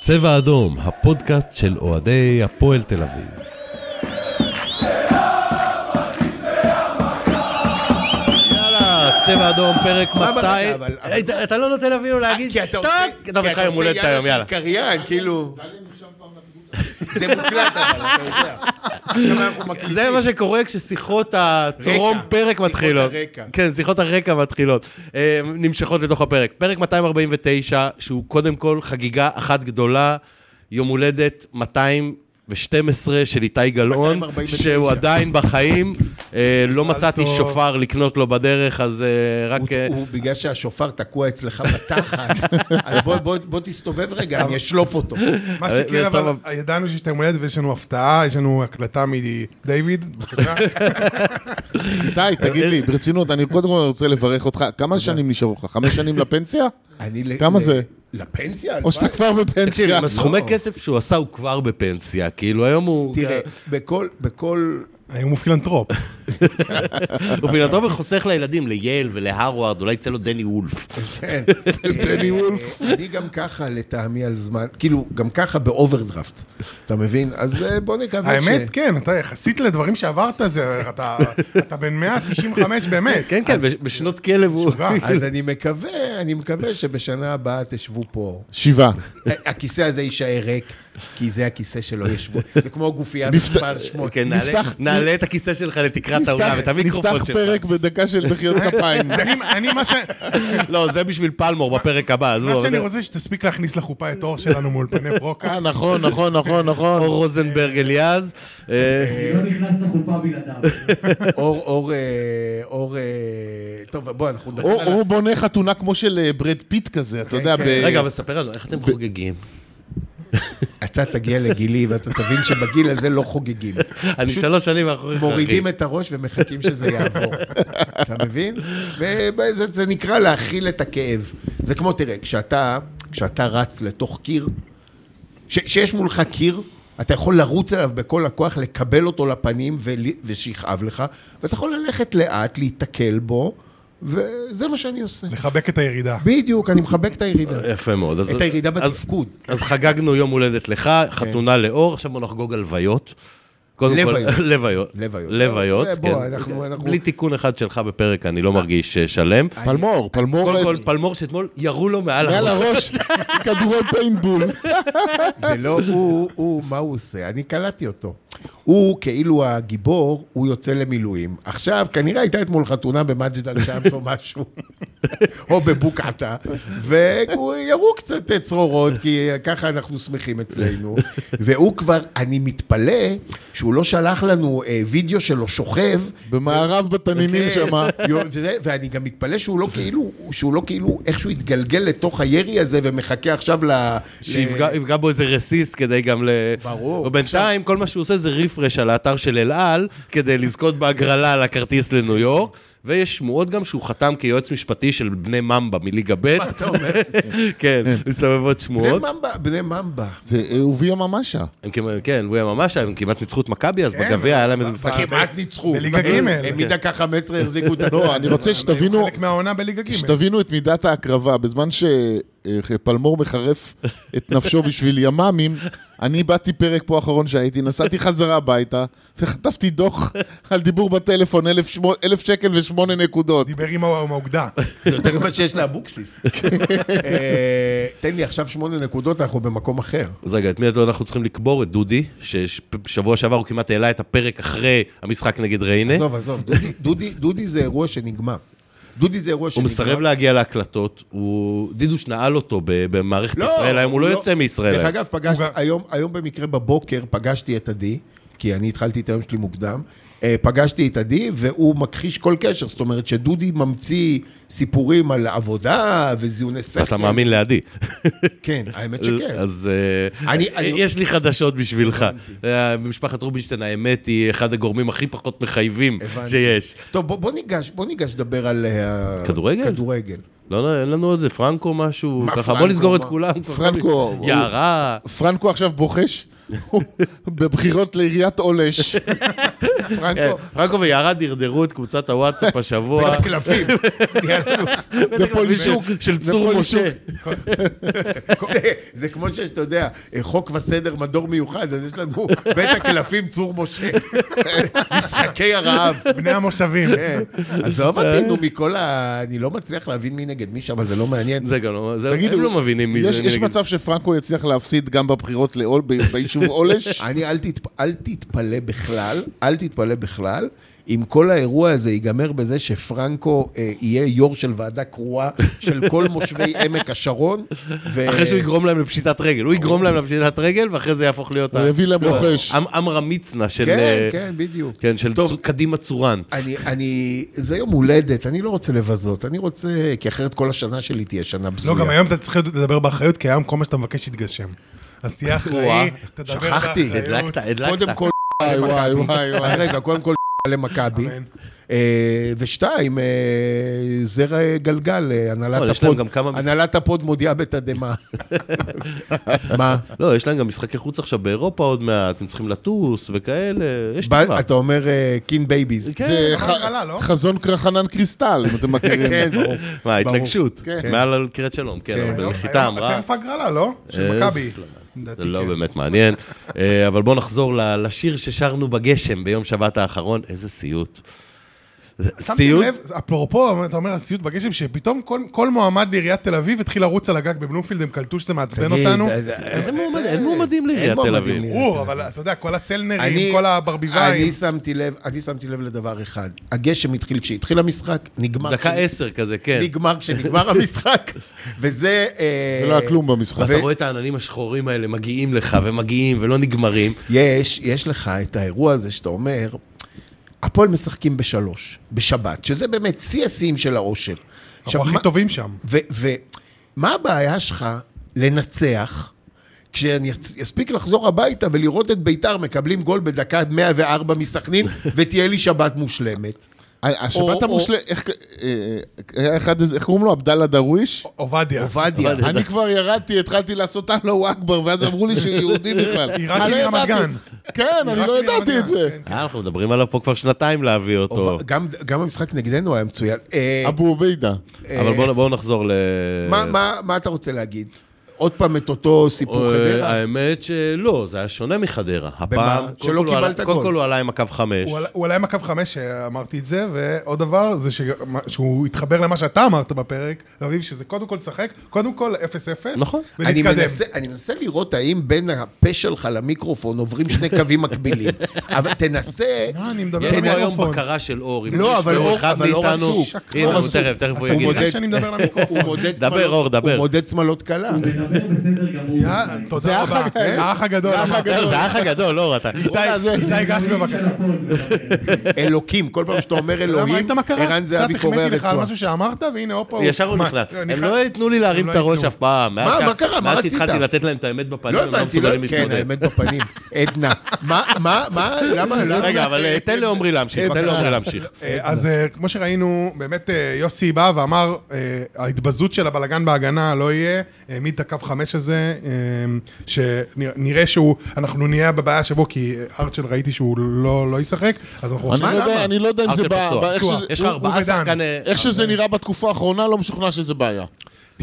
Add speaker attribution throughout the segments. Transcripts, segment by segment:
Speaker 1: צבע אדום, הפודקאסט של אוהדי הפועל תל אביב.
Speaker 2: יאללה, צבע אדום, פרק
Speaker 3: מה
Speaker 2: 200.
Speaker 3: ברגע, אבל- אבל-
Speaker 2: היית- אתה לא נותן אפילו להגיד
Speaker 3: כי אתה עושה-
Speaker 2: שטאק, אתה
Speaker 3: כי
Speaker 2: בכלל
Speaker 3: אתה
Speaker 2: יום
Speaker 3: עושה
Speaker 2: הולדת היום, יאללה.
Speaker 3: של קריין, כאילו... זה מוקלט אבל, אתה יודע. עכשיו אנחנו מקליטים.
Speaker 2: זה מה שקורה כששיחות הטרום
Speaker 3: רקע,
Speaker 2: פרק
Speaker 3: שיחות
Speaker 2: מתחילות.
Speaker 3: הרקע.
Speaker 2: כן, שיחות הרקע מתחילות. אה, נמשכות לתוך הפרק. פרק 249, שהוא קודם כל חגיגה אחת גדולה, יום הולדת 212 של איתי גלאון,
Speaker 3: 249.
Speaker 2: שהוא עדיין בחיים. אה, לא מצאתי
Speaker 3: טוב.
Speaker 2: שופר לקנות לו בדרך, אז אה, רק...
Speaker 3: הוא-
Speaker 2: אה,
Speaker 3: הוא בגלל שהשופר תקוע אצלך בתחת, אז בוא- בוא- בוא תסתובב רגע, אני אשלוף אותו.
Speaker 4: מה
Speaker 2: אה,
Speaker 4: שכן, אבל
Speaker 2: וסבבה.
Speaker 4: ידענו שיש את היום הולדת ויש לנו הפתעה, יש לנו הקלטה מדיוויד, בבקשה.
Speaker 2: אה,
Speaker 5: איתי, תגיד לי, ברצינות, אני קודם כל רוצה לברך אותך. כמה שנים נשארו לך? חמש שנים לפנסיה?
Speaker 3: אני ל-
Speaker 5: כמה
Speaker 3: ל-
Speaker 5: זה?
Speaker 3: לפנסיה?
Speaker 5: או שאתה
Speaker 3: הלוואי.
Speaker 5: כבר
Speaker 2: תקשיב,
Speaker 5: בפנסיה?
Speaker 2: עם הסכומי
Speaker 3: לא.
Speaker 2: כסף שהוא עשה, הוא כבר בפנסיה. כאילו, היום הוא...
Speaker 3: תראה, בכל, בכל...
Speaker 4: היום הוא פילנטרופ.
Speaker 2: הוא פילנטרופ וחוסך לילדים, לייל ולהרווארד, אולי יצא לו דני וולף.
Speaker 3: כן.
Speaker 5: דני וולף.
Speaker 3: אה, אני גם ככה, לטעמי על זמן, כאילו, גם ככה באוברדרפט, אתה מבין? אז אה, בוא נקווה ש...
Speaker 4: האמת, כן, אתה יחסית לדברים שעברת, זה- אתה אתה בן 195 באמת.
Speaker 2: כן, כן, בש- בשנות כלב הוא...
Speaker 3: אז אני מקווה, אני מקווה שבשנה הבאה תשבו פה.
Speaker 5: שבעה.
Speaker 3: הכיסא הזה יישאר ריק, כי זה הכיסא שלא ישבו. זה כמו גופייה מספר שמונה.
Speaker 2: כן, נעלה-
Speaker 5: נפתח-
Speaker 2: נעלה את הכיסא שלך לתקרת האולם, את המיקרופון
Speaker 5: נפתח
Speaker 2: שלך.
Speaker 5: פרק בדקה של מחיאות כפיים.
Speaker 4: אני- אני, מה ש-
Speaker 2: לא, זה בשביל פלמור בפרק הבא, עזבו.
Speaker 4: מה
Speaker 2: אבל-
Speaker 4: שאני רוצה שתספיק להכניס לחופה את אור שלנו מאולפני
Speaker 5: אה,
Speaker 4: ברוקה.
Speaker 2: לא.
Speaker 5: נכון, נכון, נכון,
Speaker 2: או
Speaker 5: נכון.
Speaker 2: רוזנברג אליעז. אה,
Speaker 6: אני לא נכנס לחופה בלעדיו.
Speaker 3: אור, אור, אה, אור... אה, טוב, בוא, אנחנו נדבר
Speaker 5: או
Speaker 3: על...
Speaker 5: או בונה חתונה כמו של אה, ברד פיט כזה, אתה יודע, אה, ב-
Speaker 2: כן, רגע, אבל ספר לנו, איך אתם חוגגים?
Speaker 3: אתה תגיע לגילי ואתה תבין שבגיל הזה לא חוגגים.
Speaker 2: אני שלוש שנים מאחוריך, אחי.
Speaker 3: מורידים את הראש ומחכים שזה יעבור. אתה מבין? וזה זה נקרא להכיל את הכאב. זה כמו, תראה, כשאתה, כשאתה רץ לתוך קיר, ש, שיש מולך קיר, אתה יכול לרוץ אליו בכל הכוח, לקבל אותו לפנים ול, ושיכאב לך, ואתה יכול ללכת לאט, להיתקל בו, וזה מה שאני עושה.
Speaker 4: לחבק את הירידה.
Speaker 3: בדיוק, אני מחבק את הירידה.
Speaker 2: יפה מאוד. אז-
Speaker 3: את הירידה
Speaker 2: אז-
Speaker 3: בתפקוד.
Speaker 2: אז חגגנו יום הולדת לך, חתונה לאור, עכשיו בוא נחגוג הלוויות. קודם כל,
Speaker 3: לוויות.
Speaker 2: לוויות.
Speaker 3: לוויות.
Speaker 2: לוויות,
Speaker 3: בוא, אנחנו-
Speaker 2: כן.
Speaker 3: אנחנו-
Speaker 2: בלי תיקון אחד שלך בפרק, אני לא מרגיש אה, שלם.
Speaker 5: פלמור, פלמור.
Speaker 2: קודם כל, פלמור שאתמול ירו לו מעל
Speaker 5: אה. מעל
Speaker 2: הראש.
Speaker 5: הראש, כדורי פיינבול.
Speaker 3: זה לא הוא, הוא, מה הוא עושה? אני קלטתי אותו. הוא כאילו הגיבור, הוא יוצא למילואים. עכשיו, כנראה הייתה אתמול חתונה במג'דל שמס או משהו, או בבוקעתה, וירו קצת אה, צרורות, כי ככה אנחנו שמחים אצלנו. והוא כבר, אני מתפלא שהוא לא שלח לנו אה, וידאו שלו שוכב.
Speaker 5: במערב בתנינים
Speaker 3: כן.
Speaker 5: שם.
Speaker 3: יו- וזה- ואני גם מתפלא שהוא לא כאילו, שהוא לא כאילו איכשהו התגלגל לתוך הירי הזה ומחכה עכשיו ל...
Speaker 2: שיפגע יפגע בו איזה רסיס כדי גם ל...
Speaker 3: אה, ברור.
Speaker 2: ובינתיים, כל מה שהוא עושה זה רפרש על האתר של אל על, כדי לזכות בהגרלה על הכרטיס לניו יורק. ויש שמועות גם שהוא חתם כיועץ משפטי של בני ממבה מליגה ב'. מה אתה אומר? כן, מסתובבות
Speaker 3: בני
Speaker 2: שמועות.
Speaker 3: ממבה, בני ממבה.
Speaker 5: זה אה, אוביה ממשה.
Speaker 2: הם כמעט, כן, הוא היה ממש, הם כמעט ניצחו את מכבי, אז בגביע היה להם איזה משחק.
Speaker 3: כן? כמעט ניצחו.
Speaker 4: בליגה ג'.
Speaker 3: הם מדקה 15 החזיקו את הצד.
Speaker 5: לא, אני רוצה שתבינו,
Speaker 4: חלק מהעונה בליגה ג'.
Speaker 5: שתבינו את מידת ההקרבה. בזמן שפלמור מחרף את נפשו בשביל ימ"מים, אני באתי פרק פה האחרון שהייתי, נסעתי חזרה הביתה, וחטפתי דוח על דיבור בטלפון, אלף שמו- אלף שקל ושמונה נקודות.
Speaker 4: דיבר עם ה- עם האוגדה.
Speaker 3: זה יותר ממה שיש לאבוקסיס. אה, תן לי עכשיו שמונה נקודות, אנחנו במקום אחר.
Speaker 2: אז רגע, את מי אנחנו צריכים לקבור? את דודי, ששבוע שעבר הוא כמעט העלה את הפרק אחרי המשחק נגד ריינה.
Speaker 3: עזוב, עזוב, דודי- דודי- דודי זה אירוע שנגמר. דודי זה אירוע
Speaker 2: הוא
Speaker 3: שנגמר.
Speaker 2: מסרב להגיע להקלטות, הוא... דידוש נעל אותו ב- במערכת
Speaker 3: לא,
Speaker 2: ישראל היום, הוא לא יוצא מישראל
Speaker 3: דרך
Speaker 2: היום.
Speaker 3: אגב, פגשתי,
Speaker 4: הוא גם-
Speaker 3: היום, היום במקרה בבוקר פגשתי את עדי, כי אני התחלתי את היום שלי מוקדם, אה, פגשתי את עדי והוא מכחיש כל קשר, זאת אומרת שדודי ממציא סיפורים על עבודה וזיוני שכל.
Speaker 2: אתה מאמין לעדי.
Speaker 3: כן, האמת שכן.
Speaker 2: אז אה,
Speaker 3: אני-
Speaker 2: אה,
Speaker 3: אני-
Speaker 2: יש לי חדשות בשבילך. אה, משפחת רובינשטיין, האמת, היא אחד הגורמים הכי פחות מחייבים
Speaker 3: הבנתי.
Speaker 2: שיש.
Speaker 3: טוב, בוא, בוא ניגש, בוא ניגש לדבר על... אה,
Speaker 2: כדורגל?
Speaker 3: כדורגל.
Speaker 2: לא, לא, אין לנו איזה פרנקו משהו,
Speaker 3: מה
Speaker 2: ככה, בוא
Speaker 3: פרנקו?
Speaker 2: נסגור את
Speaker 3: מה?
Speaker 2: כולם.
Speaker 5: פרנקו, הוא-
Speaker 2: יערה.
Speaker 5: פרנקו עכשיו בוחש הוא בבחירות לעיריית עולש.
Speaker 2: כן,
Speaker 3: פרנקו,
Speaker 2: פרנקו ויערד דרדרו את קבוצת הוואטסאפ
Speaker 3: בין
Speaker 2: השבוע.
Speaker 3: הקלפים.
Speaker 5: זה פולישוק.
Speaker 2: של
Speaker 5: זה
Speaker 2: צור
Speaker 5: פולישוק.
Speaker 2: משה.
Speaker 3: זה- זה כמו שיש, אתה יודע, אה, חוק וסדר מדור מיוחד, אז יש לנו בית הקלפים צור משה. משחקי הרעב.
Speaker 4: בני המושבים.
Speaker 3: כן. עזוב
Speaker 2: אה.
Speaker 3: אותנו מכל ה... אני לא מצליח להבין מי נגד מי שם, זה לא מעניין.
Speaker 2: זה גם לא, זה-
Speaker 5: תגידו,
Speaker 2: הם לא מבינים מי זה.
Speaker 5: יש,
Speaker 2: מי
Speaker 5: יש
Speaker 2: נגד.
Speaker 5: מצב שפרנקו יצליח להפסיד גם בבחירות לעול, ב- ביישוב עולש?
Speaker 3: אני, אל, תתפ... אל תתפלא בכלל, אל תתפלא בכלל, אם כל האירוע הזה ייגמר בזה שפרנקו אה, יהיה יו"ר של ועדה קרואה של כל מושבי עמק השרון. ו...
Speaker 2: אחרי שהוא יגרום להם לפשיטת רגל. הוא יגרום להם לפשיטת רגל, ואחרי זה יהפוך להיות...
Speaker 5: הוא
Speaker 2: ה-
Speaker 5: יביא להם
Speaker 2: לא,
Speaker 5: רוכש.
Speaker 2: עמ- עמרם מצנע של...
Speaker 3: כן,
Speaker 2: אה,
Speaker 3: כן, בדיוק.
Speaker 2: כן, של צור- קדימה צורן.
Speaker 3: אני, אני, זה יום הולדת, אני לא רוצה לבזות, אני רוצה, כי אחרת כל השנה שלי תהיה שנה
Speaker 4: לא,
Speaker 3: בזויה.
Speaker 4: גם היום אתה צריך לדבר באחריות, כי היום כל מה שאתה מבקש יתגשם. אז תהיה אחראי, תדבר
Speaker 3: שכחתי.
Speaker 2: הדלקת, הדלקת.
Speaker 3: קודם כל,
Speaker 5: וואי, וואי, וואי,
Speaker 3: אז
Speaker 5: וואי.
Speaker 3: רגע, קודם כל למכבי.
Speaker 4: אמן.
Speaker 3: אה, ושתיים, אה, זרע גלגל, אה,
Speaker 2: אבל
Speaker 3: הנהלת
Speaker 2: לא, יש להם
Speaker 3: הפוד,
Speaker 2: גם כמה מש-
Speaker 3: הנהלת הפוד מודיעה בתדהמה. מה?
Speaker 2: לא, יש להם גם משחקי חוץ עכשיו באירופה עוד מעט, הם צריכים לטוס וכאלה, יש
Speaker 3: ב-
Speaker 2: תקווה.
Speaker 3: אתה אומר אה, קין בייביז.
Speaker 2: כן,
Speaker 5: זה
Speaker 4: אבל
Speaker 5: ח-
Speaker 4: הגרלה, לא?
Speaker 5: חזון חנן קריסטל, אם אתם מכירים.
Speaker 3: כן, ברור.
Speaker 2: מה,
Speaker 3: ברור.
Speaker 2: התנגשות?
Speaker 5: כן.
Speaker 2: מעל על קריית שלום, כן,
Speaker 3: כן.
Speaker 2: אבל
Speaker 4: היום-
Speaker 2: בנחיתה
Speaker 4: היום
Speaker 2: אמרה.
Speaker 4: הטרף הגרלה, לא? של
Speaker 2: אה,
Speaker 4: מכבי. לדעתי
Speaker 2: זה לא
Speaker 4: כן.
Speaker 2: באמת מעניין, אה, אבל בואו נחזור ל- לשיר ששרנו בגשם ביום שבת האחרון, איזה סיוט. זה
Speaker 4: שמתי
Speaker 2: סיוט?
Speaker 4: לב, אפרופו, אתה אומר הסיוט בגשם, שפתאום כל- כל מועמד לעיריית תל אביב התחיל לרוץ על הגג בבלומפילד, הם קלטו שזה מעצבן
Speaker 3: תגיד,
Speaker 4: אותנו.
Speaker 3: אה, אה,
Speaker 2: איזה
Speaker 3: אה,
Speaker 2: מועמד-
Speaker 3: זה-
Speaker 2: אין מועמדים לעיריית
Speaker 3: אין
Speaker 2: תל
Speaker 3: מועמדים
Speaker 2: אביב.
Speaker 3: לעיריית תל
Speaker 4: ברור, אבל אתה יודע, כל
Speaker 3: אני-
Speaker 4: הצלנרים, כל
Speaker 3: אני
Speaker 4: הברביבאים.
Speaker 3: שמתי לב, אני שמתי לב לדבר אחד. הגשם התחיל כשהתחיל המשחק, נגמר.
Speaker 2: דקה
Speaker 3: כש-
Speaker 2: עשר כזה, כן.
Speaker 3: נגמר כשנגמר המשחק, וזה... אה,
Speaker 5: זה לא היה כלום במשחק.
Speaker 2: ואתה רואה את העננים השחורים האלה מגיעים לך ומגיעים ולא נגמרים.
Speaker 3: יש, יש לך את האירוע הזה שאתה אומר, הפועל משחקים בשלוש, בשבת, שזה באמת שיא השיאים של האושר.
Speaker 4: אנחנו הכי
Speaker 3: מה-
Speaker 4: טובים שם.
Speaker 3: ומה הבעיה שלך לנצח? כשאני אצ- אספיק לחזור הביתה ולראות את ביתר מקבלים גול בדקה 104 מסכנין, ותהיה לי שבת מושלמת.
Speaker 5: השבת
Speaker 3: או-
Speaker 5: המושלמת, איך אה, היה אחד איזה, איך קוראים לו? עבדאללה דרוויש?
Speaker 4: עובדיה.
Speaker 3: עובדיה,
Speaker 2: עובדיה.
Speaker 5: אני כבר ירדתי, התחלתי לעשות אללהו אכבר, ואז אמרו לי שהוא יהודי בכלל.
Speaker 4: עיראקי
Speaker 5: אני לא
Speaker 4: מרמת
Speaker 5: ידעתי.
Speaker 4: גן.
Speaker 5: כן, אני לא
Speaker 4: עיראקי
Speaker 5: ידעתי
Speaker 4: מרמת
Speaker 5: את
Speaker 4: גן,
Speaker 5: זה.
Speaker 4: כן.
Speaker 2: אה, אנחנו מדברים עליו פה כבר שנתיים להביא אותו.
Speaker 3: גם, גם המשחק נגדנו היה מצוין.
Speaker 2: כן.
Speaker 3: אה,
Speaker 5: אבו עוביידה.
Speaker 2: אבל בואו- בואו נחזור ל...
Speaker 3: מה, מה, מה אתה רוצה להגיד? עוד פעם את אותו סיפור
Speaker 2: אה,
Speaker 3: חדרה?
Speaker 2: האמת שלא, זה היה שונה מחדרה. הפעם, קודם
Speaker 3: שלא
Speaker 2: כל הוא עלה-
Speaker 3: קיבלת
Speaker 2: קודם
Speaker 3: גול.
Speaker 2: כל הוא עלה עם הקו חמש.
Speaker 4: הוא עלה- הוא עלה עם הקו חמש, שאמרתי את זה, ועוד דבר, זה שגם- שהוא התחבר למה שאתה אמרת בפרק, רביב, שזה קודם כל לשחק, קודם כל 0-0,
Speaker 2: נכון.
Speaker 3: אני
Speaker 4: ולהתקדם.
Speaker 3: מנסה, אני מנסה לראות האם בין הפה שלך למיקרופון עוברים שני קווים מקבילים. אבל תנסה,
Speaker 4: מה, אה, אני מדבר
Speaker 2: יש
Speaker 4: על
Speaker 2: לנו היום
Speaker 4: המיקרופון.
Speaker 2: בקרה של אור. אם
Speaker 3: כן, לא,
Speaker 2: תשמעו
Speaker 3: אבל אור-
Speaker 2: אחד
Speaker 3: אבל אור
Speaker 2: מאיתנו-
Speaker 3: עסוק.
Speaker 4: שקרן.
Speaker 2: אוקיי, הנה,
Speaker 4: אור
Speaker 2: הוא
Speaker 4: עסוק.
Speaker 2: תכף, תכף הוא
Speaker 3: אתה
Speaker 2: יגיד.
Speaker 4: הוא יודע
Speaker 3: מודד-
Speaker 4: שאני מדבר למיקרופון.
Speaker 3: הוא מודד
Speaker 2: דבר,
Speaker 3: שמאלות-
Speaker 2: אור, דבר.
Speaker 3: הוא מודד שמאלות קלה.
Speaker 4: יאללה,
Speaker 5: זה
Speaker 4: תודה רבה.
Speaker 5: האח הגדול.
Speaker 4: האח הגדול. אמר.
Speaker 2: כן? זה האח הגדול, אור, אתה...
Speaker 5: וואלה, זה-
Speaker 4: איתי גש
Speaker 6: לא
Speaker 4: בבקשה.
Speaker 3: אלוקים, כל פעם שאתה אומר
Speaker 4: למה
Speaker 3: אלוהים,
Speaker 4: לא, ראית מה קרה?
Speaker 3: ערן זהבי קורא
Speaker 4: קצת החמאתי לך על
Speaker 3: הרצועה.
Speaker 4: משהו שאמרת, והנה, הופה.
Speaker 2: ישר הוא
Speaker 4: מה, אה,
Speaker 2: נכנס. הם
Speaker 4: נכנס.
Speaker 2: לא ייתנו לי להרים
Speaker 4: הם
Speaker 2: את
Speaker 4: לא
Speaker 2: הראש
Speaker 4: ייתנו.
Speaker 2: אף פעם. מאז
Speaker 3: מה
Speaker 2: ש-
Speaker 3: קרה? מה
Speaker 2: מאז
Speaker 3: רצית?
Speaker 2: שהתחלתי לתת להם את האמת בפנים,
Speaker 3: לא
Speaker 2: הם לא
Speaker 3: הבנתי, לא,
Speaker 2: מסוגלים
Speaker 3: כן,
Speaker 2: להתמודד.
Speaker 3: האמת בפנים. עדנה, מה, מה, מה, למה, למה?
Speaker 2: רגע, אבל אה, תן לעומרי להמשיך, תן לעומרי להמשיך.
Speaker 4: אה, אז אה, כמו שראינו, באמת אה, יוסי בא ואמר, אה, ההתבזות של הבלגן בהגנה לא יהיה, העמיד את הקו חמש הזה, אה, שנראה שהוא, אנחנו נהיה בבעיה שבו, כי אה, ארצ'ל ראיתי שהוא לא לא ישחק, אז אנחנו
Speaker 5: אני לא
Speaker 4: עכשיו...
Speaker 5: יודע- אני לא יודע אם
Speaker 2: ארצל
Speaker 5: זה בא...
Speaker 2: פצוע.
Speaker 5: בא- איך שזה-
Speaker 2: יש לך
Speaker 4: הוא- הוא
Speaker 2: ארבעה
Speaker 4: ודן.
Speaker 2: שחקני...
Speaker 5: איך שזה נראה בתקופה האחרונה, לא משוכנע שזה בעיה.
Speaker 2: כן.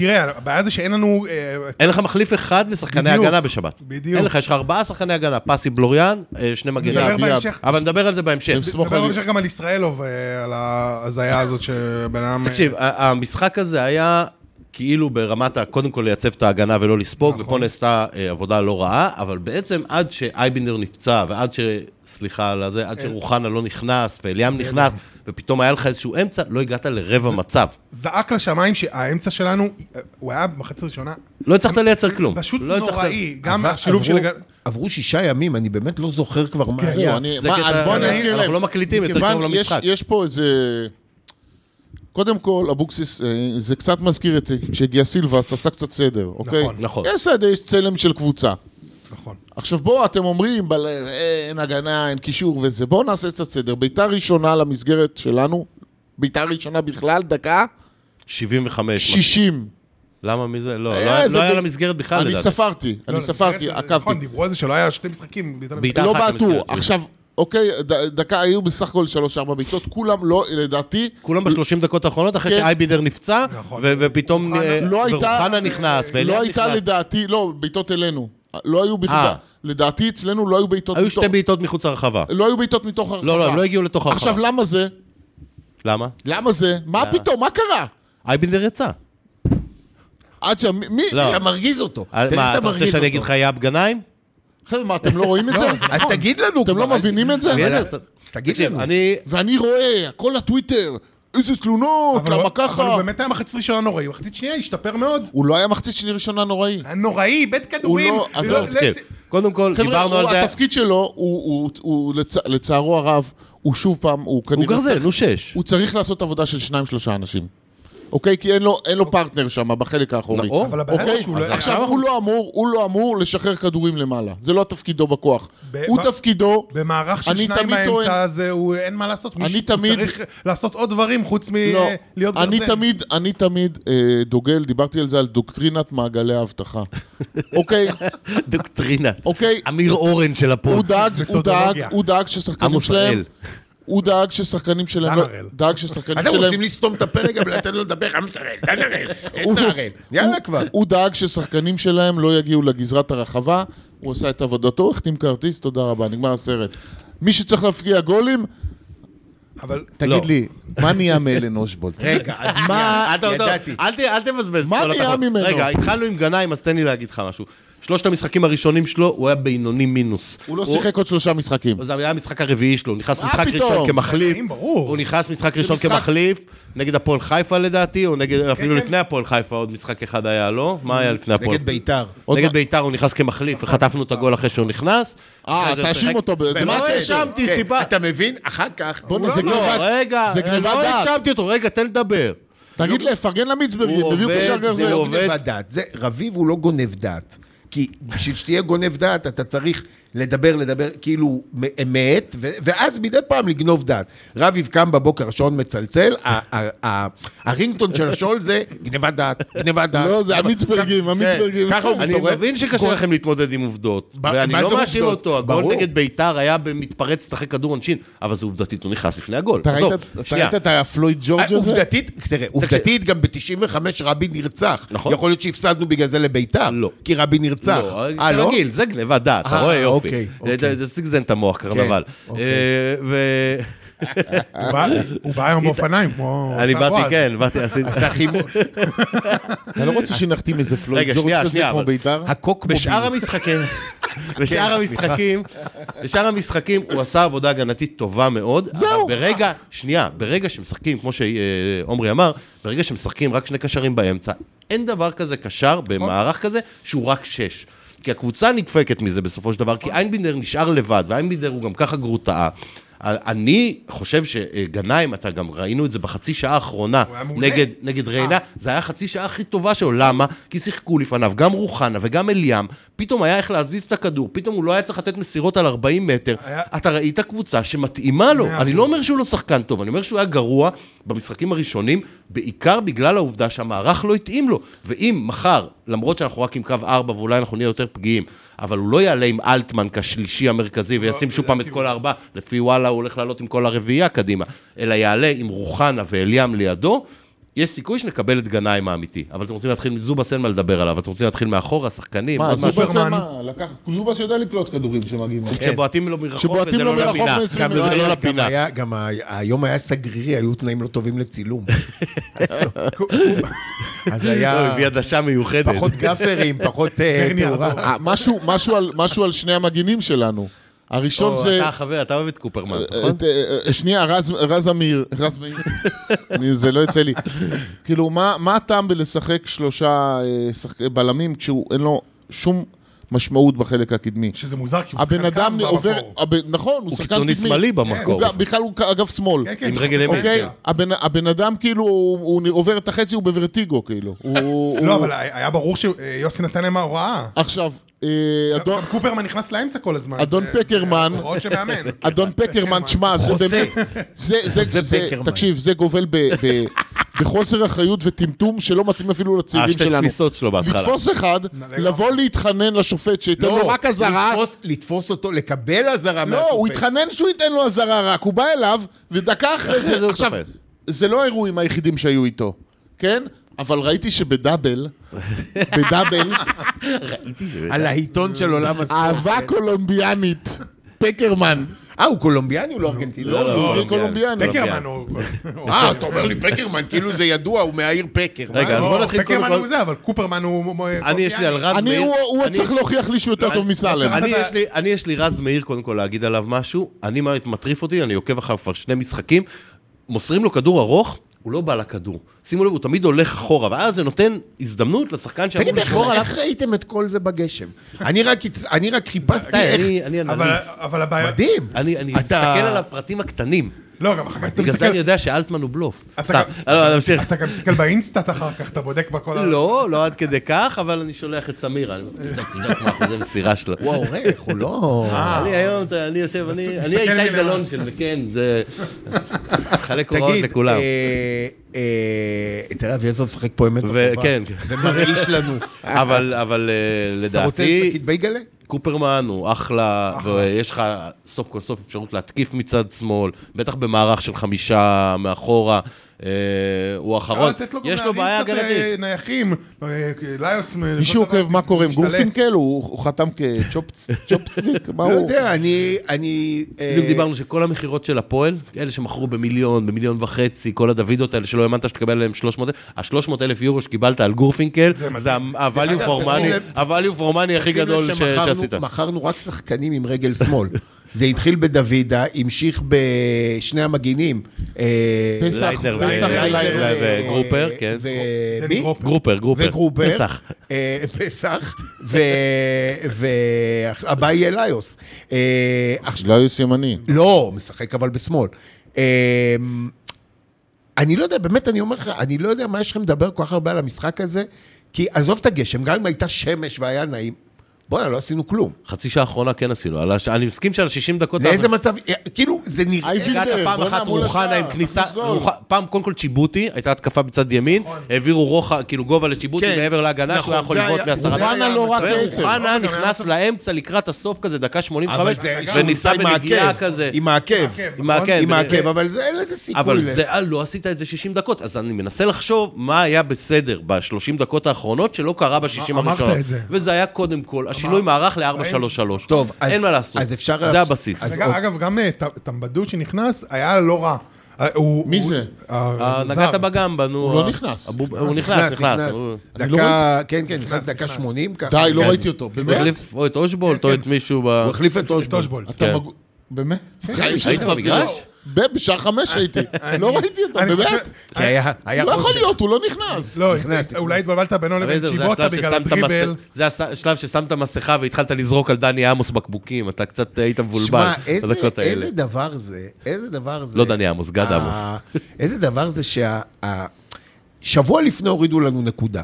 Speaker 4: תראה, הבעיה זה שאין לנו... אה,
Speaker 2: אין לך מחליף אחד לשחקני
Speaker 4: בדיוק,
Speaker 2: הגנה בשבת.
Speaker 4: בדיוק.
Speaker 2: אין לך, יש לך ארבעה שחקני הגנה, פסי בלוריאן, אה, שני מגנים.
Speaker 4: נדבר
Speaker 5: יאב.
Speaker 4: בהמשך.
Speaker 2: אבל נדבר על זה בהמשך.
Speaker 5: הם סמוך
Speaker 4: נדבר
Speaker 5: על...
Speaker 4: בהמשך גם על ישראלוב, אה, על ההזיה הזאת שבן אדם...
Speaker 2: תקשיב, ה- המשחק הזה היה כאילו ברמת ה... קודם כל לייצב את ההגנה ולא לספוג, ופה נעשתה אה, עבודה לא רעה, אבל בעצם עד שאייבינדר נפצע, ועד ש... סליחה על הזה, עד שרוחנה לא נכנס, ואליאם נכנס, ופתאום היה לך איזשהו אמצע, לא הגעת לרבע מצב.
Speaker 4: אה, זעק לשמיים שהאמצע שלנו, אה, הוא היה בחצי הראשונה
Speaker 2: לא הצלחת לייצר כלום.
Speaker 4: פשוט
Speaker 2: לא הצלחת- אה,
Speaker 4: נוראי, גם
Speaker 3: עבר-
Speaker 4: השילוב של...
Speaker 3: עברו-
Speaker 4: הג-
Speaker 3: עברו שישה ימים, אני באמת לא זוכר כבר
Speaker 4: כן,
Speaker 3: מה
Speaker 5: זהו,
Speaker 3: היה.
Speaker 5: אני-
Speaker 2: זה
Speaker 5: מה,
Speaker 2: קטע-
Speaker 5: אז בוא אני אזכיר להם.
Speaker 2: אנחנו לא מקליטים יותר
Speaker 5: מכיוון
Speaker 2: קרוב
Speaker 5: יש-
Speaker 2: למשחק.
Speaker 5: יש פה איזה... קודם כל, אבוקסיס, אה, זה קצת מזכיר את אה, כשהגיע סילבס, עשה קצת סדר, אוקיי?
Speaker 2: נכון.
Speaker 5: יש סדר, יש צלם של קבוצה.
Speaker 4: נכון.
Speaker 5: עכשיו בואו, אתם אומרים, בל- אה, אין הגנה, אין קישור וזה, בואו נעשה קצת סדר. בעיטה ראשונה למסגרת שלנו, בעיטה ראשונה בכלל, דקה,
Speaker 2: 75.
Speaker 5: 60.
Speaker 2: למה מי זה? לא,
Speaker 5: אה,
Speaker 2: לא היה-
Speaker 5: זה
Speaker 2: לא היה
Speaker 5: ב-
Speaker 2: למסגרת בכלל,
Speaker 5: אני
Speaker 2: לדעתי.
Speaker 5: ספרתי,
Speaker 4: לא,
Speaker 5: אני
Speaker 4: לא,
Speaker 5: ספרתי,
Speaker 4: זה-
Speaker 5: עקבתי.
Speaker 4: נכון, דיברו על זה שלא היה שני משחקים. בית"ר
Speaker 2: בעיטה
Speaker 5: לא
Speaker 2: אחת
Speaker 5: בעטו.
Speaker 2: למסגרת. כן.
Speaker 5: עכשיו, אוקיי, ד, דקה, היו בסך הכל שלוש-ארבע בעיטות, כולם לא, לדעתי,
Speaker 2: כולם בשלושים דקות האחרונות, אחרי
Speaker 5: כן.
Speaker 2: שאייבידר נפצע,
Speaker 4: נכון.
Speaker 2: ו- ופתאום...
Speaker 4: אוחנה-
Speaker 2: אה,
Speaker 5: לא הייתה-
Speaker 2: ואוחנה נכנס, ואליה
Speaker 5: לא הייתה
Speaker 2: נכנס.
Speaker 5: לדעתי, לא, בעיטות אלינו. לא היו בכלל,
Speaker 2: אה.
Speaker 5: לדעתי אצלנו לא היו בעיטות
Speaker 2: היו
Speaker 5: מתוך-
Speaker 2: שתי בעיטות מחוץ לרחבה.
Speaker 5: לא היו בעיטות מתוך הרחבה.
Speaker 2: לא, לא, הם לא הגיעו לתוך הרחבה. אה.
Speaker 5: עכשיו, למה זה?
Speaker 2: למה?
Speaker 5: למה זה? מה
Speaker 2: למה?
Speaker 5: פתאום? מה קרה?
Speaker 2: אייבינדר יצא. אה,
Speaker 5: עד שם, מי- מי?
Speaker 2: לא.
Speaker 3: אתה מרגיז אותו.
Speaker 2: אה,
Speaker 3: תראה
Speaker 2: מה,
Speaker 3: שאתה
Speaker 2: אתה רוצה
Speaker 3: מרגיז
Speaker 2: שאני
Speaker 3: אותו.
Speaker 2: אגיד לך יאב גנאים?
Speaker 5: כן, חבר'ה, מה, אתם לא רואים את זה?
Speaker 4: אה,
Speaker 3: אז תגיד לנו
Speaker 5: אתם
Speaker 3: כבר,
Speaker 5: לא
Speaker 3: אל-
Speaker 5: מבינים את זה?
Speaker 2: אני-
Speaker 3: תגיד
Speaker 2: תקשיב,
Speaker 3: לנו.
Speaker 2: אני...
Speaker 5: ואני רואה, הכל הטוויטר, איזה תלונות,
Speaker 4: הוא-
Speaker 5: למה
Speaker 4: אבל
Speaker 5: ככה?
Speaker 4: הוא באמת היה מחצית ראשונה נוראי, מחצית שנייה השתפר מאוד.
Speaker 5: הוא לא היה מחצית שני ראשונה נוראי.
Speaker 4: היה נוראי, בית כדורים.
Speaker 5: לא-
Speaker 4: זה
Speaker 5: עזוב,
Speaker 4: לא-
Speaker 2: כן.
Speaker 4: זה-
Speaker 2: קודם כל,
Speaker 5: חבר'ה,
Speaker 2: דיברנו
Speaker 5: הוא-
Speaker 2: על זה...
Speaker 5: התפקיד שלו, הוא- הוא- הוא לצ- לצערו הרב, הוא שוב פעם, הוא כנראה
Speaker 2: הוא גרזן,
Speaker 5: צריך-
Speaker 2: הוא שש.
Speaker 5: הוא צריך לעשות עבודה של שניים, שלושה אנשים. אוקיי? כי אין לו- אין לו פרטנר שם, בחלק האחורי.
Speaker 2: או,
Speaker 4: אבל הבעיה
Speaker 5: אוקיי?
Speaker 4: היא שהוא לא...
Speaker 5: עכשיו, הוא לא אמור- הוא לא אמור לשחרר כדורים למעלה. זה לא תפקידו בכוח.
Speaker 4: ב-
Speaker 5: הוא
Speaker 4: ב-
Speaker 5: תפקידו...
Speaker 4: במערך של
Speaker 5: אני
Speaker 4: שניים
Speaker 5: תמיד טוען-
Speaker 4: באמצע הזה, הוא- אין מה לעשות. מישהו
Speaker 5: תמיד-
Speaker 4: צריך לעשות עוד דברים חוץ
Speaker 5: אה,
Speaker 4: מלהיות
Speaker 5: לא, אני
Speaker 4: גרזן.
Speaker 5: תמיד, אני תמיד אה, דוגל, דיברתי על זה, על דוקטרינת מעגלי האבטחה. אוקיי?
Speaker 2: דוקטרינה.
Speaker 5: אוקיי?
Speaker 2: אמיר אורן של
Speaker 5: הוא
Speaker 2: הפוד.
Speaker 5: דאג, הוא דאג,
Speaker 4: מתודולוגיה.
Speaker 5: הוא דאג ששחקנים
Speaker 2: עמוס
Speaker 5: שלהם...
Speaker 2: הראל.
Speaker 5: הוא דאג ששחקנים שלהם... לא-
Speaker 4: דן הראל.
Speaker 5: דאג ששחקנים
Speaker 3: אתם
Speaker 5: שלהם...
Speaker 3: רוצים לסתום את הפרק גם לתת לו לדבר, עם ישראל, תן הראל,
Speaker 5: הוא-
Speaker 3: אין הראל. יאללה
Speaker 5: הוא-
Speaker 3: כבר.
Speaker 5: הוא דאג ששחקנים שלהם לא יגיעו לגזרת הרחבה, הוא עשה את עבודתו, החתים כרטיס, תודה רבה, נגמר הסרט. מי שצריך להפגיע גולים,
Speaker 4: אבל
Speaker 5: תגיד
Speaker 2: לא.
Speaker 5: לי, מה נהיה מאלן אושבולט?
Speaker 3: רגע, אז
Speaker 5: מה-
Speaker 3: מה,
Speaker 2: אל ת-
Speaker 3: ידעתי.
Speaker 2: אל ת- אל תבזבז. את
Speaker 5: מה
Speaker 2: כל
Speaker 5: נהיה
Speaker 2: הכבוד.
Speaker 5: ממנו?
Speaker 2: רגע, התחלנו עם גנאים, אז תן לי להגיד לך משהו. שלושת המשחקים הראשונים שלו, הוא היה בינוני מינוס.
Speaker 5: הוא לא שיחק עוד שלושה משחקים.
Speaker 2: זה היה המשחק הרביעי שלו, הוא נכנס
Speaker 5: מה
Speaker 2: משחק
Speaker 5: פתאום?
Speaker 2: ראשון כמחליף.
Speaker 4: אם ברור.
Speaker 2: הוא נכנס משחק ראשון
Speaker 5: משחק-
Speaker 2: כמחליף, נגד הפועל חיפה לדעתי, או נגד, אפילו
Speaker 4: כן.
Speaker 2: לפני הפועל חיפה עוד משחק אחד היה, לא? מה
Speaker 5: Mm.
Speaker 2: היה לפני הפועל?
Speaker 3: נגד בית"ר.
Speaker 5: עוד
Speaker 2: נגד
Speaker 5: מה-
Speaker 2: ביתר הוא נכנס כמחליף, וחטפנו את הגול אחרי שהוא נכנס.
Speaker 5: אה,
Speaker 2: אחרי זה הוא
Speaker 5: תאשים
Speaker 2: שיחק-
Speaker 5: אותו, ב- זה
Speaker 2: לא
Speaker 5: מה
Speaker 2: יודע.
Speaker 5: הקשר?
Speaker 2: האשמתי,
Speaker 3: כן,
Speaker 2: סיבה-
Speaker 3: אתה מבין? אחר כך...
Speaker 5: בוא'נה,
Speaker 3: הוא
Speaker 5: זה
Speaker 3: לא-
Speaker 5: גנבת-
Speaker 2: לא, רגע,
Speaker 5: זה גניבת
Speaker 2: לא
Speaker 5: דעת.
Speaker 2: האשמתי אותו, רגע, תן לדבר.
Speaker 5: תגיד לפרגן למצברי,
Speaker 2: לא- הוא
Speaker 5: תביאו
Speaker 2: עובד,
Speaker 5: קשר
Speaker 2: זה
Speaker 5: גרזן.
Speaker 2: לא-
Speaker 3: לא
Speaker 2: עובד.
Speaker 3: גנבת דעת. זה- רביב הוא לא גונב דעת. כי בשביל שתהיה גונב דעת, אתה צריך לדבר, לדבר כאילו מ- אמת, ו- ואז מדי פעם לגנוב דעת. רביב קם בבוקר, השעון מצלצל, ה- ה- ה- הרינגטון של השעון זה גנבת דעת, גנבת דעת.
Speaker 5: לא, זה המצברגים, המצברגים.
Speaker 3: ככה הוא
Speaker 2: אני
Speaker 3: מתעורר.
Speaker 2: מבין שקשה
Speaker 3: גול.
Speaker 2: לכם להתמודד עם עובדות,
Speaker 3: מה-
Speaker 2: ואני
Speaker 3: מה
Speaker 2: לא
Speaker 3: זה
Speaker 2: מאשים
Speaker 3: עובדות?
Speaker 2: אותו, הגול
Speaker 3: ברור.
Speaker 2: נגד ביתר היה במתפרץ, תחק כדור עונשין, אבל זה עובדתית, הוא נכנס לפני הגול.
Speaker 5: אתה
Speaker 2: עזוב,
Speaker 5: ראית- אתה
Speaker 2: שנייה.
Speaker 5: ראית את הפלויד ג'ורג' הזה?
Speaker 3: אה, עובדתית, תראה, עובדתית גם ב-95 רבי נרצח.
Speaker 2: נכון.
Speaker 3: יכול להיות שהפסדנו בגלל זה לביתר.
Speaker 2: לא.
Speaker 3: כי רבי נרצח.
Speaker 2: לא,
Speaker 3: אה, לא?
Speaker 2: כרגיל, זה גניבת דעת, אתה
Speaker 3: אה,
Speaker 2: רואה יופי.
Speaker 3: אוקיי,
Speaker 2: זה-
Speaker 3: אוקיי.
Speaker 2: זה- זה סגזן את המוח, קרנבל.
Speaker 3: אוקיי.
Speaker 2: אה, ו-
Speaker 4: הוא בא- הוא בא היום באופניים, כמו...
Speaker 2: אני
Speaker 4: השר
Speaker 2: באתי,
Speaker 4: בועז.
Speaker 2: כן, באתי, עשיתי...
Speaker 3: זה החימום.
Speaker 5: אתה לא רוצה שנחתים איזה פלויד
Speaker 2: רגע,
Speaker 5: ג'ורג'
Speaker 2: שנייה,
Speaker 5: כזה
Speaker 2: שנייה,
Speaker 5: כמו
Speaker 2: אבל-
Speaker 5: בית"ר?
Speaker 3: הקוקמוביל.
Speaker 2: בשאר המשחקים,
Speaker 4: כן,
Speaker 2: בשאר המשחקים, בשאר המשחקים הוא עשה עבודה הגנתית טובה מאוד.
Speaker 5: זהו.
Speaker 2: אבל ברגע, שנייה, ברגע שמשחקים, כמו שעומרי אמר, ברגע שמשחקים רק שני קשרים באמצע, אין דבר כזה
Speaker 4: נכון.
Speaker 2: קשר במערך כזה שהוא רק שש. כי הקבוצה נדפקת מזה בסופו של דבר,
Speaker 4: נכון.
Speaker 2: כי איינבינדר נשאר לבד, ואיינבינדר הוא גם ככה גרוטאה. אני חושב שגנאים, אתה גם ראינו את זה בחצי שעה האחרונה,
Speaker 4: הוא היה מעולה.
Speaker 2: נגד נגד- נגד ריינה,
Speaker 4: אה.
Speaker 2: זה היה החצי שעה הכי טובה שלו. למה? כי שיחקו לפניו גם רוחנה וגם אליאם, פתאום היה איך להזיז את הכדור, פתאום הוא לא היה צריך לתת מסירות על 40 מטר.
Speaker 4: היה-
Speaker 2: אתה ראית קבוצה שמתאימה לו.
Speaker 4: מאה
Speaker 2: אני
Speaker 4: אחוז.
Speaker 2: לא אומר שהוא לא שחקן טוב, אני אומר שהוא היה גרוע במשחקים הראשונים, בעיקר בגלל העובדה שהמערך לא התאים לו. ואם מחר, למרות שאנחנו רק עם קו 4 ואולי אנחנו נהיה יותר פגיעים, אבל הוא לא יעלה עם אלטמן כשלישי המרכזי וישים שוב פעם את
Speaker 4: לדעתי
Speaker 2: כל הארבעה, לפי וואלה הוא הולך לעלות עם כל הרביעייה קדימה, אלא יעלה עם רוחנה ואליאם לידו, יש סיכוי שנקבל את גנאים האמיתי. אבל אתם רוצים להתחיל, זובס אין מה לדבר עליו, אתם רוצים להתחיל מאחורה, שחקנים,
Speaker 5: מה,
Speaker 2: עוד
Speaker 5: זובס
Speaker 2: משהו.
Speaker 5: עושה
Speaker 4: שופרמן.
Speaker 5: מה? לקח... זובס יודע לקלוט כדורים שמגיעים. לו.
Speaker 2: כשבועטים לו מרחוק
Speaker 5: כשבועטים
Speaker 2: וזה
Speaker 5: לו
Speaker 2: לא
Speaker 5: מרחוק
Speaker 2: לפינה.
Speaker 5: מ- 20
Speaker 3: גם
Speaker 5: זה
Speaker 3: לא היה-
Speaker 2: לא
Speaker 3: גם
Speaker 2: לפינה.
Speaker 3: היה- גם ה- היום היה סגרירי, היו תנאים לא טובים לצילום. לא. אז
Speaker 2: לא, הוא
Speaker 3: היה
Speaker 2: הביא עדשה מיוחדת.
Speaker 3: פחות גאפרים, פחות אה,
Speaker 4: ברני
Speaker 3: תאורה.
Speaker 4: ארדון.
Speaker 5: אה, משהו- משהו על- משהו על שני המגינים שלנו. הראשון
Speaker 2: או,
Speaker 5: זה...
Speaker 2: אתה החבר, אתה אוהב את קופרמן,
Speaker 5: אה,
Speaker 2: נכון?
Speaker 5: את, אה, אה, שנייה, רז- רז אמיר, רז מאיר, אני- זה לא יוצא לי. כאילו, מה מה הטעם בלשחק שלושה אה, שחק- בלמים כשהוא אין לו שום משמעות בחלק הקדמי?
Speaker 4: שזה מוזר, כי הוא
Speaker 5: הבן אדם עובר... הבן- נכון, הוא
Speaker 2: הוא
Speaker 5: שחקן
Speaker 2: קיצוני
Speaker 5: קדמי.
Speaker 2: שמאלי
Speaker 5: הוא
Speaker 2: במקור.
Speaker 5: גם- בכלל הוא אגב שמאל.
Speaker 2: עם רגל ימין,
Speaker 5: אוקיי?
Speaker 2: כן.
Speaker 5: הבן- הבן אדם כאילו, הוא הוא עובר את החצי, הוא בוורטיגו כאילו. הוא-
Speaker 4: לא,
Speaker 5: הוא-
Speaker 4: אבל היה ברור שיוסי נתן להם ההוראה.
Speaker 5: עכשיו, אה, אדון-
Speaker 4: גם קופרמן נכנס לאמצע כל הזמן.
Speaker 5: אדון
Speaker 4: זה- זה
Speaker 5: פקרמן-
Speaker 4: הוראות שמאמן. לא,
Speaker 5: אדון פקרמן, שמע, זה
Speaker 3: חוסה.
Speaker 5: באמת... זה, זה,
Speaker 3: חוסה
Speaker 5: זה,
Speaker 3: פקרמן.
Speaker 5: תקשיב, זה גובל ב... ב בחוסר אחריות וטמטום שלא מתאים אפילו לצעירים
Speaker 2: השתי
Speaker 5: שלנו.
Speaker 2: אה, תפיסות שלו בהתחלה. לא,
Speaker 5: לתפוס אחד, לבוא להתחנן לשופט שייתן לו רק אזהרה.
Speaker 3: לא, לתפוס- לתפוס אותו, לקבל אזהרה
Speaker 5: לא, הוא
Speaker 3: מהשופט.
Speaker 5: התחנן שהוא ייתן לו אזהרה רק, הוא בא אליו, ודקה אחרי
Speaker 2: זה
Speaker 5: זה,
Speaker 2: הוא
Speaker 5: עכשיו,
Speaker 2: שופט.
Speaker 5: זה לא האירועים היחידים שהיו איתו, כן? אבל ראיתי שבדאבל, בדאבל, אה,
Speaker 3: על העיתון של עולם הספורט.
Speaker 5: אהבה
Speaker 2: אוקיי.
Speaker 5: קולומביאנית, פקרמן,
Speaker 3: אה, הוא קולומביאני? הוא לא ארגנטיני.
Speaker 5: לא, הוא
Speaker 2: קולומביאני.
Speaker 5: יהודי קולומביאני.
Speaker 4: טקרמן הוא...
Speaker 2: אוקיי.
Speaker 3: אה, אתה אומר לי פקרמן, כאילו זה ידוע, הוא מהעיר פקר.
Speaker 2: רגע, אז
Speaker 4: לא,
Speaker 2: בוא נתחיל קודם
Speaker 4: טקרמן
Speaker 2: כל.
Speaker 4: הוא זה, אבל קופרמן הוא... אוקיי.
Speaker 2: אני יש לי על רז
Speaker 5: אני,
Speaker 2: מאיר.
Speaker 5: הוא- הוא
Speaker 2: אני- לא,
Speaker 5: צריך להוכיח לי שהוא יותר טוב מסלם.
Speaker 2: אני יש לי- אני יש לי רז מאיר קודם כל להגיד עליו משהו, אני מה מטריף אותי, אני עוקב אחריו כבר שני משחקים, מוסרים לו כדור ארוך, הוא לא בא לכדור. שימו לב, הוא תמיד הולך אחורה, ואז זה נותן הזדמנות לשחקן שאמור
Speaker 3: תגיד, איך-
Speaker 2: לשמור עליו.
Speaker 3: איך ראיתם את כל זה בגשם? אני רק הצ- אני רק חיפשתי
Speaker 2: די,
Speaker 3: איך...
Speaker 2: אני- אני
Speaker 4: אבל-
Speaker 2: אנליסט.
Speaker 4: אבל הבעיה...
Speaker 3: מדהים.
Speaker 2: אני אני
Speaker 3: אתה-
Speaker 2: מסתכל על הפרטים הקטנים,
Speaker 4: לא, גם אחר כך אתה
Speaker 2: בגלל זה אני
Speaker 4: מסתכל...
Speaker 2: יודע שאלטמן הוא בלוף.
Speaker 4: אתה
Speaker 2: סתם,
Speaker 4: גם-
Speaker 2: לא, נמשיך.
Speaker 4: אתה גם מסתכל באינסטאט אחר כך, אתה בודק בכל ה...
Speaker 2: לא, לא עד כדי כך, אבל אני שולח את סמירה, אני אומר, תבדוק, תבדוק מה אחוזי מסירה שלו. אה,
Speaker 3: הוא העורך, הוא לא...
Speaker 2: אני היום, אתה- אני יושב, אני
Speaker 4: מסתכל
Speaker 2: אני איתי
Speaker 4: מלמעלה.
Speaker 2: גלאון של, כן, זה... חלק הוראות
Speaker 3: תגיד,
Speaker 2: לכולם.
Speaker 3: אה, אה, תראה, אביעזר משחק פה אמת
Speaker 2: ו-
Speaker 3: טובה.
Speaker 2: כן.
Speaker 3: ומרעיש לנו.
Speaker 2: אבל, אבל אה,
Speaker 3: אתה רוצה
Speaker 2: לדעתי,
Speaker 3: שקית בייגלה?
Speaker 2: קופרמן הוא אחלה, ויש לך סוף כל סוף אפשרות להתקיף מצד שמאל, בטח במערך של חמישה מאחורה, אה, הוא
Speaker 4: אפשר
Speaker 2: האחרון.
Speaker 4: אה, לתת לו גם
Speaker 2: נכון. יש לו
Speaker 4: להרים
Speaker 2: בעיה
Speaker 4: קצת, אה,
Speaker 2: הגנתית.
Speaker 4: נייחים, לא, אה, ליוס...
Speaker 5: מישהו
Speaker 4: כל דבר,
Speaker 5: עוקב מה קורה עם
Speaker 4: משתלט.
Speaker 5: גורפינקל? הוא הוא חתם כצ'ופסניק? מה
Speaker 3: לא
Speaker 5: הוא?
Speaker 3: יודע, אני... אני... אה,
Speaker 2: בדיוק דיברנו שכל המכירות של הפועל, אלה שמכרו במיליון, במיליון וחצי, כל הדוידות האלה שלא האמנת שתקבל עליהם 300 אלף, ה-300 אלף יורו שקיבלת על גורפינקל, זה ה-value
Speaker 3: אגב,
Speaker 2: for
Speaker 3: תשים לב-
Speaker 2: money, ה-value for money הכי
Speaker 3: שים לב
Speaker 2: גדול ש-
Speaker 3: שמכרנו-
Speaker 2: שעשית.
Speaker 3: מכרנו רק שחקנים עם רגל שמאל. זה התחיל בדוידה, המשיך בשני המגינים. אה,
Speaker 5: פסח,
Speaker 2: לייטר ו-
Speaker 5: פסח
Speaker 2: לייטר
Speaker 5: ולייטר.
Speaker 2: ו- וגרופר, כן.
Speaker 3: ו-
Speaker 4: דני
Speaker 3: מי?
Speaker 4: גרופר.
Speaker 2: גרופר, גרופר.
Speaker 3: וגרופר.
Speaker 2: פסח.
Speaker 3: אה, פסח. והבא יהיה ליוס. אה, עכשיו-
Speaker 5: גלאיוס ימני.
Speaker 3: לא, הוא משחק אבל בשמאל. אמ, אני לא יודע, באמת, אני אומר לך, אני לא יודע מה יש לכם לדבר כל כך הרבה על המשחק הזה, כי עזוב את הגשם, גם אם הייתה שמש והיה נעים, בואנה, לא עשינו כלום.
Speaker 2: חצי שעה האחרונה כן עשינו, על הש- אני מסכים שעל 60 דקות...
Speaker 3: לאיזה מצב, כאילו, זה נראה...
Speaker 5: אייבינדר,
Speaker 2: הגעת פעם
Speaker 5: בוא'נה,
Speaker 2: אחת
Speaker 5: מול
Speaker 2: רוחנה
Speaker 5: השער,
Speaker 2: עם כניסה,
Speaker 5: נכניס גול.
Speaker 2: רוח- פעם קודם כל צ'יבוטי, הייתה התקפה בצד ימין, העבירו רוחב, כאילו גובה לצ'יבוטי
Speaker 3: נכון. כן.
Speaker 2: מעבר להגנה, שהוא
Speaker 3: נכון,
Speaker 2: היה יכול
Speaker 3: זה
Speaker 2: לבעוט
Speaker 3: היה-
Speaker 2: מעשרה
Speaker 3: זה
Speaker 5: רוחנה
Speaker 3: היה
Speaker 5: לא רק
Speaker 3: המצב.
Speaker 5: עשר.
Speaker 2: רוחנה נכנס לאמצע לקראת הסוף כזה, דקה 85,
Speaker 3: אבל זה-
Speaker 2: וניסה
Speaker 3: עם
Speaker 2: בנגיעה
Speaker 3: העקב,
Speaker 2: כזה.
Speaker 3: עם העקב.
Speaker 2: עם העקב,
Speaker 3: עם
Speaker 2: בנ-
Speaker 3: העקב, אבל זה- אין לזה סיכוי.
Speaker 2: אבל
Speaker 3: ל-
Speaker 2: זה, אה, לא עשית את זה 60 דקות, אז אני מנסה לחשוב מה היה בסדר ב-30 דקות האחרונות שלא קרה ב-60
Speaker 4: אמרת
Speaker 2: הראשונות.
Speaker 4: את זה.
Speaker 2: וזה היה קודם כל, השינוי מערך ל-4-3-3.
Speaker 3: טוב, אז-
Speaker 2: אין מה לעשות.
Speaker 3: אז אפשר
Speaker 2: זה
Speaker 3: להפס-
Speaker 2: הבסיס.
Speaker 3: אז
Speaker 4: וגם-
Speaker 3: אוקיי.
Speaker 4: אגב, גם אה, ט- טמבדו שנכנס, היה לא רע. אה, הוא-
Speaker 5: מי
Speaker 4: הוא-
Speaker 5: זה?
Speaker 4: אה, זה
Speaker 2: נגעת
Speaker 4: זר.
Speaker 2: בגמבה, נו.
Speaker 5: הוא לא נכנס.
Speaker 2: הבוב- הוא נכנס, נכנס. הוא-
Speaker 5: אני לא
Speaker 3: דקה, כן, כן, נכנס דקה 80 ככה.
Speaker 5: די, לא
Speaker 2: כן.
Speaker 5: ראיתי אותו.
Speaker 2: הוא
Speaker 5: באמת? כן,
Speaker 2: החליף או את אושבולט או את מישהו ב...
Speaker 3: הוא החליף את אושבולד.
Speaker 4: טושבולד.
Speaker 5: אתה
Speaker 2: כן.
Speaker 5: מג- באמת? כן,
Speaker 2: היית במגרש?
Speaker 5: ב- בשעה חמש הייתי. לא ראיתי אותו,
Speaker 4: אני
Speaker 5: באמת?
Speaker 4: חושב-
Speaker 3: כי היה היה
Speaker 5: לא יכול
Speaker 3: חושך.
Speaker 5: להיות, הוא לא נכנס.
Speaker 4: לא,
Speaker 3: נכנס,
Speaker 4: אולי
Speaker 3: נכנס.
Speaker 4: התבלבלת בינו
Speaker 2: הרי
Speaker 4: לבין
Speaker 2: זה- זה
Speaker 4: צ'יבוטה
Speaker 2: השלב
Speaker 4: בגלל
Speaker 2: ששמת
Speaker 4: הדריבל.
Speaker 2: מס- זה הס- השלב ששמת מסכה והתחלת לזרוק על דני עמוס בקבוקים, אתה קצת אה, היית מבולבל
Speaker 3: שמע, איזה-
Speaker 2: בדקות האלה.
Speaker 3: איזה דבר זה, איזה דבר זה...
Speaker 2: לא דני עמוס, גד
Speaker 3: אה,
Speaker 2: עמוס.
Speaker 3: איזה דבר זה שה... ה- שבוע לפני הורידו לנו נקודה.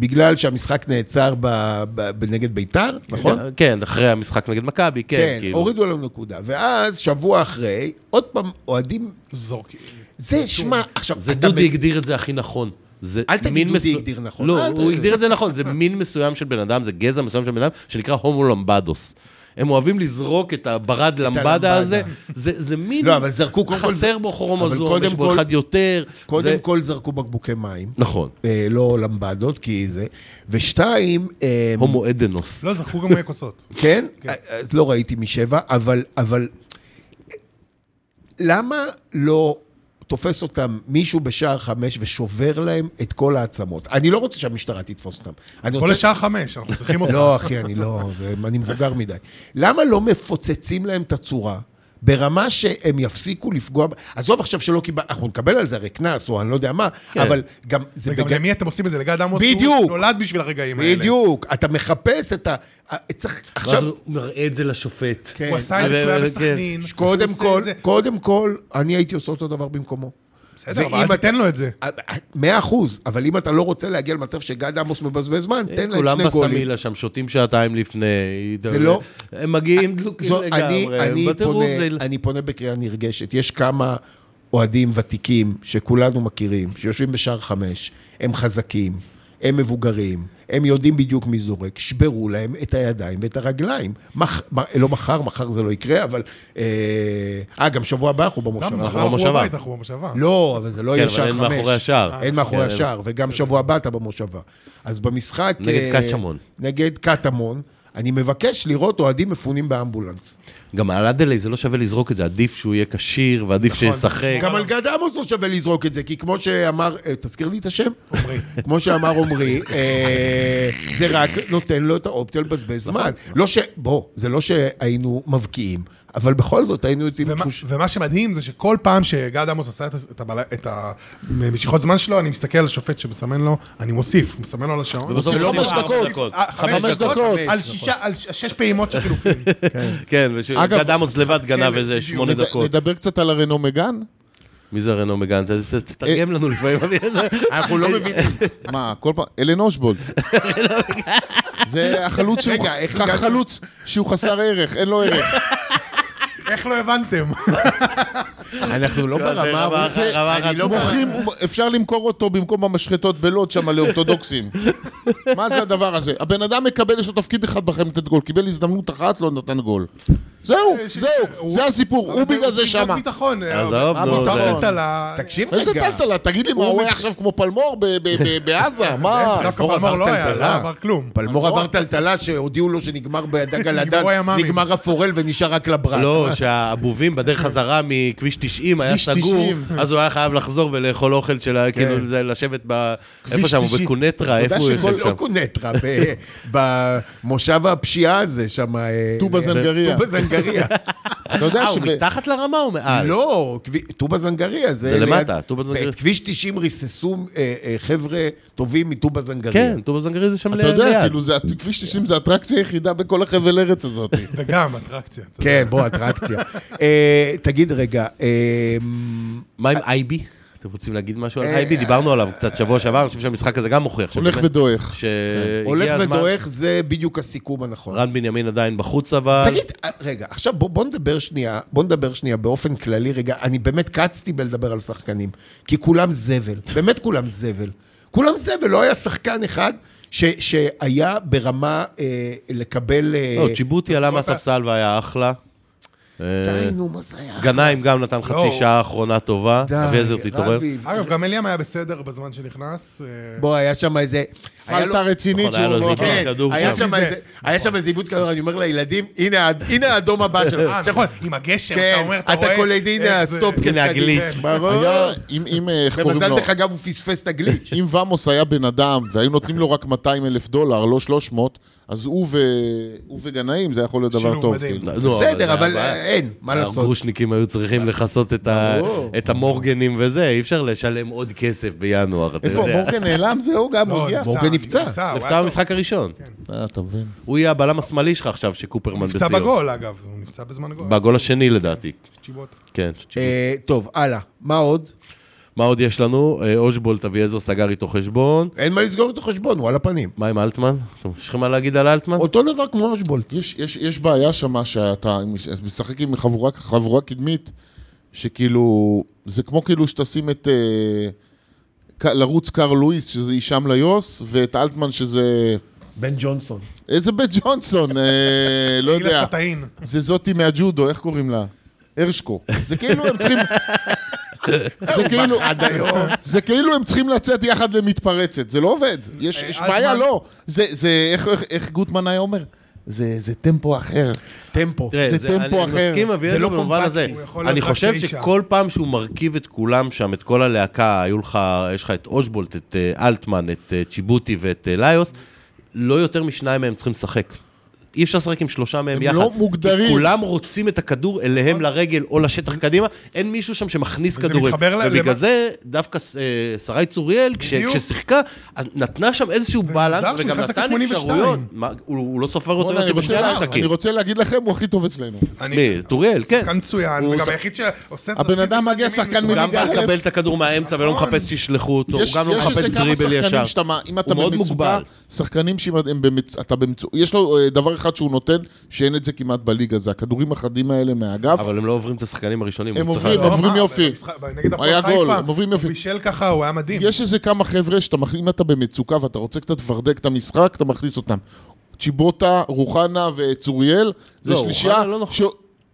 Speaker 3: בגלל שהמשחק נעצר ב- ב- בנגד ביתר, נכון?
Speaker 2: כן, אחרי המשחק נגד מכבי, כן,
Speaker 3: כן,
Speaker 2: כאילו.
Speaker 3: הורידו לנו נקודה. ואז, שבוע אחרי, עוד פעם, אוהדים...
Speaker 4: זורקים.
Speaker 3: זה, שמע, עכשיו...
Speaker 2: זה
Speaker 3: אתה
Speaker 2: דודי
Speaker 3: ב-
Speaker 2: הגדיר את זה הכי נכון. זה
Speaker 3: אל תגיד
Speaker 2: מין
Speaker 3: דודי
Speaker 2: מסו-
Speaker 3: הגדיר נכון.
Speaker 2: לא,
Speaker 3: אל
Speaker 2: הוא
Speaker 3: ת-
Speaker 2: הגדיר את זה נכון, זה מין מסוים של בן אדם, זה גזע מסוים של בן אדם, שנקרא הומו למבדוס. הם אוהבים לזרוק את הברד למבדה
Speaker 3: הלמבדה.
Speaker 2: הזה, זה זה מין...
Speaker 3: לא, אבל זרקו קודם כל-
Speaker 2: חסר בו
Speaker 3: אבל
Speaker 2: כרומוזום,
Speaker 3: קודם
Speaker 2: יש בו
Speaker 3: כל-
Speaker 2: אחד יותר. זה-
Speaker 3: קודם כל זרקו בקבוקי מים.
Speaker 2: נכון,
Speaker 3: אה, לא למבדות, כי זה... ושתיים... אה,
Speaker 2: הומו אדנוס.
Speaker 4: לא, זרקו גם כוסות.
Speaker 3: כן? אז לא ראיתי משבע, אבל, אבל למה לא תופס אותם מישהו בשער חמש ושובר להם את כל העצמות? אני לא רוצה שהמשטרה תתפוס אותם. אני
Speaker 4: כל
Speaker 3: רוצה...
Speaker 4: לשעה חמש, אנחנו צריכים אותך.
Speaker 3: לא, אחי, אני לא, זה, אני מבוגר מדי. למה לא מפוצצים להם את הצורה? ברמה שהם יפסיקו לפגוע... ב- עזוב עכשיו שלא קיבל... אנחנו נקבל על זה הרי קנס, או אני לא יודע מה,
Speaker 2: כן.
Speaker 3: אבל גם... זה
Speaker 4: וגם
Speaker 3: בגלל-
Speaker 4: למי אתם עושים את זה? לגד עמוס?
Speaker 3: בדיוק.
Speaker 4: הוא נולד בשביל הרגעים האלה.
Speaker 3: בדיוק, אתה מחפש את ה... צריך...
Speaker 2: ואז
Speaker 3: עכשיו...
Speaker 2: הוא מראה את זה לשופט.
Speaker 3: כן.
Speaker 4: הוא עשה את זה
Speaker 2: אבל-
Speaker 4: כשהוא היה
Speaker 2: אבל-
Speaker 4: בסכנין.
Speaker 3: קודם
Speaker 4: הוא עושה
Speaker 3: כל,
Speaker 4: את זה-
Speaker 3: קודם כל, אני הייתי עושה אותו דבר במקומו.
Speaker 4: בסדר, אבל
Speaker 3: ואם
Speaker 4: אל תיתן לו את זה.
Speaker 3: מאה אחוז, אבל אם אתה לא רוצה להגיע למצב שגד עמוס מבזבז זמן, תן להם
Speaker 2: אה, כולם
Speaker 3: שני גולים.
Speaker 2: בסמילה שם, שותים שעתיים לפני.
Speaker 3: זה לא-
Speaker 2: הם מגיעים דלוקים
Speaker 3: זו,
Speaker 2: לגמרי.
Speaker 3: אני, אני,
Speaker 2: בטירוף
Speaker 3: פונה,
Speaker 2: זה-
Speaker 3: אני פונה בקריאה נרגשת. יש כמה אוהדים ותיקים, שכולנו מכירים, שיושבים בשער חמש, הם חזקים, הם מבוגרים, הם יודעים בדיוק מי זורק, שברו להם את הידיים ואת הרגליים. מח, מ, לא מחר, מחר זה לא יקרה, אבל... אה, אה, גם שבוע הבא אנחנו במושב.
Speaker 4: למה?
Speaker 2: אנחנו במושבה.
Speaker 4: בבית, אנחנו במושבה.
Speaker 3: לא, אבל זה לא יהיה
Speaker 2: כן, אבל
Speaker 3: שער
Speaker 2: אין
Speaker 3: חמש.
Speaker 2: מאחורי השער.
Speaker 3: אין מאחורי
Speaker 2: כן,
Speaker 3: השער, וגם שבוע הבא אתה במושבה. אז במשחק...
Speaker 2: נגד
Speaker 3: אה,
Speaker 2: קטמון.
Speaker 3: נגד קטמון. אני מבקש לראות אוהדים מפונים באמבולנס.
Speaker 2: גם על אדלי זה לא שווה לזרוק את זה, עדיף שהוא יהיה כשיר ועדיף שישחק.
Speaker 3: נכון. גם על גד עמוס לא שווה לזרוק את זה, כי כמו שאמר, אה, תזכיר לי את השם?
Speaker 4: עומרי.
Speaker 3: כמו שאמר עמרי, אה, זה רק נותן לו את האופציה לבזבז זמן. לא ש... בוא, זה לא שהיינו מבקיעים, אבל בכל זאת היינו יוצאים
Speaker 4: ומה-
Speaker 3: תחוש...
Speaker 4: ומה שמדהים זה שכל פעם שגד עמוס עשה את הס- את הבל- את המשיכות זמן שלו, אני מסתכל על השופט שמסמן לו, אני מוסיף, הוא מסמן לו על השעון.
Speaker 2: ובסוף
Speaker 4: הוא
Speaker 3: לא
Speaker 5: שלא
Speaker 2: עושים
Speaker 5: חמש
Speaker 2: ארבע
Speaker 5: דקות.
Speaker 4: אה,
Speaker 5: חמש דקות.
Speaker 4: על שישה, על ש- שש פעימות של חילופים.
Speaker 2: כן,
Speaker 5: אגב,
Speaker 2: וגד עמוס לבד
Speaker 3: כן,
Speaker 2: גנב איזה שמונה
Speaker 5: נד-
Speaker 2: דקות.
Speaker 5: נדבר קצת על הרנו מגן?
Speaker 2: מי זה רנו מגן? זה-
Speaker 3: אה,
Speaker 2: זה- זה- תתרגם לנו לפעמים.
Speaker 3: אנחנו לא מבינים.
Speaker 5: מה, כל פעם? אלן אושבולד. זה החלוץ שהוא
Speaker 3: רגע, איך
Speaker 5: ח- חלוץ שהוא חסר ערך, אין לו ערך.
Speaker 4: איך לא הבנתם?
Speaker 3: אנחנו לא ברמה...
Speaker 2: רמה
Speaker 3: הרוסית.
Speaker 2: אחת, רמה אחת.
Speaker 3: אני לא
Speaker 5: מוכרים, אפשר למכור אותו במקום במשחטות בלוד שם לאורתודוקסים. מה זה הדבר הזה? הבן אדם מקבל, יש לו תפקיד אחד בחיים לתת גול, קיבל הזדמנות אחת, לא נתן גול. זהו,
Speaker 3: אה,
Speaker 5: זהו, זה הסיפור, הוא בגלל זה
Speaker 4: קיבל
Speaker 5: שמה.
Speaker 4: ביטחון. אה,
Speaker 2: עזוב,
Speaker 4: אה,
Speaker 2: נו,
Speaker 4: ביטחון,
Speaker 5: זה-
Speaker 4: טלטלה.
Speaker 3: תקשיב
Speaker 5: איזה
Speaker 3: רגע.
Speaker 5: טלטלה, תגיד לי, מה, הוא היה עכשיו כמו פלמור ב- ב- ב- בעזה? מה?
Speaker 4: דווקא פלמור לא היה, לא עבר כלום.
Speaker 3: פלמור
Speaker 5: נכון.
Speaker 3: עבר טלטלה שהודיעו לו שנגמר בדג על הדג,
Speaker 4: נגמרו הימ"מים.
Speaker 3: נגמר הפורל ונשאר רק לברד.
Speaker 2: לא, שהבובים בדרך חזרה מכביש 90 היה
Speaker 5: כן. כביש
Speaker 2: סגור,
Speaker 5: 90.
Speaker 2: אז הוא היה חייב לחזור ולאכול אוכל של, כאילו, זה לשבת ב... איפה שם, הוא
Speaker 5: 90.
Speaker 2: בקונטרה, איפה
Speaker 5: אתה יודע
Speaker 2: הוא
Speaker 5: שכל-
Speaker 2: יושב
Speaker 3: לא
Speaker 2: שם?
Speaker 3: קונטרה, ב- במושב הפשיעה הזה שם... אה,
Speaker 5: טובה זנגריה.
Speaker 3: טובה זנגריה.
Speaker 5: אתה יודע
Speaker 2: אה, הוא
Speaker 5: שב...
Speaker 2: מתחת לרמה או מעל?
Speaker 3: לא, כבי- טובה זנגריה זה...
Speaker 2: זה
Speaker 3: ליד-
Speaker 2: למטה, טובה זנגריה.
Speaker 3: את כביש 90 ריססו אה, אה, חבר'ה טובים מטובה זנגריה.
Speaker 2: כן, טובה זנגרי זה שם ליד.
Speaker 5: אתה יודע, כאילו, זה- כביש 90 זה האטרקציה היחידה בכל החבל ארץ הזאת.
Speaker 4: וגם אטרקציה. אתה יודע.
Speaker 3: כן, בוא, אטרקציה. אה, תגיד רגע, אה,
Speaker 2: מה עם אייבי? אתם רוצים להגיד משהו על אייבי? דיברנו עליו קצת שבוע שעבר, אני חושב שהמשחק הזה גם מוכיח.
Speaker 5: אה, הולך
Speaker 2: שבאמת-
Speaker 5: ודועך. כן.
Speaker 2: שהגיע
Speaker 3: הולך
Speaker 2: הזמן,
Speaker 3: ודועך זה בדיוק הסיכום הנכון.
Speaker 2: רן בנימין עדיין בחוץ אבל.
Speaker 3: תגיד, אה, רגע, עכשיו בוא, בוא נדבר שנייה, בוא נדבר שנייה באופן כללי, רגע, אני באמת קצתי בלדבר על שחקנים, כי כולם זבל, באמת כולם זבל. כולם זבל, לא היה שחקן אחד ש, שהיה ברמה אה, לקבל... אה,
Speaker 2: לא, צ'יבוטי עלה מהספסל והיה אחלה. אה,
Speaker 3: די, נו, מה זה היה?
Speaker 2: גנאים גם נתן חצי
Speaker 4: לא.
Speaker 2: שעה אחרונה טובה. אביעזר תתעורר.
Speaker 3: רביב.
Speaker 4: אגב, גם אליאם היה בסדר בזמן שנכנס. אה,
Speaker 3: בוא, היה שם איזה... היה לו-
Speaker 5: פלטה רצינית
Speaker 2: נכון, היה
Speaker 5: שהוא
Speaker 2: לו
Speaker 5: לא...
Speaker 2: זיגזג.
Speaker 5: כן.
Speaker 3: כן,
Speaker 2: כדור
Speaker 3: היה
Speaker 2: שם.
Speaker 3: שם
Speaker 4: מזה.
Speaker 3: איזה- היה שם איזה עיבוד כדור, אני אומר לילדים, הנה ה- הנה האדום הבא שלך.
Speaker 4: אה, נכון, עם הגשם, אתה
Speaker 3: כן,
Speaker 4: אומר, אתה
Speaker 3: אתה
Speaker 4: רואה... אה,
Speaker 3: קולט, הנה
Speaker 4: איך זה- לא,
Speaker 3: הסטופ
Speaker 2: הנה הגליץ'.
Speaker 3: ברור.
Speaker 5: היה, אם- אם, אה, איך קוראים
Speaker 3: במזל,
Speaker 5: לו?
Speaker 3: דרך אגב, הוא פספס את הגליץ'.
Speaker 5: אם ועמוס היה בן אדם והיו נותנים לו רק 200 אלף דולר, לא 300, אז הוא ו- הוא וגנאים, זה יכול להיות דבר
Speaker 4: שילוב
Speaker 5: טוב.
Speaker 4: מדהים.
Speaker 5: כאילו.
Speaker 2: נו,
Speaker 3: בסדר,
Speaker 2: לא, זה
Speaker 3: אבל
Speaker 2: הבעיה.
Speaker 3: אה, אין, מה לעשות.
Speaker 2: הגרושניקים היו צריכים לכסות את ה-
Speaker 3: ברור.
Speaker 2: את המורגנים וזה, אי אפשר לשלם עוד כסף בינואר, אתה
Speaker 5: איפה,
Speaker 2: יודע.
Speaker 5: מורגן נעלם? זהו, גם הוא
Speaker 4: לא,
Speaker 5: הגיע.
Speaker 3: מורגן נפצע.
Speaker 4: הוא היה
Speaker 2: נפצע
Speaker 4: טוב.
Speaker 2: במשחק הראשון.
Speaker 5: אה, אתה מבין.
Speaker 2: הוא יהיה הבלם השמאלי שלך עכשיו, שקופרמן בסיום.
Speaker 4: נפצע בגול, אגב. הוא נפצע בזמן גול.
Speaker 2: בגול השני לדעתי.
Speaker 4: צ'יבוטה.
Speaker 2: כן. צ'יבוטי.
Speaker 3: אה, טוב, הלאה. מה עוד?
Speaker 2: מה עוד יש לנו? אה, אושבולט אביעזר סגר איתו חשבון.
Speaker 3: אין מה לסגור איתו חשבון, הוא על הפנים.
Speaker 2: מה עם אלטמן? יש לכם מה להגיד על אלטמן?
Speaker 3: אותו דבר כמו אשבולט.
Speaker 5: יש- יש יש בעיה שמה שאתה משחק עם חבורה- חבורה קדמית, שכאילו, זה כמו כאילו שתשים את... אה, ק- לרוץ קאר לואיס, שזה הישאם ליוס, ואת אלטמן, שזה...
Speaker 3: בן ג'ונסון.
Speaker 5: איזה בית ג'ונסון, אה, לא
Speaker 4: גיל
Speaker 5: יודע.
Speaker 4: הסטאין.
Speaker 5: זה זאתי מהג'ודו, איך קוראים לה? הרשקו. זה כאילו הם צריכים... זה כאילו, זה כאילו הם צריכים לצאת יחד למתפרצת, זה לא עובד, יש, יש
Speaker 4: אה,
Speaker 5: בעיה,
Speaker 4: אלטמן-
Speaker 5: לא, זה, זה איך, איך, איך גוטמן היה אומר? זה, זה טמפו אחר.
Speaker 3: טמפו.
Speaker 2: תראה,
Speaker 5: זה
Speaker 2: אני-
Speaker 5: טמפו
Speaker 2: אני
Speaker 5: אחר.
Speaker 2: מסכים,
Speaker 5: זה
Speaker 2: אביעזר,
Speaker 3: לא
Speaker 2: במובן הזה.
Speaker 3: קומפקטי.
Speaker 4: הוא יכול להיות
Speaker 2: אני
Speaker 4: רק
Speaker 2: חושב
Speaker 4: תשע.
Speaker 2: שכל פעם שהוא מרכיב את כולם שם, את כל הלהקה, היו לך, יש לך את אושבולט, את אה, אלטמן, את אה, צ'יבוטי ואת אה, ליוס, לא יותר משניים מהם צריכים לשחק. אי אפשר לשחק עם שלושה מהם
Speaker 5: הם
Speaker 2: יחד.
Speaker 5: לא מוגדרים.
Speaker 2: כי כולם רוצים את הכדור אליהם לרגל או לשטח קדימה, אין מישהו שם שמכניס
Speaker 4: נכון. וזה
Speaker 2: כדורים.
Speaker 4: מתחבר ל-
Speaker 2: ובגלל
Speaker 4: למה-
Speaker 2: זה, דווקא אה, שרי צוריאל, כש-
Speaker 4: בדיוק.
Speaker 2: כששיחקה, אז נתנה שם איזשהו בלנס,
Speaker 4: שהוא
Speaker 2: וגם
Speaker 4: נכנס
Speaker 2: נתן
Speaker 4: דקה 82.
Speaker 2: אפשרויות. מה, הוא הוא לא סופר אותו
Speaker 5: בוא'נה, אני,
Speaker 2: יותר
Speaker 5: רוצה
Speaker 2: בשני
Speaker 5: לה-
Speaker 2: המשחקים.
Speaker 5: אני רוצה להגיד לכם, הוא הכי טוב אצלנו.
Speaker 4: אני-
Speaker 2: מי? טוריאל, כן.
Speaker 4: שחקן מצוין,
Speaker 2: הוא
Speaker 4: וגם
Speaker 2: ש-
Speaker 4: היחיד שעושה... את
Speaker 5: הבן אדם
Speaker 4: התפקיד
Speaker 5: מגיע
Speaker 4: מצד
Speaker 5: שחקן
Speaker 4: ימין.
Speaker 5: מליגה
Speaker 2: גם בא
Speaker 5: א'.
Speaker 2: לקבל את הכדור מהאמצע ולא
Speaker 4: נכון.
Speaker 2: מחפש שישלחו אותו, הוא גם לא מחפש
Speaker 5: איזה כמה
Speaker 2: דריבל
Speaker 5: שחקנים
Speaker 2: ישר.
Speaker 5: שאתה, מה- אם אתה
Speaker 2: הוא מאוד
Speaker 5: במצוקה,
Speaker 2: מוגבל.
Speaker 5: שחקנים שאם הם במצ... אתה במצוקה, יש לו אה, דבר אחד שהוא נותן, שאין את זה כמעט בליגה, זה הכדורים החדים האלה מהאגף.
Speaker 2: אבל הם לא עוברים את השחקנים הראשונים.
Speaker 5: הם
Speaker 2: הוא צריך
Speaker 5: עוברים,
Speaker 2: לעשות.
Speaker 4: לא,
Speaker 5: עוברים
Speaker 4: מה,
Speaker 5: אה, יופי.
Speaker 4: במשחק- נגד הפועל
Speaker 5: היה
Speaker 4: חיפה,
Speaker 5: גול, הם עוברים יופי.
Speaker 4: הוא בישל ככה, הוא היה מדהים.
Speaker 5: יש איזה כמה חבר'ה שאתה, מכ- אם אתה במצוקה ואתה רוצה קצת לברדק את המשחק, אתה מכניס אותם. צ'יבוטה, רוחנה וצוריאל, זה
Speaker 2: לא,
Speaker 5: שלישייה
Speaker 2: רוחנה לא נכון.
Speaker 5: ש-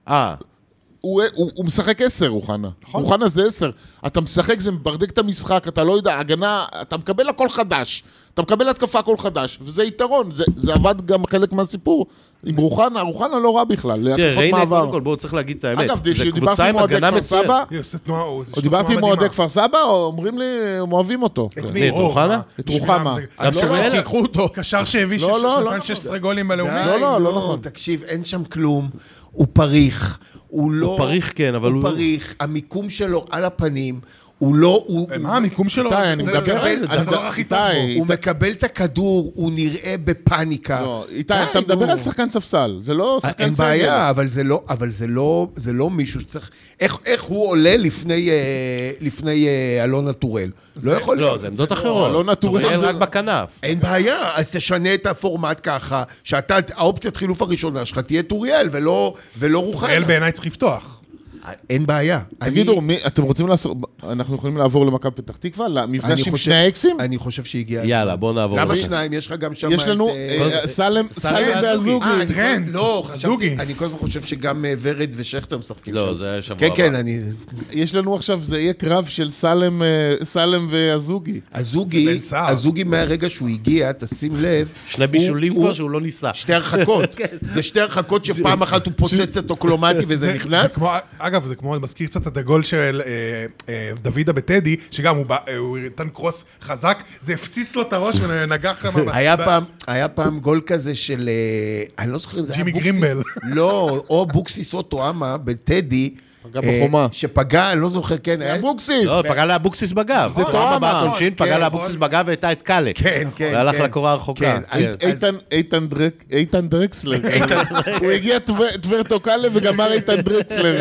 Speaker 2: אה,
Speaker 5: הוא, הוא, הוא משחק עשר, אוחנה.
Speaker 2: נכון.
Speaker 5: אוחנה זה עשר. אתה משחק, זה מברדק את המשחק, אתה לא יודע, הגנה, אתה מקבל הכל חדש. אתה מקבל התקפה הכל חדש, וזה יתרון, זה, זה עבד גם חלק מהסיפור. עם רוחנה, רוחנה לא רע בכלל,
Speaker 2: תראה,
Speaker 5: להתקפות
Speaker 2: כן, ריינה,
Speaker 5: מעבר.
Speaker 2: קודם כל, בואו צריך להגיד את האמת.
Speaker 5: אגב,
Speaker 2: זה
Speaker 5: כשדיברתי
Speaker 2: קבוצה
Speaker 5: עם
Speaker 2: עם
Speaker 5: אוהדי
Speaker 2: הגנה
Speaker 5: כפר
Speaker 2: מצוינת.
Speaker 5: סבא,
Speaker 4: היא עושה תנועה, הוא- זה שוב
Speaker 5: או
Speaker 4: תנועה
Speaker 5: דיברתי עם
Speaker 4: מדהימה.
Speaker 5: אוהדי כפר סבא, או אומרים לי, הם אוהבים אותו.
Speaker 2: מי? את רוחנה?
Speaker 5: את רוחמה.
Speaker 4: גם
Speaker 5: אז לא,
Speaker 2: שרואל-
Speaker 5: לא,
Speaker 4: שיקחו אותו. קשר שהביא
Speaker 5: לא, לא, לא
Speaker 4: שנתן
Speaker 5: נכון.
Speaker 4: 16 גולים בלאומי.
Speaker 5: לא, לא, לא נכון.
Speaker 3: תקשיב, אין שם כלום, הוא פריך. הוא לא...
Speaker 2: הוא פריך, כן, אבל
Speaker 3: הוא...
Speaker 2: הוא-
Speaker 3: פריך, המיקום שלו על הפנים, הוא לא... הוא...
Speaker 4: אה, מה המיקום שלו?
Speaker 5: איתי, אני
Speaker 4: זה
Speaker 5: מדבר
Speaker 4: לקבל
Speaker 5: על-
Speaker 4: את הדבר
Speaker 5: על-
Speaker 4: הכי טוב בו.
Speaker 5: איתי,
Speaker 3: הוא מקבל את הכדור, הוא נראה בפאניקה.
Speaker 5: לא, איתי,
Speaker 3: אה, די,
Speaker 5: אתה מדבר
Speaker 3: נו. אה,
Speaker 5: על שחקן ספסל, זה לא שחקן ספסל.
Speaker 3: אין בעיה, אבל זה לא, אבל זה לא, זה לא מישהו שצריך... איך, איך הוא עולה לפני, אה, לפני אה, אלונה טורל? לא יכול
Speaker 2: לא,
Speaker 3: להיות.
Speaker 2: זה עמדות אחרות.
Speaker 5: לא נטורי,
Speaker 2: טוריאל
Speaker 5: זה-
Speaker 2: רק בכנף.
Speaker 3: אין בעיה, אז תשנה את הפורמט ככה, שאתה, האופציית חילוף הראשונה שלך תהיה טוריאל ולא, ולא רוחנה.
Speaker 4: אוראל בעיניי צריך לפתוח.
Speaker 3: אין בעיה.
Speaker 5: תגידו, מי- אתם רוצים לעשות, אנחנו יכולים לעבור למכבי פתח תקווה?
Speaker 3: אני
Speaker 5: למפגש עם
Speaker 3: חושב-
Speaker 5: שני האקסים?
Speaker 3: אני חושב שהגיע... הזמן.
Speaker 2: יאללה, בואו נעבור.
Speaker 3: למה
Speaker 2: לזה.
Speaker 3: שניים? יש לך גם שם
Speaker 5: יש לנו
Speaker 3: את,
Speaker 5: אה,
Speaker 3: אה,
Speaker 5: אה, סלם סלם והזוגי.
Speaker 3: אה, אני
Speaker 4: טרנד,
Speaker 3: כל- לא, חשבתי,
Speaker 4: זוגי.
Speaker 3: אני כל הזמן חושב שגם אה, ורד ושכטר משחקים שם.
Speaker 2: לא, זה היה שבוע
Speaker 3: כן,
Speaker 2: הבא.
Speaker 3: כן, אני...
Speaker 5: יש לנו עכשיו, זה יהיה קרב של סלם, אה, סלם והזוגי.
Speaker 3: הזוגי,
Speaker 4: בן סער.
Speaker 3: הזוגי מהרגע שהוא הגיע, תשים לב,
Speaker 2: שני בישולים
Speaker 3: הוא-
Speaker 2: כבר שהוא לא ניסה.
Speaker 3: שתי הרחקות. זה שתי הרחקות שפעם אחת הוא פוצץ את אוקלומטי וזה
Speaker 4: זה
Speaker 3: נכנס.
Speaker 4: כמו- אגב, זה כמו, מזכיר קצת את הגול של אה, אה, דוידה בטדי, שגם הוא בא- אה, הוא נתן קרוס חזק, זה הפציץ לו את הראש ונגח שם. ב-
Speaker 3: היה
Speaker 4: ב-
Speaker 3: פעם, היה פעם גול כזה של, אה, אני לא זוכר אם זה היה
Speaker 4: ג'ימי
Speaker 3: בוקסיס.
Speaker 4: גרימבל.
Speaker 3: לא, או בוקסיס או טועמה בטדי.
Speaker 5: פגע
Speaker 3: אה,
Speaker 5: בחומה.
Speaker 3: שפגע, אני לא זוכר, כן. היה-
Speaker 5: אברוקסיס!
Speaker 2: לא, פגע לאבוקסיס בגב.
Speaker 5: זה
Speaker 2: הוא רמבה
Speaker 5: טראומה.
Speaker 2: בעט עונשין,
Speaker 4: כן,
Speaker 2: פגע לאבוקסיס בגב והייתה את קאלה.
Speaker 3: כן, כן,
Speaker 2: והלך
Speaker 3: כן.
Speaker 2: לקורה הרחוקה.
Speaker 3: כן, אז-
Speaker 2: כן.
Speaker 5: איתן- איתן דרק- איתן דרקסלר. הוא הגיע טו- טברטו קאלה וגמר איתן דרקסלר.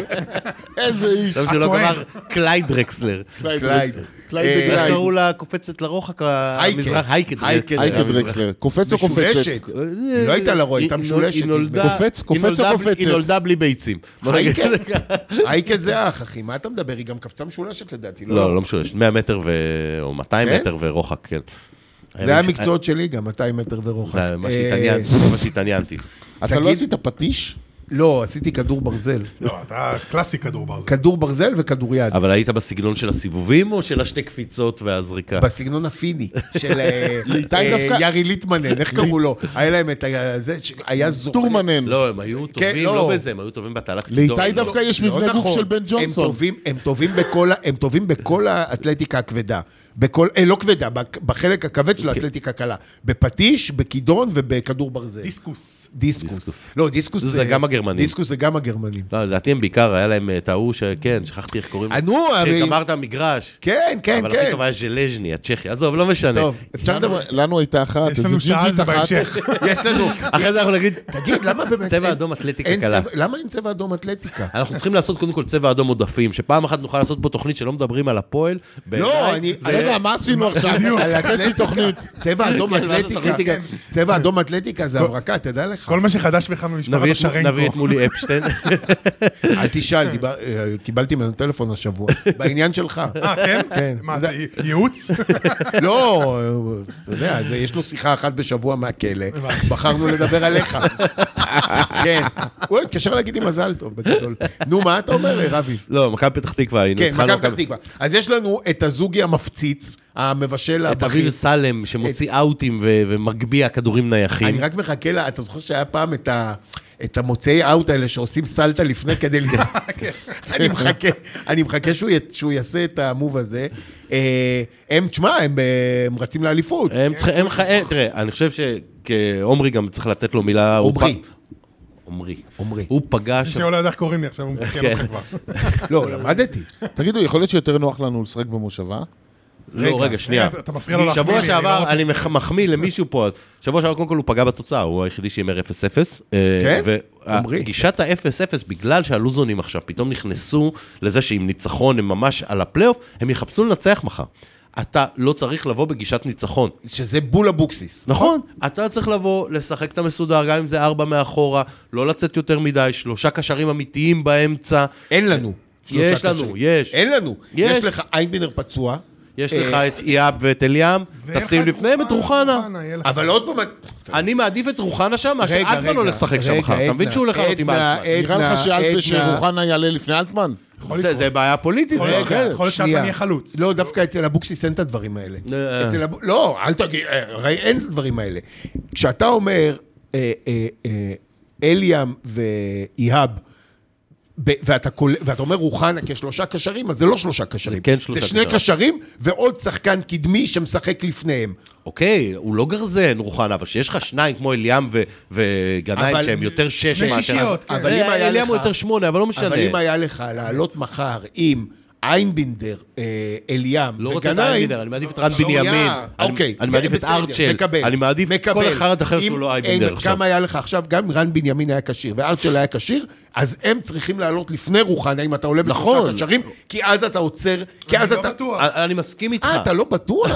Speaker 5: איזה איש.
Speaker 2: טוב שלא
Speaker 4: הכהן.
Speaker 2: גמר קלייד רקסלר.
Speaker 5: קלייד
Speaker 3: קלייד.
Speaker 5: דרקסלר. קלייד
Speaker 3: אה,
Speaker 2: איך
Speaker 5: דגלייד.
Speaker 2: קראו לה קופצת לרוחק
Speaker 3: הייקט.
Speaker 2: המזרח? הייקט
Speaker 3: הייקט.
Speaker 2: דרקסלר.
Speaker 5: הייטד דרקסלר. קופץ או
Speaker 3: משולשת.
Speaker 5: קופצת?
Speaker 3: היא לא הייתה לרוע, היא הייתה משולשת.
Speaker 2: היא נולדה-
Speaker 3: נדמה לי.
Speaker 5: קופץ,
Speaker 2: היא
Speaker 5: קופץ או
Speaker 2: נולדה בלי-
Speaker 5: קופצת?
Speaker 2: היא נולדה בלי ביצים. בוא נגיד את זה ככה.
Speaker 3: הייקל זה אח, אחי, מה אתה מדבר? היא גם קפצה משולשת לדעתי,
Speaker 2: לא, לא משולשת. 100 מטר ו... או 200
Speaker 3: כן?
Speaker 2: מטר ורוחק, כן.
Speaker 3: זה היה המקצועות שלי גם, 200 מטר ורוחק.
Speaker 2: זה מה
Speaker 3: אה,
Speaker 2: שהתעניינתי, זה מה שהתעניינתי.
Speaker 5: אתה לא
Speaker 3: תגיד-
Speaker 5: עשית פטיש?
Speaker 3: לא, עשיתי כדור ברזל.
Speaker 4: לא, אתה קלאסי כדור ברזל.
Speaker 2: כן.
Speaker 3: כדור ברזל וכדוריד.
Speaker 2: אבל היית בסגנון של הסיבובים או של השני קפיצות והזריקה?
Speaker 3: בסגנון הפיני של אה,
Speaker 5: לאיתי
Speaker 3: אה,
Speaker 5: דווקא-
Speaker 3: יארי ליטמנן, איך קראו לו? היה להם את ה- זה, ש- היה זוכר.
Speaker 5: טורמנן.
Speaker 2: לא, הם היו טובים,
Speaker 3: לא.
Speaker 2: לא בזה, הם היו טובים בתעלת
Speaker 5: לאיתי דווקא יש
Speaker 3: לא
Speaker 5: מבנה גוף
Speaker 3: נכון.
Speaker 5: של בן
Speaker 3: הם
Speaker 5: ג'ונסון.
Speaker 3: טובים, הם טובים בכל, ה- הם טובים בכל האתלטיקה הכבדה. בכל, אה, לא כבדה, בק- בחלק הכבד של
Speaker 5: אוקיי.
Speaker 3: האתלטיקה הקלה. בפטיש, בכידון ובכדור ברזל.
Speaker 4: דיסקוס.
Speaker 3: דיסקוס. לא, דיסקוס
Speaker 2: זה גם הגרמנים.
Speaker 3: דיסקוס זה גם הגרמנים.
Speaker 2: לא, לדעתי הם בעיקר, היה להם אה, את ההוא שכן, כן, שכחתי איך קוראים
Speaker 3: אה, נו, הרי-
Speaker 2: שגמר את המגרש.
Speaker 3: כן, כן,
Speaker 2: אבל הכי
Speaker 3: כן.
Speaker 2: טוב היה ז'לז'ני, הצ'כי. עזוב, לא משנה.
Speaker 3: טוב, אפשר
Speaker 5: לנו-
Speaker 3: לדבר.
Speaker 5: לנו הייתה אחת,
Speaker 4: יש
Speaker 5: איזה
Speaker 4: לנו שעה על
Speaker 5: ג'ינג'ית
Speaker 4: זה
Speaker 5: אחת.
Speaker 4: בהמשך.
Speaker 3: יש לנו.
Speaker 2: אחרי זה אנחנו נגיד,
Speaker 3: תגיד, למה באמת...
Speaker 2: צבע
Speaker 3: אין-
Speaker 2: אדום אתלטיקה
Speaker 3: אין
Speaker 2: קלה.
Speaker 3: צבע- למה אין צבע אדום אתלטיקה?
Speaker 2: אנחנו צריכים לעשות קודם כל צבע אדום עודפים, שפעם אחת נוכל לעשות פה תוכנית שלא מדברים על הפועל.
Speaker 4: לא,
Speaker 2: בעיניי,
Speaker 3: לא, אני-
Speaker 2: זה-
Speaker 5: רגע, מה עשינו עכשיו?
Speaker 3: על
Speaker 5: חצי
Speaker 3: אתלטיקה.
Speaker 5: תוכנית.
Speaker 3: צבע אדום
Speaker 2: כן, מה זה
Speaker 3: אתלטיקה.
Speaker 2: אתלטיקה?
Speaker 3: צבע אדום אתלטיקה זה הברקה, תדע לך.
Speaker 4: כל מה שחדש בך במשפחת
Speaker 2: נביא את- נביא את
Speaker 4: השרנקו.
Speaker 2: מולי אפשטיין.
Speaker 3: אל תשאל, דיבר- אה, קיבלתי ממנו טלפון השבוע, בעניין שלך.
Speaker 4: אה, כן?
Speaker 3: כן.
Speaker 4: מה, אתה י- ייעוץ?
Speaker 2: כן.
Speaker 3: לא, אה, אתה יודע, זה- יש לו שיחה אחת בשבוע מהכלא, בחרנו לדבר עליך. כן. הוא התקשר להגיד לי מזל טוב, בגדול. נו, מה אתה אומר, אה, רביב?
Speaker 2: לא, מכבי פתח תקווה היינו.
Speaker 3: כן,
Speaker 2: התחלנו
Speaker 3: מכבי פתח תקווה. אז יש לנו את הזוגי המפציץ, המבשל
Speaker 2: את אביב
Speaker 3: הבכיר.
Speaker 2: סלם שמוציא אאוטים ו- ומגביה כדורים נייחים.
Speaker 3: אני רק מחכה לה, אתה זוכר שהיה פעם את ה... את המוצאי אאוט האלה שעושים סלטה לפני כדי לצעוק. אני מחכה, אני מחכה שהוא, י, שהוא יעשה את המוב הזה. אה, הם, תשמע, הם, אה, הם רצים לאליפות.
Speaker 2: הם צריכים, הם חי... תראה, אני חושב שכעומרי גם צריך לתת לו מילה... הוא
Speaker 3: עומרי.
Speaker 2: פ- עומרי.
Speaker 3: עומרי.
Speaker 2: הוא פגש...
Speaker 4: שהוא לא יודע איך קוראים לי עכשיו, הוא מחכה
Speaker 2: כן.
Speaker 4: לך כבר.
Speaker 3: לא, למדתי.
Speaker 5: תגידו, יכול להיות שיותר נוח לנו לשחק במושבה?
Speaker 2: לא, רגע, שנייה.
Speaker 4: אתה- אתה מפריע לו להחמיא לי,
Speaker 2: שבוע
Speaker 4: אני לא
Speaker 2: שעבר,
Speaker 4: רוצה-
Speaker 2: אני מח- מחמיא למישהו פה. אז שבוע שעבר, קודם כל הוא פגע בתוצאה, הוא היחידי שהימר 0-0.
Speaker 3: כן?
Speaker 2: אה,
Speaker 3: עומרי.
Speaker 2: וגישת ה-0-0, בגלל שהלוזונים עכשיו פתאום נכנסו לזה שעם ניצחון הם ממש על הפלייאוף, הם יחפשו לנצח מחר. אתה לא צריך לבוא בגישת ניצחון.
Speaker 3: שזה בול אבוקסיס.
Speaker 2: נכון, אתה צריך לבוא, לשחק את המסודר, גם אם זה ארבע מאחורה, לא לצאת יותר מדי, שלושה קשרים אמיתיים באמצע.
Speaker 3: אין לנו. שלושה
Speaker 2: יש לנו,
Speaker 3: קשרים.
Speaker 2: יש.
Speaker 3: אין לנו.
Speaker 2: יש.
Speaker 3: יש לך איינבינר פצוע, אה,
Speaker 4: אה,
Speaker 2: יש לך את איאב ואת אליאם, תשים לפניהם את רוחנה.
Speaker 4: יהיה לך-
Speaker 3: אבל עוד פעם...
Speaker 2: אני מעדיף את רוחנה שם מאשר
Speaker 3: רגע,
Speaker 2: אטמן לא
Speaker 3: רגע,
Speaker 2: לשחק שם
Speaker 3: רגע,
Speaker 2: מחר. אתה מבין
Speaker 3: עדנה,
Speaker 2: שהוא הולך לעלות עם
Speaker 3: עדנה,
Speaker 2: אלטמן.
Speaker 5: נראה
Speaker 3: עדנה,
Speaker 5: לך שאלטמן
Speaker 3: עדנה.
Speaker 5: שרוחנה יעלה לפני אלטמן?
Speaker 4: יכול
Speaker 2: זה-
Speaker 4: לקרות.
Speaker 2: זה בעיה פוליטית.
Speaker 4: יכול
Speaker 2: זה אוקיי,
Speaker 4: לקרות.
Speaker 2: אחרת.
Speaker 4: כן, יכול להיות שאתה
Speaker 3: כן, שנייה.
Speaker 4: נהיה חלוץ.
Speaker 3: לא, דווקא אצל אבוקסיס אין את הדברים האלה.
Speaker 2: אה.
Speaker 3: אצל אב... לא, אל תגיד, אה, הרי אין את הדברים האלה. כשאתה אומר, אה, אה, אה, אליאם ואיהאב, ב- ואתה, כול, ואתה אומר רוחנה כשלושה קשרים, אז זה לא שלושה קשרים.
Speaker 2: כן שלושה
Speaker 3: זה שני
Speaker 2: קשרים.
Speaker 3: קשרים ועוד שחקן קדמי שמשחק לפניהם.
Speaker 2: אוקיי, הוא לא גרזן, רוחנה, אבל שיש לך שניים כמו אליאם ו- וגנאים
Speaker 3: אבל-
Speaker 2: שהם יותר שש
Speaker 4: ושישיות,
Speaker 2: מאשר...
Speaker 4: כן.
Speaker 2: אבל אם היה לך... אליאם הוא יותר שמונה, אבל לא משנה.
Speaker 3: אבל אם היה לך לעלות מחר עם איינבינדר, אה, אליאם
Speaker 2: לא רוצה את
Speaker 3: וגנאים,
Speaker 2: אייבינדר, אני מעדיף את רן
Speaker 3: לא,
Speaker 2: בנימין.
Speaker 3: אה,
Speaker 2: אני-
Speaker 3: אוקיי,
Speaker 2: אני מעדיף את
Speaker 3: בסדר,
Speaker 2: ארצ'ל.
Speaker 3: מקבל,
Speaker 2: אני מעדיף
Speaker 3: מקבל.
Speaker 2: כל אחד אחר
Speaker 3: אם
Speaker 2: שהוא לא אייבינדר
Speaker 3: אין-
Speaker 2: עכשיו.
Speaker 3: גם היה לך עכשיו, גם רן בנימין היה כשיר, וארצ'ל היה כשיר, אז הם צריכים לעלות לפני רוחנה, אם אתה עולה
Speaker 2: נכון.
Speaker 3: בשלושה קשרים, כי אז אתה עוצר, כי אז
Speaker 4: אני
Speaker 3: אתה...
Speaker 4: לא בטוח.
Speaker 2: אני אני מסכים איתך.
Speaker 3: אה, אתה לא בטוח.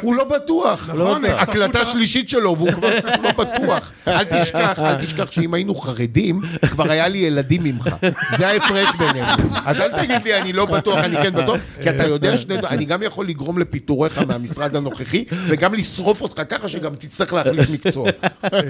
Speaker 3: הוא לא בטוח.
Speaker 4: נכון,
Speaker 3: לא בטוח.
Speaker 4: ההצטרפות
Speaker 3: הקלטה
Speaker 4: ה-
Speaker 3: שלישית שלו, והוא כבר לא בטוח. אל תשכח, אל תשכח שאם היינו חרדים, כבר היה לי ילדים ממך. זה ההפרש בינינו. אז אל תגיד לי, אני לא בטוח, אני כן בטוח, כי אתה יודע שני דברים, אני גם יכול לגרום לפיטוריך מהמשרד הנוכחי, וגם לשרוף אותך ככה שגם תצטרך להחליף מקצוע.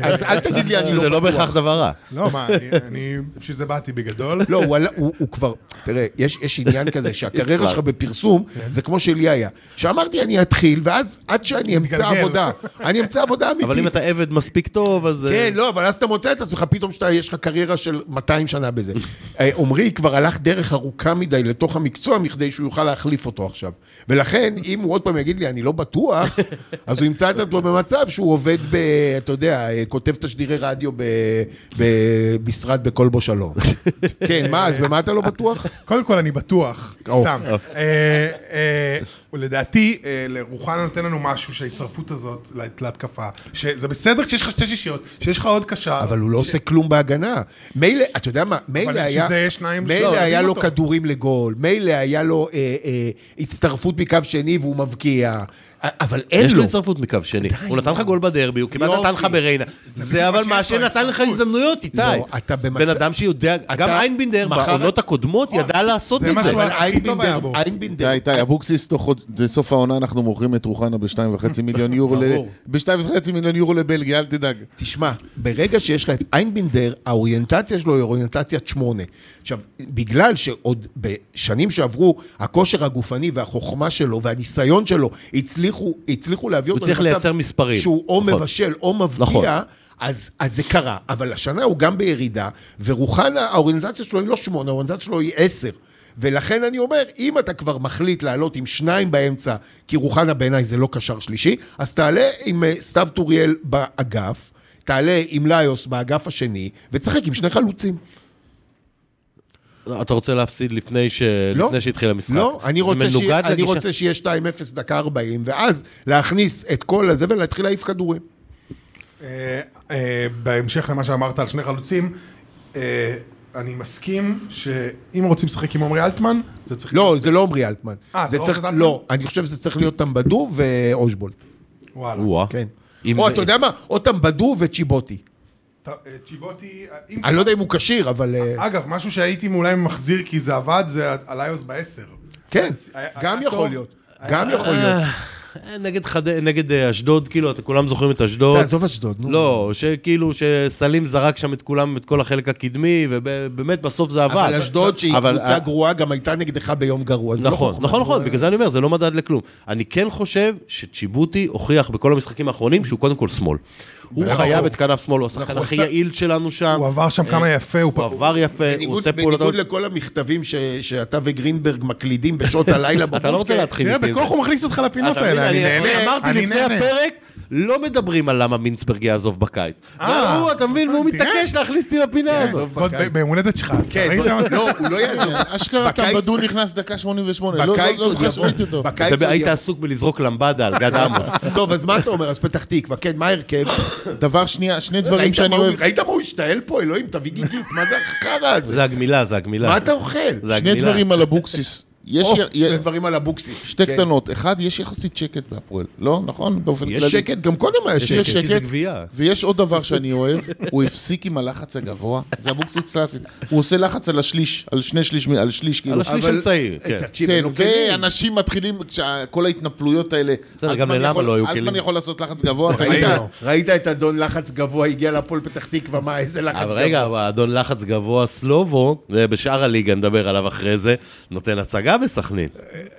Speaker 3: אז אל תגיד לי, אני לא בטוח.
Speaker 2: זה לא בהכרח דבר רע.
Speaker 4: לא, מה, אני- אני... בשביל זה באתי בגדול.
Speaker 3: לא, הוא, עלה, הוא, הוא כבר, תראה, יש, יש עניין כזה שהקריירה שלך בפרסום, זה כמו שלי היה. שאמרתי, אני אתחיל, ואז עד שאני אמצא
Speaker 4: מתגלגל.
Speaker 3: עבודה. אני אמצא עבודה אמיתית.
Speaker 2: אבל אם אתה עבד מספיק טוב, אז... אה,
Speaker 3: כן, לא, אבל אז אתה מוצא את עצמך, פתאום שאתה, יש לך קריירה של 200 שנה בזה. אה, עמרי כבר הלך דרך ארוכה מדי לתוך המקצוע, מכדי שהוא יוכל להחליף אותו עכשיו. ולכן, אם הוא עוד פעם יגיד לי, אני לא בטוח, אז הוא ימצא את עצמו במצב שהוא עובד ב... אתה יודע, אה, כותב תשדירי רדיו ב- במשרד בכלבו שלום. כן, מה, אז במה אתה לא בטוח?
Speaker 4: קודם כל, אני בטוח,
Speaker 3: או.
Speaker 4: סתם. אה, אה, ולדעתי, אה, לרוחנה נותן לנו משהו, שההצטרפות הזאת לה- להתקפה, שזה בסדר כשיש לך שתי שישיות, שיש לך עוד קשר.
Speaker 3: אבל הוא לא עושה כלום בהגנה. מילא, אתה יודע מה, מילא
Speaker 4: בשביל
Speaker 3: היה...
Speaker 4: זה יש שניים
Speaker 3: מילא
Speaker 4: שלא,
Speaker 3: היה
Speaker 4: יודעים
Speaker 3: לו
Speaker 4: אותו.
Speaker 3: כדורים לגול, מילא היה לו אה, אה, הצטרפות מקו שני והוא מבקיע, א- אבל אין
Speaker 2: יש לו
Speaker 3: לו. לא.
Speaker 2: הצטרפות מקו שני. הוא נתן לך גול בדרבי, הוא כמעט נתן לך בריינה. זה אבל
Speaker 4: בדיוק מה
Speaker 2: מה
Speaker 4: שיש לו,
Speaker 2: שנתן לך הזדמנויות, איתי.
Speaker 3: לא, אתה במצב-
Speaker 2: בן אדם שיודע, גם איינבינדר
Speaker 3: מחר-
Speaker 2: בעונות הקודמות ידע לעשות
Speaker 4: זה
Speaker 2: את
Speaker 4: מה
Speaker 2: זה.
Speaker 4: שהוא-
Speaker 3: אבל
Speaker 4: הכי טוב היה
Speaker 3: איינבינדר,
Speaker 4: בו.
Speaker 3: איינבינדר,
Speaker 5: די, די, אבוקסיס, תוך חוד- בסוף העונה אנחנו מוכרים את רוחנה ב-2.5 מיליון יורו, ל-
Speaker 2: ברור.
Speaker 5: ב-2.5 מיליון יורו לבלגיה, אל תדאג.
Speaker 3: תשמע, ברגע שיש לך את איינבינדר, האוריינטציה שלו היא אוריינטציית שמונה. עכשיו, בגלל שעוד בשנים שעברו, הכושר הגופני והחוכמה שלו והניסיון שלו הצליחו, הצליחו להביא
Speaker 2: הוא
Speaker 3: אותו
Speaker 2: צריך לייצר מספרים.
Speaker 3: שהוא או
Speaker 2: נכון.
Speaker 3: מבשל או מבקיע,
Speaker 2: נכון.
Speaker 3: אז, אז זה קרה. אבל השנה הוא גם בירידה, ורוחנה, האוריינטציה שלו היא לא שמונה, האוריינטציה שלו היא עשר. ולכן אני אומר, אם אתה כבר מחליט לעלות עם שניים באמצע, כי רוחנה בעיניי זה לא קשר שלישי, אז תעלה עם אה, סתיו טוריאל באגף, תעלה עם ליוס באגף השני, ותשחק עם שני חלוצים.
Speaker 2: לא, אתה רוצה להפסיד לפני ש-
Speaker 3: לא.
Speaker 2: לפני שהתחיל המשחק.
Speaker 3: לא, אני
Speaker 2: זה
Speaker 3: רוצה, ש...
Speaker 2: מנוגד
Speaker 3: אני
Speaker 2: לגישה-
Speaker 3: רוצה שיהיה 2-0 דקה 40, ואז להכניס את כל הזה ולהתחיל להעיף כדורים.
Speaker 4: אה, אה, בהמשך למה שאמרת על שני חלוצים, אה, אני מסכים שאם רוצים לשחק עם עמרי אלטמן, זה צריך...
Speaker 3: לא, זה לא עמרי אלטמן.
Speaker 4: אה,
Speaker 3: זה
Speaker 4: זה לא
Speaker 3: צריך,
Speaker 4: עמרי אלטמן?
Speaker 3: לא, אני חושב שזה צריך להיות טמבדו ואושבולט.
Speaker 4: וואלה.
Speaker 2: או-אה.
Speaker 3: כן.
Speaker 2: אם
Speaker 3: או,
Speaker 2: זה-
Speaker 3: אתה יודע מה? או טמבדו וצ'יבוטי.
Speaker 4: ת- אה, צ'יבוטי... אה, אם-
Speaker 3: אני לא יודע אם הוא כשיר, אבל... אה,
Speaker 4: אגב, משהו שהייתי אולי מחזיר כי זה עבד, זה הליוס בעשר.
Speaker 3: כן,
Speaker 4: היה-
Speaker 3: גם
Speaker 4: היה
Speaker 3: יכול
Speaker 4: טוב.
Speaker 3: להיות. גם יכול להיות.
Speaker 2: אה, נגד חד- נגד אה, אשדוד, כאילו, אתה כולם זוכרים את אשדוד.
Speaker 3: זה עזוב אשדוד, נו.
Speaker 2: לא, שכאילו, שסלים זרק שם את כולם, את כל החלק הקדמי, ובאמת בסוף זה עבד.
Speaker 3: אבל אשדוד, שהיא
Speaker 2: אבל-
Speaker 3: קבוצה גרועה, גם הייתה נגדך ביום גרוע. זה לא
Speaker 2: נכון,
Speaker 3: חוכמה.
Speaker 2: נכון, נכון, בגלל זה אני אומר, זה לא מדד לכלום. אני כן חושב שצ'יבוטי הוכיח בכל המשחקים האחרונים שהוא קודם כל שמאל. הוא
Speaker 4: ברור.
Speaker 2: חייב את כנף שמאל, הוא השחקן
Speaker 4: נכון,
Speaker 2: הכי
Speaker 4: עשה-
Speaker 2: יעיל שלנו שם,
Speaker 4: הוא עבר שם כמה יפה, הוא
Speaker 2: אה, הוא
Speaker 4: פ-
Speaker 2: עבר יפה, הוא
Speaker 3: בניגוד-
Speaker 2: עושה פעולות...
Speaker 3: בניגוד לכל המכתבים ש- שאתה וגרינברג מקלידים בשעות הלילה בבוקר.
Speaker 2: אתה לא רוצה להתחיל
Speaker 4: תראה,
Speaker 2: איתי. עם
Speaker 4: בכוח
Speaker 2: זה.
Speaker 4: הוא מכניס אותך לפינות
Speaker 2: אה, אתה מבין,
Speaker 4: האלה, אני נהנה.
Speaker 2: אמרתי
Speaker 4: אני
Speaker 2: לפני
Speaker 4: נהנה.
Speaker 2: הפרק, לא מדברים על למה מינסברג יעזוב בקיץ.
Speaker 4: אה,
Speaker 2: והוא, אתה מבין, והוא
Speaker 4: תראה.
Speaker 2: מתעקש להכניס אותי לפינה הזאת.
Speaker 3: עזוב
Speaker 4: בוא,
Speaker 3: בקיץ.
Speaker 4: ב- ביום הולדת שלך.
Speaker 3: כן,
Speaker 4: ראית?
Speaker 3: בוא- לא, הוא לא יעזוב.
Speaker 5: אשכרה
Speaker 3: בקיץ-
Speaker 5: טמבדו נכנס דקה 88, לא- לא
Speaker 3: בקיץ
Speaker 5: לא
Speaker 3: עוד
Speaker 5: זוכר
Speaker 3: יבוא.
Speaker 5: שראיתי אותו.
Speaker 3: בקיץ
Speaker 2: אתה-
Speaker 3: עוד
Speaker 2: היית
Speaker 3: יבוא.
Speaker 2: עסוק בלזרוק למבדה על גד עמוס.
Speaker 3: טוב, אז מה אתה אומר? אז פתח תקווה, כן, מה ההרכב?
Speaker 5: דבר שנייה, שני דברים
Speaker 3: ראית
Speaker 5: שאני
Speaker 3: מה הוא-
Speaker 5: אוהב,
Speaker 3: ראית מה הוא השתעל פה? אלוהים, תביא גיגית, מה זה החרא הזה?
Speaker 2: זה הגמילה, זה הגמילה.
Speaker 3: מה אתה אוכל?
Speaker 2: זה
Speaker 5: שני
Speaker 2: הגמילה.
Speaker 5: דברים על אבוקסיס. יש
Speaker 3: או,
Speaker 5: י- י-
Speaker 3: שני דברים על אבוקסיס.
Speaker 5: שתי
Speaker 3: כן.
Speaker 5: קטנות. אחד, יש יחסית שקט בהפועל. לא? נכון? באופן
Speaker 3: יש שקט, גם קודם היה
Speaker 5: יש
Speaker 3: שקט.
Speaker 5: שקט.
Speaker 2: כי זה גבייה.
Speaker 5: ויש עוד דבר שאני אוהב, הוא הפסיק עם הלחץ הגבוה, זה אבוקסיס קלאסית, הוא עושה לחץ על השליש, על שני שליש, מ- על שליש כאילו.
Speaker 2: על השליש
Speaker 3: אבל-
Speaker 2: הצעיר,
Speaker 3: אה,
Speaker 2: כן.
Speaker 3: תקשיב,
Speaker 5: כן,
Speaker 3: אין לו כלים.
Speaker 5: ואנשים מתחילים, כשה- כל ההתנפלויות האלה.
Speaker 2: בסדר,
Speaker 5: אלטמן
Speaker 2: גם ללמה
Speaker 5: יכול-
Speaker 2: לא היו
Speaker 5: אלטמן
Speaker 2: כלים?
Speaker 5: יכול לעשות לחץ גבוה, אתה
Speaker 3: ראית-
Speaker 5: יודע,
Speaker 3: ראית את אדון לחץ גבוה, הגיע להפועל פתח תקווה, מה, איזה לחץ גבוה.
Speaker 2: אבל רגע, אבל האדון לחץ גבוה סלובו, זה בשאר הליגה נדבר עליו אחרי זה, נותן הצגה בסכנין.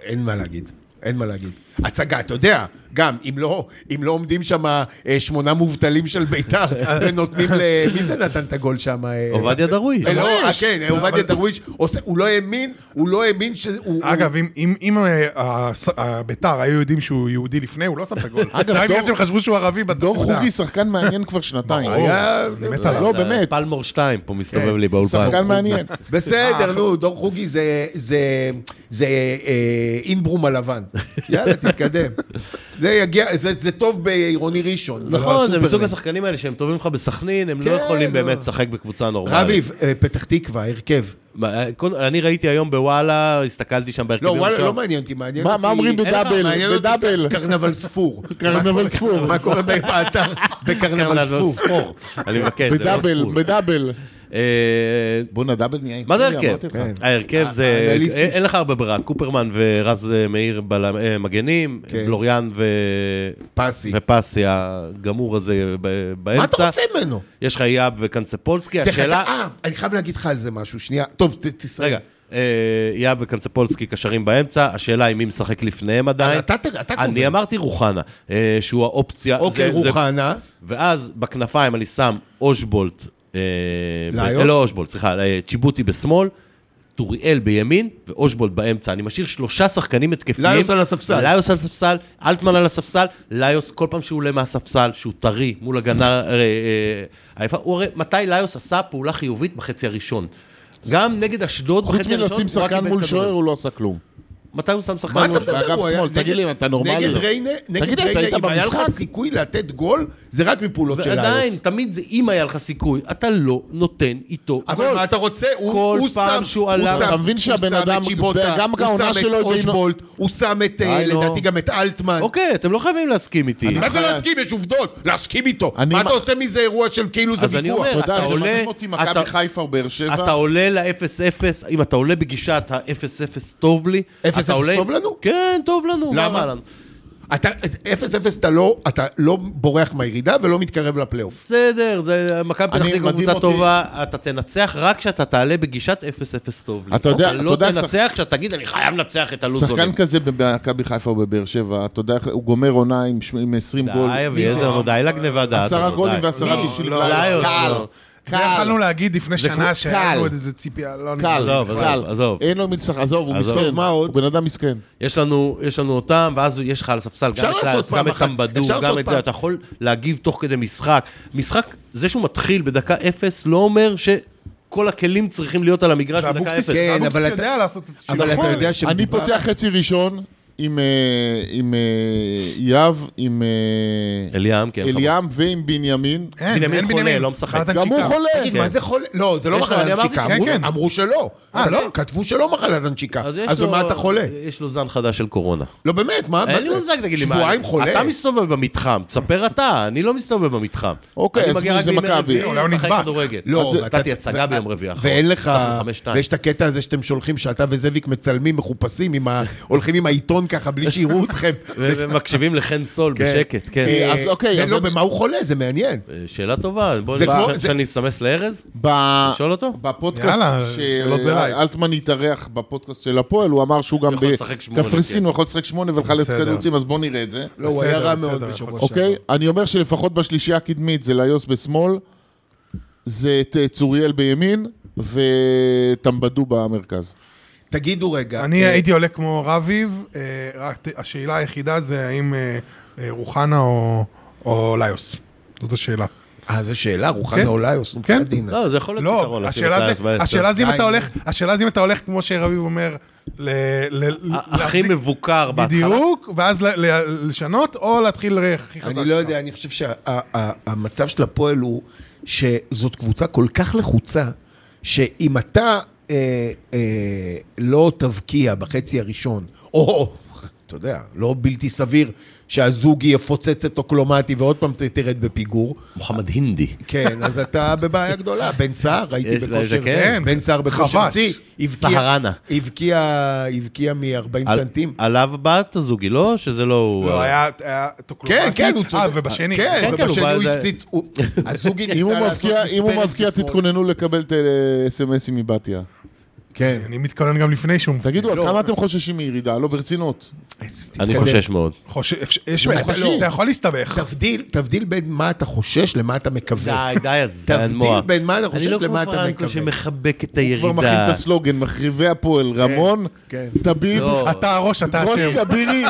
Speaker 3: אין מה להגיד, אין מה להגיד. הצגה, אתה יודע, גם, אם לא, אם לא עומדים שם אה, שמונה מובטלים של ביתר, ונותנים ל... מי זה נתן את הגול שם? אה?
Speaker 2: עובדיה דרוויש.
Speaker 3: אה, לא, אה,
Speaker 4: דרוויש.
Speaker 3: כן, אה, עובדיה דרוויש, עושה- הוא לא האמין, הוא לא האמין ש... הוא-
Speaker 4: אגב, אם- אם- אם אה, הס- אה, ביתר היו יודעים שהוא יהודי לפני, הוא לא שם את הגול.
Speaker 5: אגב,
Speaker 4: זה היה בגלל
Speaker 5: דור-
Speaker 4: שהם חשבו שהוא ערבי בדור.
Speaker 5: דור חוגי שחקן מעניין כבר שנתיים.
Speaker 4: ברור.
Speaker 3: היה-
Speaker 4: אני מת עליו.
Speaker 5: לא, באמת,
Speaker 2: אה, פלמור 2 פה
Speaker 3: כן.
Speaker 2: מסתובב לי באולפן.
Speaker 5: שחקן מעניין.
Speaker 3: בסדר, נו, דור חוגי זה, זה, זה אה, אינברום הלבן. יאללה, תתקדם. זה יגיע, זה, זה טוב בעירוני ראשון. זה לא
Speaker 2: נכון, זה
Speaker 3: הסופרלנד.
Speaker 2: מסוג השחקנים האלה שהם טובים לך בסכנין, הם לא
Speaker 3: כן,
Speaker 2: יכולים
Speaker 3: לא.
Speaker 2: באמת לשחק בקבוצה נורמלית.
Speaker 3: רביב, אה, פתח תקווה, הרכב.
Speaker 5: לא,
Speaker 2: מה, אה, קודם- אני ראיתי היום בוואלה, הסתכלתי שם בהרכבים
Speaker 3: לא, וואלה,
Speaker 2: שם.
Speaker 3: לא מעניין אותי, מעניין
Speaker 5: מה-
Speaker 3: אותי...
Speaker 5: מה אומרים
Speaker 3: אין לך-
Speaker 5: בדאבל?
Speaker 3: מעניין אותי
Speaker 5: בדאבל.
Speaker 3: קרנבל ספור.
Speaker 5: קרנבל ספור.
Speaker 3: מה קורה באתר בקרנבל
Speaker 2: קרנבל
Speaker 3: ספור?
Speaker 2: ספור. אני מבקש, זה לא
Speaker 5: בדאבל,
Speaker 2: ספור.
Speaker 5: בדאבל.
Speaker 2: אה,
Speaker 5: בואנה, דאבל נהיה
Speaker 2: מה
Speaker 5: איטליה,
Speaker 2: זה הרכב?
Speaker 5: אמרתי לך.
Speaker 3: כן.
Speaker 2: ההרכב זה,
Speaker 3: האנליסטים
Speaker 2: אין- אין לך הרבה ברירה, קופרמן ורז אה, מאיר בלם- אה, מגנים,
Speaker 3: כן.
Speaker 2: בלוריאן ו...
Speaker 3: פסי.
Speaker 2: ופסי הגמור הזה ב- באמצע.
Speaker 3: מה אתה רוצה ממנו?
Speaker 2: יש לך יאב וקנצפולסקי,
Speaker 3: דרך אגב,
Speaker 2: השאלה...
Speaker 3: אה, אני חייב להגיד לך על זה משהו, שנייה. טוב, ת- תסיים.
Speaker 2: רגע, אה, יאב וקנצפולסקי קשרים באמצע, השאלה היא מי משחק לפניהם עדיין.
Speaker 3: אתה ת- אתה
Speaker 2: אני
Speaker 3: קובע.
Speaker 2: אמרתי רוחנה, אה, שהוא האופציה.
Speaker 3: אוקיי,
Speaker 2: זה- זה-
Speaker 3: רוחנה.
Speaker 2: ואז בכנפיים אני שם אושבולט, אה, ב-
Speaker 3: לאיוס?
Speaker 2: אה, לא אושבולט, סליחה, אה, צ'יבוטי בשמאל, טוריאל בימין ואושבולט באמצע. אני משאיר שלושה שחקנים התקפיים.
Speaker 3: לאיוס על הספסל.
Speaker 2: לאיוס על הספסל, אלטמן על הספסל, לאיוס כל פעם שהוא עולה מהספסל, שהוא טרי מול הגנה אה, אה, עייפה. הוא הרי, מתי לאיוס עשה פעולה חיובית בחצי הראשון? גם נגד אשדוד
Speaker 5: חוץ
Speaker 2: בחצי הראשון,
Speaker 5: מלשים
Speaker 2: הוא רק
Speaker 5: שחקן
Speaker 2: איבד
Speaker 5: מול
Speaker 2: כדור.
Speaker 5: שוער, הוא לא עשה כלום.
Speaker 2: מתי הוא שם שחקן
Speaker 3: מה
Speaker 2: מול
Speaker 3: אתה
Speaker 2: שוער?
Speaker 3: מדבר?
Speaker 5: באגף
Speaker 3: הוא היה-
Speaker 5: שמאל,
Speaker 3: נגד-
Speaker 5: תגיד לי, אתה נורמלי?
Speaker 3: נגד ריינה, נגד
Speaker 5: תגיד לי, אתה
Speaker 3: ריינה,
Speaker 5: היית
Speaker 3: אם היה לך
Speaker 5: במשחק?
Speaker 3: סיכוי לתת גול, זה רק מפעולות של
Speaker 2: ועדיין,
Speaker 3: איוס.
Speaker 2: תמיד זה אם היה לך סיכוי, אתה לא נותן איתו
Speaker 3: אבל מה אתה רוצה? הוא-
Speaker 2: כל
Speaker 3: הוא
Speaker 2: פעם
Speaker 3: שם-
Speaker 2: שהוא
Speaker 3: הוא
Speaker 2: עלה-
Speaker 3: שם-
Speaker 5: אתה מבין
Speaker 3: הוא
Speaker 5: שהבן
Speaker 3: שם
Speaker 5: אדם-
Speaker 3: את צ'יבוטה,
Speaker 5: גם
Speaker 3: הוא
Speaker 5: העונה
Speaker 3: שם
Speaker 5: שלו
Speaker 3: את
Speaker 5: הגיונו-
Speaker 3: אושבולט, הוא שם את, אה,
Speaker 5: די, נו.
Speaker 3: לדעתי, גם את אלטמן.
Speaker 2: אוקיי, אתם לא חייבים להסכים איתי.
Speaker 3: מה זה להסכים? יש עובדות. להסכים איתו.
Speaker 5: אני
Speaker 3: מה
Speaker 5: מה-
Speaker 3: אתה עושה מזה אירוע של כאילו זה
Speaker 2: אז אני
Speaker 3: ויכוח?
Speaker 2: אומר,
Speaker 5: אתה
Speaker 2: אתה
Speaker 5: יודע, זה
Speaker 2: עולה-
Speaker 5: מדהים אותי,
Speaker 2: אתה-
Speaker 5: מכבי חיפה או באר שבע.
Speaker 2: אתה עולה ל-0-0, אם אתה עולה בגישת ה-0-0 טוב לי,
Speaker 3: 0-0
Speaker 2: אתה עולה-
Speaker 3: טוב לנו?
Speaker 2: כן, טוב לנו. מה
Speaker 3: למה?
Speaker 2: רע לנו?
Speaker 3: אתה, אפס אפס אתה לא, אתה לא בורח מהירידה ולא מתקרב לפלייאוף.
Speaker 2: בסדר, זה מכבי פתח
Speaker 5: אני-
Speaker 2: תקווה
Speaker 5: מדהים
Speaker 2: קבוצה
Speaker 5: אותי-
Speaker 2: טובה, אתה תנצח רק כשאתה תעלה בגישת 0-0 טוב לי.
Speaker 5: אתה יודע- אתה
Speaker 2: לא
Speaker 5: יודע,
Speaker 2: תנצח כשתגיד, אני חייב לנצח את הלוזונים.
Speaker 5: שחקן כזה במכבי חיפה או בבאר שבע, אתה יודע, הוא גומר עונה עם ש- עם 20 גול.
Speaker 2: די, אביעזר, די לגניבה דעת.
Speaker 5: עשרה
Speaker 2: הזאת,
Speaker 5: גולים
Speaker 2: די.
Speaker 5: ועשרה
Speaker 4: לא,
Speaker 5: בישולים.
Speaker 4: לא,
Speaker 2: לא,
Speaker 5: קל,
Speaker 2: לא.
Speaker 4: זה
Speaker 5: קל,
Speaker 4: יכולנו להגיד לפני
Speaker 5: כמו-
Speaker 4: שנה שהיה
Speaker 5: קל.
Speaker 4: לנו עוד איזה ציפייה, לא
Speaker 5: קל,
Speaker 4: נראה.
Speaker 2: עזוב,
Speaker 5: קל.
Speaker 2: עזוב, עזוב.
Speaker 5: אין לו מין שחק, עזוב, הוא
Speaker 2: עזוב.
Speaker 5: מסכן, מה עוד? הוא בן אדם מסכן.
Speaker 2: יש לנו, יש לנו אותם, ואז יש לך על הספסל
Speaker 3: אפשר
Speaker 2: גם את
Speaker 3: לעשות
Speaker 2: קלאס,
Speaker 3: פעם
Speaker 2: גם את
Speaker 3: אחת,
Speaker 2: טמבדור,
Speaker 3: אפשר
Speaker 2: גם
Speaker 3: לעשות
Speaker 2: את
Speaker 3: פעם.
Speaker 2: זה, אתה יכול להגיב תוך כדי משחק. משחק, זה שהוא מתחיל בדקה אפס, לא אומר שכל הכלים צריכים להיות על המגרש בדקה
Speaker 4: ואבוקסיס
Speaker 2: אפס.
Speaker 3: כן,
Speaker 4: ואבוקסיס
Speaker 3: אבל
Speaker 4: יודע לעשות את
Speaker 3: אבל אתה יודע
Speaker 4: ש...
Speaker 3: ש...
Speaker 5: אני פותח חצי ראשון עם אה, עם, אה, יהב, עם אה,
Speaker 2: אליאם, כן.
Speaker 5: אליאם ועם בנימין.
Speaker 4: כן,
Speaker 2: בנימין חולה, לא משחק.
Speaker 5: גם הוא חולה.
Speaker 3: תגיד, מה זה חולה? לא, זה לא
Speaker 2: יש לו, אני
Speaker 3: מחלת
Speaker 2: אמרתי
Speaker 3: הנשיקה.
Speaker 2: שכן,
Speaker 3: אמרו-
Speaker 4: כן.
Speaker 3: אמרו שלא.
Speaker 4: אה, לא?
Speaker 3: כתבו שלא מחלת הנשיקה.
Speaker 2: חבל. יש
Speaker 3: אז
Speaker 2: לו-
Speaker 3: במה אתה חולה?
Speaker 2: יש לו זן חדש של קורונה.
Speaker 3: לא, באמת, מה מה זה?
Speaker 2: אין לי מושג, תגיד לי מה.
Speaker 3: שבועיים
Speaker 2: אני-
Speaker 3: חולה?
Speaker 2: אתה מסתובב במתחם, תספר אתה, אני לא מסתובב במתחם.
Speaker 5: אוקיי,
Speaker 2: אני
Speaker 5: אז
Speaker 2: מגיע
Speaker 5: מי
Speaker 2: רק
Speaker 5: זה
Speaker 2: בימי
Speaker 5: מכבי?
Speaker 2: רביעי,
Speaker 4: אולי הוא
Speaker 2: משחק
Speaker 4: נדבק.
Speaker 2: כדורגל.
Speaker 3: לא,
Speaker 2: אז
Speaker 3: ואתה-
Speaker 2: נתתי הצגה
Speaker 3: ו-
Speaker 2: ביום רביעי האחרון.
Speaker 3: ואין לך,
Speaker 2: ניצחנו חמש-שתיים.
Speaker 3: ויש את הקטע הזה שאתם שולחים, שאתה וזאביק מצלמים מחופשים, עם ה- הולכים עם העיתון ככה בלי שיראו אתכם.
Speaker 2: ו- ומקשיבים לחן סול בשקט, כן.
Speaker 5: אה, אז אוקיי, אז
Speaker 3: לא,
Speaker 5: אני-
Speaker 3: במה הוא חולה? זה מעניין.
Speaker 2: אה, שאלה טובה, בוא
Speaker 3: זה כמו-
Speaker 2: נראה
Speaker 3: זה-
Speaker 2: שאני אסמס לארז?
Speaker 5: אה. ב-
Speaker 2: לשאול אותו?
Speaker 5: בפודקאסט
Speaker 4: יאללה,
Speaker 3: לא
Speaker 4: שאלות בלייב.
Speaker 5: שאלטמן התארח בפודקאסט של הפועל, הוא אמר שהוא גם
Speaker 2: יכול לשחק שמונה,
Speaker 5: בקפריסין,
Speaker 2: כן.
Speaker 5: הוא יכול לשחק שמונה ולחלץ
Speaker 4: בסדר.
Speaker 5: כדורים, אז בואו נראה את זה.
Speaker 3: לא, הוא היה
Speaker 4: בסדר,
Speaker 3: רע מאוד
Speaker 4: בסדר,
Speaker 3: בשבוע
Speaker 4: יכול
Speaker 5: אוקיי? אני אומר שלפחות בשלישייה הקדמית זה ליוס בשמאל, זה את אה, צוריאל בימין, וטמבדו במרכז.
Speaker 3: תגידו רגע.
Speaker 4: אני
Speaker 3: אה,
Speaker 4: הייתי עולה כמו רביב, אה, רק ת- השאלה היחידה זה האם אה, אה, רוחנה או- או ליוס. זאת השאלה.
Speaker 3: אה, זו שאלה,
Speaker 4: כן.
Speaker 3: רוחנה אוליוס,
Speaker 4: כן.
Speaker 2: לא, זה יכול להיות
Speaker 4: לא,
Speaker 2: פתרון. לשים
Speaker 4: השאלה
Speaker 2: את
Speaker 4: זה-
Speaker 2: ה-
Speaker 4: השאלה זה אם
Speaker 3: די,
Speaker 4: אתה
Speaker 3: נו.
Speaker 4: הולך, השאלה זה אם אתה הולך, כמו שרביב אומר, ל... ל-
Speaker 2: ה- הכי
Speaker 4: להחזיק-
Speaker 2: מבוקר בהתחלה.
Speaker 4: בדיוק, ואז ל- ל- לשנות, או להתחיל ל- הכי חזק.
Speaker 3: אני לא יודע, אני חושב שהמצב של הפועל הוא שזאת קבוצה כל כך לחוצה, שאם אתה אה, אה, לא תבקיע בחצי הראשון, או, אתה יודע, לא בלתי סביר שהזוג יפוצץ את אוקלומטי ועוד פעם ת- תרד בפיגור,
Speaker 2: מוחמד הינדי.
Speaker 3: כן, אז אתה בבעיה גדולה. בן סער, הייתי
Speaker 2: יש לה איזה
Speaker 3: בכושר,
Speaker 2: כן.
Speaker 3: בן סער בכושר
Speaker 4: חבש.
Speaker 3: שיא, הבקיע-
Speaker 2: סהרנה.
Speaker 3: הבקיע, הבקיע מ-40
Speaker 2: על-
Speaker 3: סנטים.
Speaker 2: עליו בא הזוגי, לא? שזה לא הוא...
Speaker 4: לא,
Speaker 2: אה,
Speaker 4: היה... היה טוקלומטי.
Speaker 3: כן, כן, הוא צודק.
Speaker 4: אה, ובשני.
Speaker 3: כן,
Speaker 2: כן,
Speaker 3: ובשני
Speaker 2: הוא
Speaker 3: הוא
Speaker 2: בא-
Speaker 3: הפציץ, הוא- הזוגי
Speaker 5: אם
Speaker 3: ניסה
Speaker 5: הוא
Speaker 3: לעשות
Speaker 5: מבקיע- אם הוא
Speaker 3: מספרת
Speaker 5: מבקיע,
Speaker 3: בשמאל.
Speaker 5: תתכוננו לקבל את אה, אס.אם.אסים מבתיה.
Speaker 3: כן.
Speaker 4: אני מתכונן גם לפני שהוא...
Speaker 5: תגידו, עד
Speaker 3: לא.
Speaker 5: כמה אתם חוששים מירידה? לא, ברצינות.
Speaker 2: אני חושש מאוד.
Speaker 4: חושב... אפשר- יש...
Speaker 3: הוא
Speaker 4: אתה-
Speaker 3: מוחשי.
Speaker 4: אתה יכול להסתבך.
Speaker 3: תבדיל, תבדיל בין מה אתה חושש למה אתה מקווה.
Speaker 2: די, די, אז זה
Speaker 3: תבדיל
Speaker 2: מוח.
Speaker 3: בין מה אתה חושש למה
Speaker 2: אני לא כמו
Speaker 3: אתה
Speaker 2: פרנקו
Speaker 3: מקווה.
Speaker 2: שמחבק את
Speaker 5: הוא כבר מכין
Speaker 2: הירידה.
Speaker 5: את הסלוגן, מחריבי הפועל, רמון,
Speaker 3: כן.
Speaker 5: תביב,
Speaker 2: לא,
Speaker 4: אתה הראש, אתה
Speaker 5: רוס
Speaker 4: אשם.
Speaker 5: כבירי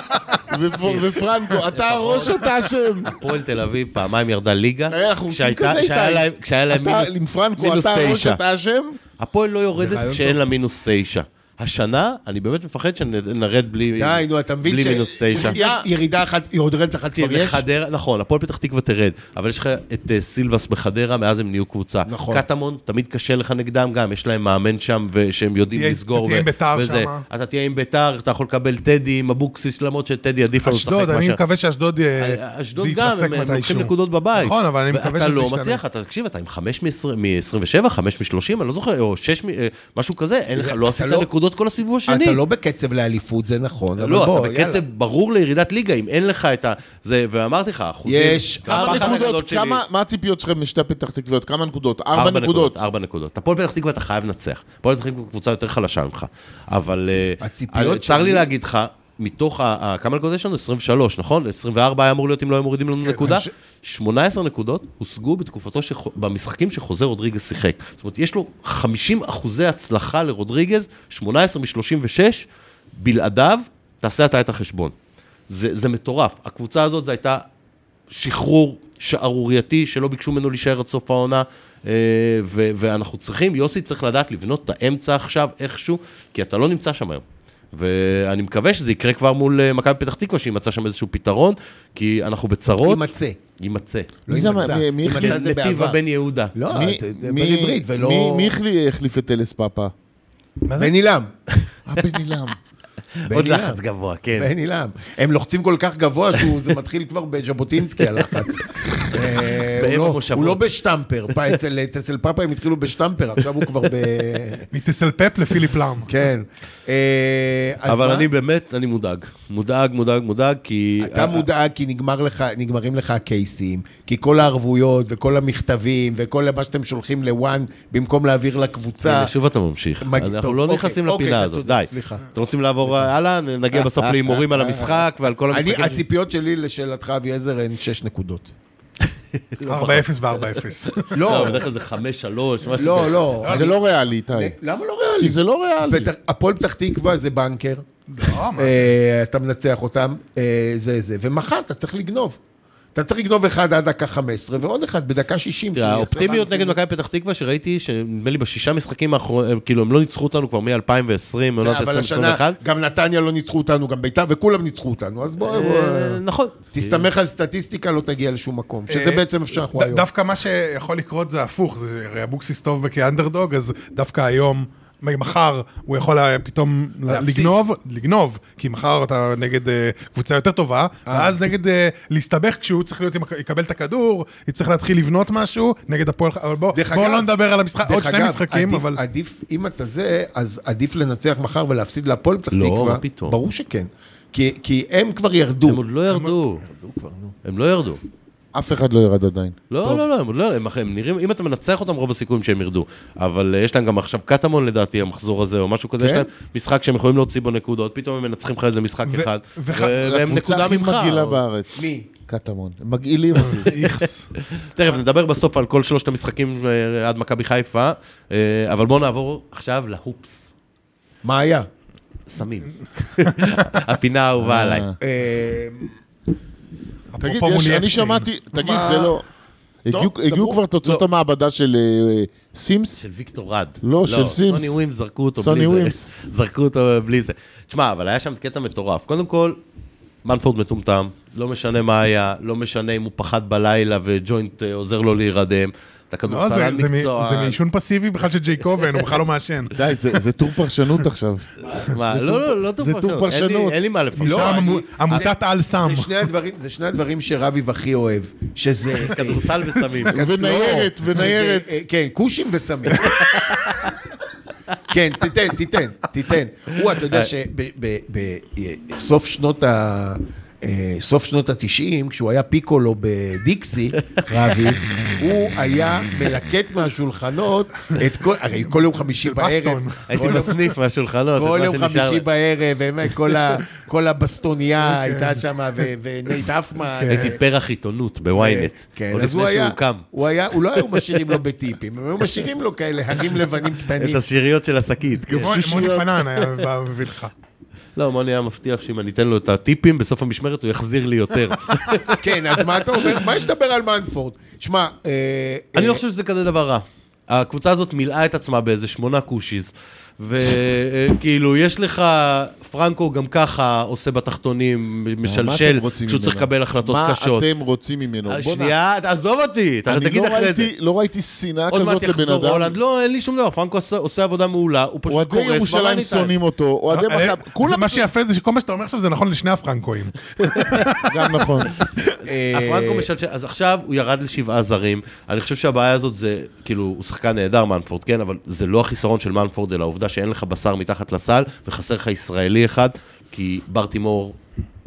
Speaker 5: ופ- ופרנקו. אתה הראש, אתה אשם.
Speaker 2: הפועל תל אביב פעמיים ירדה ליגה.
Speaker 5: הרי אנחנו עושים
Speaker 2: כשהייתה-
Speaker 5: כזה
Speaker 2: כשהיה
Speaker 5: איתי.
Speaker 2: להם- כשהיה להם
Speaker 5: אתה,
Speaker 2: מינוס...
Speaker 5: עם פרנקו,
Speaker 2: מינוס
Speaker 5: אתה הראש,
Speaker 2: תשע.
Speaker 5: אתה אשם?
Speaker 2: הפועל לא יורדת
Speaker 3: רעיון
Speaker 2: כשאין לה מינוס תשע. השנה, אני באמת מפחד שנרד בלי
Speaker 3: די, נו, אתה מבין
Speaker 2: בלי
Speaker 3: ש-
Speaker 2: מינוס תשע.
Speaker 3: יש ירידה אחת, יורדת אחת כבר יש?
Speaker 2: חדרה, נכון, הפועל פתח תקווה תרד, אבל יש לך את אה, סילבס בחדרה, מאז הם נהיו קבוצה.
Speaker 3: נכון.
Speaker 2: קטמון, תמיד קשה לך נגדם גם, יש להם מאמן שם ושהם יודעים
Speaker 4: תהיה-
Speaker 2: לסגור.
Speaker 4: אתה תהיה
Speaker 2: ו-
Speaker 4: עם בית"ר
Speaker 2: וזה.
Speaker 4: שמה.
Speaker 2: אתה תהיה עם ביתר, אתה יכול לקבל טדי עם אבוקסיס, למרות שטדי עדיף לנו לשחק
Speaker 4: אשדוד, אני
Speaker 2: מאשר-
Speaker 4: מקווה שאשדוד אה,
Speaker 2: אשדוד
Speaker 4: זה
Speaker 2: גם,
Speaker 4: יתרסק
Speaker 2: הם הם לוקחים
Speaker 4: מתישהו.
Speaker 2: נקודות בבית.
Speaker 4: נכון, אבל אני מקווה שזה
Speaker 2: ואתה לא
Speaker 4: ישתנה.
Speaker 2: מצליח, אתה תקשיב, אתה עם 5 מ-27, 5 מ-30, אני לא זוכר, או 6 מ... אה, משהו כזה, אין לך, לא עשית
Speaker 3: לא-
Speaker 2: נקודות כל הסיבוב השני.
Speaker 3: אתה לא בקצב לאליפות, זה נכון, אבל
Speaker 2: לא, אתה
Speaker 3: בוא,
Speaker 2: בקצב
Speaker 3: יאללה.
Speaker 2: ברור לירידת ליגה, אם אין לך את ה... זה, ואמרתי לך, אחוזים...
Speaker 3: יש
Speaker 2: זה הפחד
Speaker 5: ארבע
Speaker 2: הגדול
Speaker 5: נקודות,
Speaker 2: שלי.
Speaker 5: כמה, מה הציפיות שלכם משתי פתח תקוויות? כמה נקודות? ארבע נקודות.
Speaker 2: ארבע נקודות. הפועל פתח תקווה אתה חייב לנצח. הפועל פתח תקווה קבוצה יותר חלשה ממך. אבל... אה,
Speaker 3: הציפיות
Speaker 2: אה, צר
Speaker 3: שלי-
Speaker 2: לי להגיד לך, מתוך ה- ה- כמה נקודות יש לנו? 23, נכון? 24 היה אמור להיות אם לא היו מורידים
Speaker 3: כן,
Speaker 2: לנו נקודה. 18 נקודות הושגו בתקופתו, שח- במשחקים שחוזה רודריגז שיחק. זאת אומרת, יש לו 50 אחוזי הצלחה לרודריגז, 18 מ-36, בלעדיו, תעשה אתה את החשבון. זה, זה מטורף. הקבוצה הזאת, זו הייתה שחרור שערורייתי, שלא ביקשו ממנו להישאר עד סוף העונה, אה, ו- ואנחנו צריכים, יוסי צריך לדעת לבנות את האמצע עכשיו איכשהו, כי אתה לא נמצא שם היום. ואני מקווה שזה יקרה כבר מול אה, מכבי פתח תקווה, שיימצא שם איזשהו פתרון, כי אנחנו בצרות.
Speaker 3: יימצא.
Speaker 2: יימצא.
Speaker 3: לא
Speaker 5: מי זה
Speaker 3: יימצא.
Speaker 5: אמר? מי- מי החליט?
Speaker 3: יימצא זה
Speaker 2: נתיבה
Speaker 3: בעבר.
Speaker 2: בן יהודה.
Speaker 3: לא,
Speaker 5: מי-
Speaker 3: אתה- זה
Speaker 5: מי-
Speaker 3: בעברית ולא...
Speaker 5: מי- מי החלי- החליף את אלס פאפה?
Speaker 3: בן עילם.
Speaker 5: אה, בן עילם.
Speaker 3: בן
Speaker 2: עוד
Speaker 3: עילם.
Speaker 2: לחץ גבוה, כן.
Speaker 3: בן עילם. הם לוחצים כל כך גבוה שזה מתחיל כבר בז'בוטינסקי הלחץ. אה, הוא
Speaker 2: באם
Speaker 3: לא-
Speaker 2: המושבות.
Speaker 3: הוא לא בשטמפר, פה אצל טסל פאפה הם התחילו בשטמפר, עכשיו הוא כבר ב...
Speaker 4: מתסלפפ לפיליפ לאם.
Speaker 3: כן. אה, אז
Speaker 2: אבל
Speaker 3: מה?
Speaker 2: אני באמת, אני מודאג. מודאג, מודאג, מודאג, כי...
Speaker 3: אתה מודאג כי נגמר לך, נגמרים לך הקייסים, כי כל הערבויות וכל המכתבים וכל מה שאתם שולחים לוואן במקום להעביר לקבוצה.
Speaker 2: הנה, שוב אתה ממשיך.
Speaker 3: מג-
Speaker 2: אז אנחנו
Speaker 3: טוב,
Speaker 2: לא
Speaker 3: אוקיי,
Speaker 2: נכנסים
Speaker 3: אוקיי,
Speaker 2: לפינה
Speaker 3: אתה
Speaker 2: הזאת,
Speaker 3: צודק,
Speaker 2: די.
Speaker 3: סליחה. אה,
Speaker 2: אתם רוצים לעבור הלאה? נגיע בסוף להימורים על המשחק ועל כל
Speaker 3: אני,
Speaker 2: המשחקים. ש-
Speaker 3: הציפיות שלי לשאלתך, אביעזר, הן שש נקודות.
Speaker 4: 4-0 ו-4-0.
Speaker 2: לא,
Speaker 3: לא,
Speaker 2: בדרך כלל זה חמש, שלוש, משהו.
Speaker 3: לא, לא.
Speaker 5: זה לא ריאלי, איתי.
Speaker 3: למה לא
Speaker 5: כי
Speaker 3: ריאלי?
Speaker 5: זה לא ריאלי.
Speaker 3: פתח- הפועל פתח תקווה זה בנקר,
Speaker 4: לא, מה זה?
Speaker 3: אה, אתה מנצח אותם, אה, זה זה. ומחר אתה צריך לגנוב. אתה צריך לגנוב אחד עד דקה 15 ועוד אחד בדקה 60.
Speaker 2: תראה, האופטימיות נגד מכבי פתח תקווה שראיתי, שנדמה לי בשישה משחקים האחרונים, כאילו הם לא ניצחו אותנו כבר מ-2020, עונת
Speaker 3: אבל השנה
Speaker 2: 2021.
Speaker 3: גם נתניה לא ניצחו אותנו, גם ביתר, וכולם ניצחו אותנו, אז בוא,
Speaker 2: אה,
Speaker 3: בוא,
Speaker 2: נכון.
Speaker 3: תסתמך על סטטיסטיקה, לא תגיע לשום מקום, שזה
Speaker 4: אה,
Speaker 3: בעצם איפה שאנחנו
Speaker 4: ד-
Speaker 3: היום.
Speaker 4: דווקא מה שיכול לקרות זה הפוך, זה הרי אבוקסיס טוב כאנדרדוג, אז דווקא היום, מ- מחר, הוא יכול היה פתאום ל-
Speaker 3: להפסיד.
Speaker 4: לגנוב, לגנוב, כי מחר אתה נגד אה, קבוצה יותר טובה, ואז נגד אה, להסתבך כשהוא צריך להיות, עם הכ- יקבל את הכדור, יצטרך להתחיל לבנות משהו נגד הפועל, ח- אבל בוא-
Speaker 3: דרך
Speaker 4: בואו
Speaker 3: אגב-
Speaker 4: לא נדבר על המשחק, עוד
Speaker 3: דרך
Speaker 4: שני
Speaker 3: אגב,
Speaker 4: משחקים,
Speaker 3: עדיף-
Speaker 4: אבל...
Speaker 3: עדיף, אם אתה זה, אז עדיף לנצח מחר ולהפסיד להפועל פתח
Speaker 2: לא,
Speaker 3: תקווה.
Speaker 2: מה פתאום.
Speaker 3: ברור שכן. כי, כי הם כבר ירדו.
Speaker 2: הם עוד לא ירדו. הם לא ירדו.
Speaker 5: אף אחד לא ירד עדיין.
Speaker 2: לא, לא, לא, הם עוד לא, הם- הם נראים, אם אתה מנצח אותם, רוב הסיכויים שהם ירדו. אבל אה, יש להם גם עכשיו קטמון לדעתי, המחזור הזה, או משהו כזה, יש להם משחק שהם יכולים להוציא בו נקודות, פתאום הם מנצחים לך איזה משחק
Speaker 4: ו-
Speaker 2: אחד,
Speaker 4: וח-
Speaker 5: אה,
Speaker 2: והם נקודה ממך.
Speaker 5: הקבוצה הכי מגעילה
Speaker 2: או-
Speaker 5: בארץ.
Speaker 3: מי?
Speaker 5: קטמון. הם מגעילים אותי.
Speaker 4: איכס.
Speaker 2: תכף נדבר בסוף על כל שלושת המשחקים אה, עד מכבי חיפה, אה, אבל בואו נעבור עכשיו להופס.
Speaker 3: מה היה?
Speaker 2: סמים. הפינה האהובה עליי.
Speaker 3: אה,
Speaker 4: אפרופו
Speaker 5: תגיד, יש-
Speaker 4: מולי
Speaker 5: אני
Speaker 4: אקשטיין.
Speaker 5: שמעתי, תגיד,
Speaker 3: מה?
Speaker 5: זה לא... הגיעו-
Speaker 3: טוב,
Speaker 5: הגיעו
Speaker 3: סגור.
Speaker 5: כבר תוצאות
Speaker 2: לא.
Speaker 5: המעבדה של אה, סימס?
Speaker 2: של ויקטור רד.
Speaker 5: לא, של סימס.
Speaker 2: סוני ווימס זרקו אותו
Speaker 5: סוני
Speaker 2: בלי
Speaker 5: ווימס.
Speaker 2: זה. זרקו אותו בלי זה. תשמע, אבל היה שם קטע מטורף. קודם כל, מנפורד מטומטם, לא משנה מה היה, לא משנה אם הוא פחד בלילה וג'וינט אה, עוזר לו להירדם. אתה אתה
Speaker 4: לא, זה-
Speaker 2: כדורסלן
Speaker 4: זה מ-
Speaker 2: מקצוע.
Speaker 4: זה מעישון פסיבי בכלל של ג'י קובן, הוא בכלל לא מעשן.
Speaker 5: די, זה זה טור פרשנות עכשיו.
Speaker 2: מה, לא, לא, לא
Speaker 5: זה טור
Speaker 2: אין לי-
Speaker 5: פרשנות.
Speaker 2: אין לי מה לפרשן.
Speaker 4: לא, עמותת על סם.
Speaker 3: זה שני הדברים, זה שני הדברים שרביב הכי אוהב, שזה...
Speaker 2: כדורסל וסמים.
Speaker 5: וניירת,
Speaker 3: לא,
Speaker 5: וניירת.
Speaker 3: שזה, אה, כן, כושים וסמים. כן, תיתן, תיתן, תיתן. הוא, אתה יודע שבסוף שנות ה... אה, סוף שנות התשעים, כשהוא היה פיקולו בדיקסי, רבי, הוא היה מלקט מהשולחנות את כל, הרי כל יום חמישי בערב,
Speaker 4: בסטון.
Speaker 2: הייתי
Speaker 3: כל יום-
Speaker 2: מסניף מהשולחנות, את
Speaker 3: כל
Speaker 2: לא, מה
Speaker 3: יום
Speaker 2: שנשאר
Speaker 3: חמישי
Speaker 2: להם.
Speaker 3: בערב, באמת, כל ה- כל הבסטוניה הייתה שם, ו- ונייט אפמן.
Speaker 2: הייתי פרח עיתונות בוויינט.
Speaker 3: כן,
Speaker 2: עוד
Speaker 3: אז הוא
Speaker 2: לפני
Speaker 3: היה,
Speaker 2: שהוא קם.
Speaker 3: הוא היה, הוא לא היו משאירים לו בטיפים, הם היו משאירים לו כאלה הרים לבנים קטנים.
Speaker 2: את השאריות של השקית.
Speaker 4: מוני מוני פנן היה בא מביא לך.
Speaker 2: לא, מוני היה מבטיח שאם אני אתן לו את הטיפים, בסוף המשמרת הוא יחזיר לי יותר.
Speaker 3: כן, אז מה אתה אומר? מה יש לדבר על מנפורד? שמע, אה,
Speaker 2: אני
Speaker 3: אה,
Speaker 2: לא חושב שזה כזה דבר רע. הקבוצה הזאת מילאה את עצמה באיזה שמונה קושיז. וכאילו, יש לך, פרנקו גם ככה עושה בתחתונים, משלשל,
Speaker 5: אתם רוצים
Speaker 2: כשהוא צריך
Speaker 5: ממנו?
Speaker 2: לקבל החלטות
Speaker 5: מה
Speaker 2: קשות. אה,
Speaker 5: אתם רוצים ממנו? בוא'נה,
Speaker 2: שנייה, תעזוב אותי, אתה
Speaker 5: אני
Speaker 2: תגיד
Speaker 5: לא
Speaker 2: אחרי זה.
Speaker 5: ראיתי- לא ראיתי שנאה
Speaker 2: עוד מעט
Speaker 5: כזאת לבן
Speaker 2: יחזור
Speaker 5: אדם.
Speaker 2: הולנד, לא, אין לי שום דבר, פרנקו עושה- עושה עבודה מעולה, הוא פשוט
Speaker 5: אוהדי
Speaker 2: קורס, מה מה
Speaker 5: ירושלים
Speaker 2: ניתן?
Speaker 5: שונאים אותו, אוהדי
Speaker 4: אה,
Speaker 5: מכבי,
Speaker 4: זה-
Speaker 5: כולם
Speaker 4: מה שיפה זה שכל מה שאתה אומר עכשיו זה נכון לשני הפרנקואים.
Speaker 5: גם נכון.
Speaker 2: הפרנקו משלשל, אז עכשיו הוא ירד לשבעה זרים, אני חושב שהבעיה הזאת זה, כאילו, הוא שחקן נהדר, מנפורד, כן, אבל זה לא החיסרון של מנפורד, אלא העובדה שאין לך בשר מתחת לסל, וחסר לך ישראלי אחד, כי ברטימור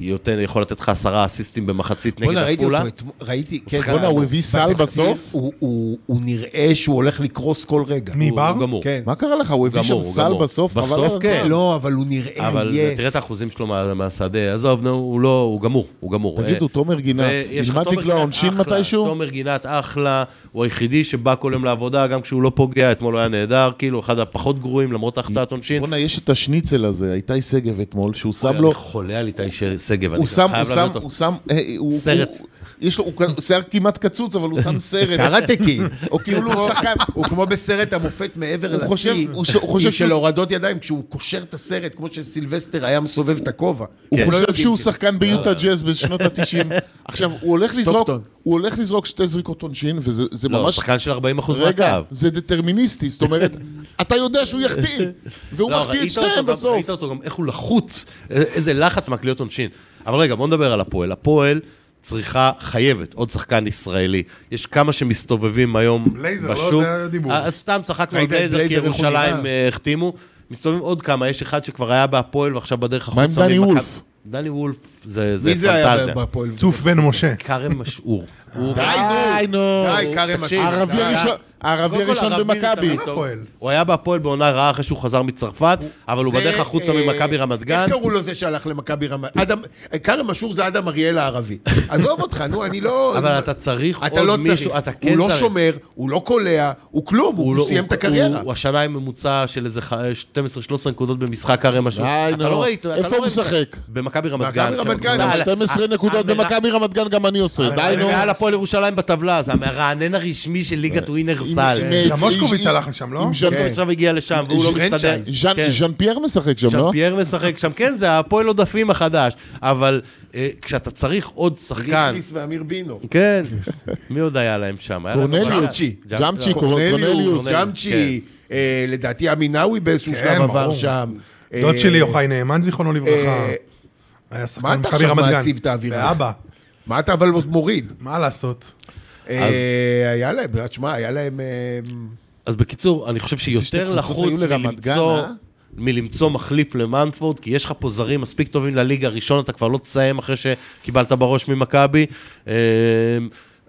Speaker 2: יותר יכול לתת לך עשרה אסיסטים במחצית נגד
Speaker 3: בוא'נה, ראיתי
Speaker 2: עפולה.
Speaker 3: אותו אתמול, ראיתי, כן,
Speaker 5: בוא'נה, הוא הביא סל
Speaker 3: בתחתית,
Speaker 5: בסוף?
Speaker 3: הוא- הוא הוא נראה שהוא הולך לקרוס כל רגע.
Speaker 4: מי?
Speaker 2: הוא- הוא
Speaker 4: בר?
Speaker 2: גמור.
Speaker 3: כן.
Speaker 5: מה קרה לך? הוא הביא שם
Speaker 2: גמור,
Speaker 5: סל
Speaker 2: גמור.
Speaker 5: בסוף? אה, חבל
Speaker 2: בסוף,
Speaker 5: על הזמן.
Speaker 2: כן.
Speaker 3: לא, אבל הוא נראה
Speaker 2: אבל
Speaker 3: יס.
Speaker 2: תראה את האחוזים שלו מה- מהשדה, עזוב, נו, הוא לא, הוא גמור, הוא גמור.
Speaker 5: תגידו,
Speaker 2: אה,
Speaker 5: תומר גינת,
Speaker 2: ויש לך
Speaker 5: נלמד
Speaker 2: תומר
Speaker 5: לגלוע
Speaker 2: גינת
Speaker 5: עונשין
Speaker 2: אחלה,
Speaker 5: מתישהו?
Speaker 2: תומר גינת אחלה, הוא היחידי שבא כל יום לעבודה, גם כשהוא לא פוגע, אתמול הוא היה נהדר, כאילו, אחד הפחות גרועים, למרות החטאת עונשין.
Speaker 5: בואנה, יש את השניצל הזה, איתי שגב אתמול, שהוא שם לו...
Speaker 2: אני חולה על איתי ש- שגב, אני
Speaker 5: לא. הוא שם,
Speaker 2: חייב
Speaker 5: הוא
Speaker 2: להביא
Speaker 5: שם,
Speaker 2: אותו.
Speaker 5: הוא שם, אה, הוא-
Speaker 2: סרט.
Speaker 5: הוא- יש לו, הוא כ- שיער כמעט קצוץ, אבל הוא שם סרט.
Speaker 3: קראטה קיד.
Speaker 5: או כאילו הוא שחקן,
Speaker 3: הוא כמו בסרט המופת מעבר
Speaker 5: הוא חושב-
Speaker 3: לשיא,
Speaker 5: הוא ש- הוא חושב
Speaker 3: של
Speaker 5: שהוא-
Speaker 3: הורדות ידיים, כשהוא קושר את הסרט, כמו שסילבסטר היה מסובב את הכובע.
Speaker 5: הוא
Speaker 3: לא
Speaker 5: חושב
Speaker 3: יודעים,
Speaker 5: שהוא
Speaker 3: כן.
Speaker 5: שחקן ביוטה ג'אז בשנות ה-90. עכשיו, הוא הולך לזרוק,
Speaker 3: סטוקטון.
Speaker 5: הוא הולך לזרוק שתי זריקות עונשין, וזה זה
Speaker 2: לא, הוא
Speaker 5: ממש...
Speaker 2: שחקן של 40 אחוז
Speaker 5: רגע,
Speaker 2: מהקו.
Speaker 5: זה דטרמיניסטי, זאת אומרת, אתה יודע שהוא יחטיא, והוא
Speaker 2: לא,
Speaker 5: מחטיא את
Speaker 2: ראית אותו גם-
Speaker 5: שתיהם בסוף.
Speaker 2: ראית אותו גם איך הוא לחוץ, א- איזה לחץ מהקליעות עונשין. אבל רגע, בוא נדבר על הפועל. הפועל צריכה, חייבת, עוד שחקן ישראלי. יש כמה שמסתובבים היום
Speaker 4: בלייזר, לא?
Speaker 2: בשוק.
Speaker 4: זה הדיבור.
Speaker 2: אה, אז סתם צחקנו על
Speaker 3: ראית את
Speaker 2: בלייזר, כי
Speaker 3: בלייזר, איך הוא
Speaker 2: ירושלים
Speaker 3: נראה?
Speaker 2: אה, החתימו. מסתובבים עוד כמה, יש אחד שכבר היה בהפועל ועכשיו בדרך החוצה.
Speaker 5: מה עם דני
Speaker 2: ממכב-
Speaker 5: וולף?
Speaker 2: דני וולף זה כן, זה
Speaker 3: מי זה היה
Speaker 2: פנטזיה.
Speaker 3: בהפועל?
Speaker 4: צוף בן משה.
Speaker 2: כרם משעור. הוא-
Speaker 5: אה. די, נו.
Speaker 3: די, כרם
Speaker 2: תקשיב,
Speaker 3: משעור.
Speaker 5: הערבי
Speaker 3: די.
Speaker 5: הראשון- הערבי
Speaker 2: קודם כל,
Speaker 5: הראשון
Speaker 2: הערבים זה
Speaker 5: במכבי.
Speaker 2: תמיד טוב.
Speaker 4: הפועל.
Speaker 2: הוא היה בהפועל בעונה רעה אחרי שהוא חזר מצרפת, אבל הוא
Speaker 3: זה,
Speaker 2: בדרך החוצה
Speaker 3: אה,
Speaker 2: ממכבי רמת גן.
Speaker 3: איך קראו לו זה שהלך למכבי רמת גן? כרם אשור זה אדם אריאל הערבי. עזוב אותך, נו, אני לא...
Speaker 2: אבל אתה צריך
Speaker 3: אתה לא
Speaker 2: עוד
Speaker 3: צריך.
Speaker 2: מישהו, אתה כן
Speaker 3: הוא
Speaker 2: צריך.
Speaker 3: לא שומר, הוא לא קולע, הוא כלום,
Speaker 2: לא-
Speaker 3: הוא סיים את הקריירה.
Speaker 2: הוא- הוא השנה עם ממוצע של איזה ח- 12-13 נקודות במשחק הרי משהו.
Speaker 5: די,
Speaker 2: אתה
Speaker 5: נו.
Speaker 2: לא ראית, אתה
Speaker 5: איפה
Speaker 2: לא
Speaker 5: הוא
Speaker 2: ראית.
Speaker 5: משחק?
Speaker 2: במכבי רמת
Speaker 3: מכבי
Speaker 2: גן. אה,
Speaker 3: רמת גן,
Speaker 2: כשהקבוצה-
Speaker 5: 12 נקודות
Speaker 2: המרע-
Speaker 5: במכבי רמת גן גם אני
Speaker 2: אה,
Speaker 5: עושה, די נו.
Speaker 2: מעל הפועל ירושלים בטבלה, זה המרענן הרשמי של ליגת ווינר
Speaker 5: אה, עם-
Speaker 2: סל.
Speaker 5: עם- אה, עם-
Speaker 4: גם מושקוביץ
Speaker 5: עם-
Speaker 4: הלך לשם, לא?
Speaker 5: עם ז'אן-
Speaker 3: כן.
Speaker 2: עכשיו הגיע לשם והוא לא מסתדר.
Speaker 3: פרנצ'ייז.
Speaker 5: ז'אן-
Speaker 2: כן.
Speaker 5: ז'אן פייר משחק שם, לא?
Speaker 2: ז'אן פייר משחק שם, כן, זה הפועל עודפים החדש, אבל אה, כשאתה צריך עוד שחקן,
Speaker 3: ריכניס ואמיר בינו.
Speaker 2: כן, מי עוד היה להם שם? היה להם
Speaker 5: קורנליוס.
Speaker 2: אבל-
Speaker 3: ג'אמצ'י.
Speaker 5: ג'אמצ'י,
Speaker 2: לא,
Speaker 5: קורנליוס.
Speaker 3: גמצ'י,
Speaker 2: כן.
Speaker 3: אה, לדעתי עמינאווי באיזשהו
Speaker 4: כן,
Speaker 3: שלב עבר
Speaker 4: ברור.
Speaker 3: שם.
Speaker 4: דוד
Speaker 3: אה,
Speaker 4: שלי יוחאי נאמן, זיכרונו לברכה.
Speaker 3: אה,
Speaker 4: היה
Speaker 3: מה
Speaker 4: שחקן
Speaker 3: אתה
Speaker 4: מכבי
Speaker 3: עכשיו
Speaker 4: רמת גן.
Speaker 3: מעציב את האווירה?
Speaker 4: באבא.
Speaker 3: מה אתה אבל מוריד?
Speaker 4: מה לעשות?
Speaker 3: אה, היה להם, תשמע, היה להם... אה,
Speaker 2: אז בקיצור, אני חושב
Speaker 5: שתי
Speaker 2: שיותר
Speaker 5: קבוצות
Speaker 2: לחוץ
Speaker 5: היו לרמת גן,
Speaker 2: מלמצוא...
Speaker 5: אה?
Speaker 2: מלמצוא מחליף למנפורד, כי יש לך פה זרים מספיק טובים לליגה הראשון, אתה כבר לא תסיים אחרי שקיבלת בראש ממכבי. אה,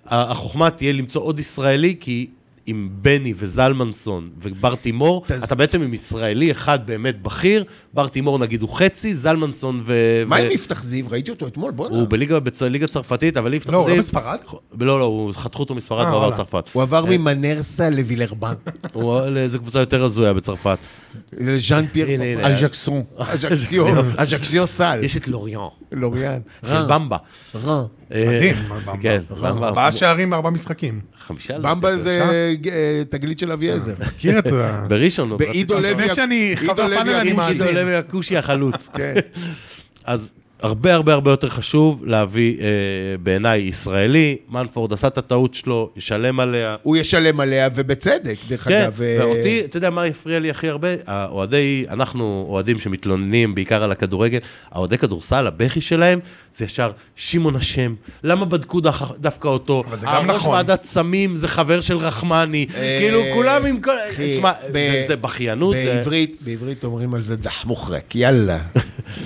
Speaker 2: החוכמה תהיה למצוא עוד ישראלי, כי עם בני וזלמנסון ובר תימור,
Speaker 3: תז-
Speaker 2: אתה בעצם עם ישראלי אחד באמת בכיר, בר תימור נגיד הוא חצי, זלמנסון ו...
Speaker 3: מה
Speaker 2: ו-
Speaker 3: עם יפתח זיו? ראיתי אותו אתמול, בוא'נה.
Speaker 2: הוא בליגה בצ- ליגה צרפתית, אבל יפתח
Speaker 4: לא, הוא לא
Speaker 2: זיו-
Speaker 4: בספרד?
Speaker 2: לא, לא, הוא חתכו אותו מספרד
Speaker 4: אה,
Speaker 2: ועבר
Speaker 4: וואלה.
Speaker 2: לצרפת.
Speaker 3: הוא עבר ממנרסה לווילרבן.
Speaker 2: הוא- זו קבוצה יותר הזויה בצרפת.
Speaker 3: לז'אן
Speaker 2: הנה,
Speaker 3: פייר.
Speaker 2: הנה.
Speaker 5: אג'קסון.
Speaker 3: אג'קסיו, אג'קסיו סל.
Speaker 2: יש את לוריאן,
Speaker 3: לוריאן.
Speaker 2: של
Speaker 3: רע,
Speaker 2: במבה.
Speaker 3: רע.
Speaker 4: מדהים,
Speaker 2: אה,
Speaker 4: במבה.
Speaker 2: כן, במבה.
Speaker 4: ארבעה שערים בארבעה משחקים.
Speaker 2: חמישה.
Speaker 3: במבה
Speaker 2: לדעתי.
Speaker 3: זה אה, תגלית של אביעזר.
Speaker 4: מכיר את ה...
Speaker 2: בראשון.
Speaker 3: בעידו
Speaker 4: לפני
Speaker 3: לוי-
Speaker 4: שאני
Speaker 3: עידו
Speaker 4: חבר
Speaker 3: לוי
Speaker 4: פאנל אני
Speaker 3: אקושי
Speaker 4: מאזין.
Speaker 2: עידו לוי הכושי החלוץ.
Speaker 3: כן.
Speaker 2: אז הרבה הרבה הרבה יותר חשוב להביא, אה, בעיניי, ישראלי. מנפורד עשה את הטעות שלו, ישלם עליה.
Speaker 3: הוא ישלם עליה, ובצדק, דרך
Speaker 2: כן,
Speaker 3: אגב. אה,
Speaker 2: ואותי, אתה יודע מה הפריע לי הכי הרבה? האוהדי, אנחנו אוהדים שמתלוננים בעיקר על הכדורגל, האוהדי כדורסל, הבכי שלהם, זה ישר, שמעון אשם, למה בדקו דח- דווקא אותו?
Speaker 4: אבל זה גם נכון.
Speaker 2: הראש ועדת סמים זה חבר של רחמני,
Speaker 3: אה,
Speaker 2: כאילו כולם עם כל...
Speaker 3: אחי,
Speaker 2: תשמע,
Speaker 3: ב-
Speaker 2: זה- זה בכיינות, זה...
Speaker 3: בעברית, בעברית אומרים על זה דחמוחרק, יאללה.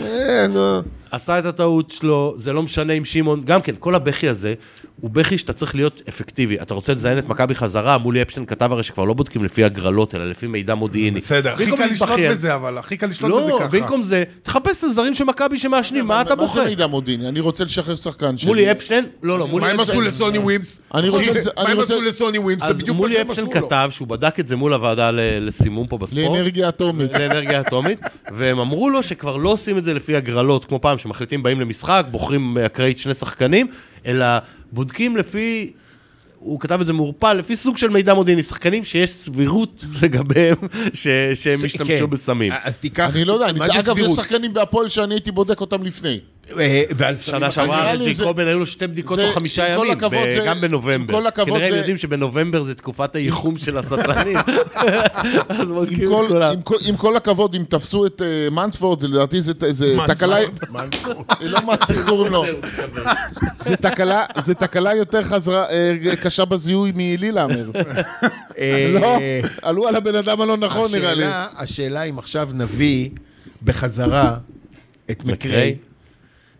Speaker 3: אה, נו.
Speaker 2: עשה את הטעות שלו, זה לא משנה אם שמעון, גם כן, כל הבכי הזה, הוא בכי שאתה צריך להיות אפקטיבי. אתה רוצה לזיין את מכבי חזרה, מולי אפשטיין כתב הרי שכבר לא בודקים לפי הגרלות, אלא לפי מידע מודיעיני.
Speaker 4: בסדר, הכי
Speaker 2: במקום
Speaker 4: קל לשלוט
Speaker 2: להתבכיין,
Speaker 4: בזה, אבל הכי קל לשלוט בזה
Speaker 2: לא,
Speaker 4: ככה.
Speaker 2: במקום זה, תחפש את הזרים של מכבי שמעשנים, מה אתה
Speaker 5: מה
Speaker 2: בוחר?
Speaker 5: זה מידע מודיעיני? אני רוצה לשחרר שחקן שלי.
Speaker 2: מולי אפשטיין? לא, לא, מולי
Speaker 3: מה הם עשו
Speaker 2: אפשטיין.
Speaker 3: לסוני ווימס?
Speaker 5: אני רוצה-
Speaker 3: מה
Speaker 5: אני
Speaker 3: הם
Speaker 5: רוצה-
Speaker 3: עשו לסוני ווימס? זה
Speaker 2: אז
Speaker 3: בדיוק מה
Speaker 2: מולי
Speaker 3: שהם עשו
Speaker 2: אפשטיין
Speaker 3: לו.
Speaker 2: כתב שהוא בדק את זה מול הוועדה ל- לסימום פה בספורט.
Speaker 5: לאנרגיה אטומית.
Speaker 2: לאנרגיה אטומית, והם אמרו לו שכבר לא עושים את זה לפי הגרלות, כמו פעם, שמחליטים באים למשחק, בוחרים אקראית שני שחקנים, אלא בודקים לפי, הוא כתב את זה מעורפל, לפי סוג של מידע מודיעיני, שחקנים שיש סבירות לגביהם ש- שהם
Speaker 3: ש-
Speaker 2: השתמשו
Speaker 3: כן.
Speaker 2: בסמים.
Speaker 3: אז תיקח...
Speaker 5: אני לא יודע,
Speaker 3: מה
Speaker 5: אני-
Speaker 3: זה
Speaker 5: אגב, יש
Speaker 3: סבירות?
Speaker 5: שחקנים בהפועל שאני הייתי בודק אותם לפני.
Speaker 3: אה, ועל
Speaker 2: שנה
Speaker 5: נראה
Speaker 2: שעברה,
Speaker 5: לי
Speaker 2: לג'י
Speaker 5: זה-
Speaker 2: קובן היו לו שתי בדיקות
Speaker 5: זה-
Speaker 2: תוך חמישה
Speaker 5: עם כל
Speaker 2: ימים,
Speaker 5: הכבוד
Speaker 2: ב-
Speaker 5: זה-
Speaker 2: גם
Speaker 5: עם כל
Speaker 2: בנובמבר.
Speaker 5: הכבוד
Speaker 2: כנראה הם
Speaker 5: זה-
Speaker 2: יודעים שבנובמבר זה תקופת הייחום של הסטרנים. אז
Speaker 5: עם
Speaker 2: בודקים
Speaker 5: כל-
Speaker 2: את כולם.
Speaker 5: עם כל- עם כל הכבוד, אם תפסו את אה, מנספורד, זה לדעתי זה זה
Speaker 4: מנספורד.
Speaker 5: תקלה... אה, לא מנספורד, איך קוראים לו. זה תקלה- זה תקלה יותר חזרה, אה, קשה בזיהוי מלילאמר.
Speaker 3: אה,
Speaker 5: לא, עלו על הבן אדם הלא נכון נראה לי.
Speaker 3: השאלה- השאלה אם עכשיו נביא בחזרה את מקריי.
Speaker 2: מקרי.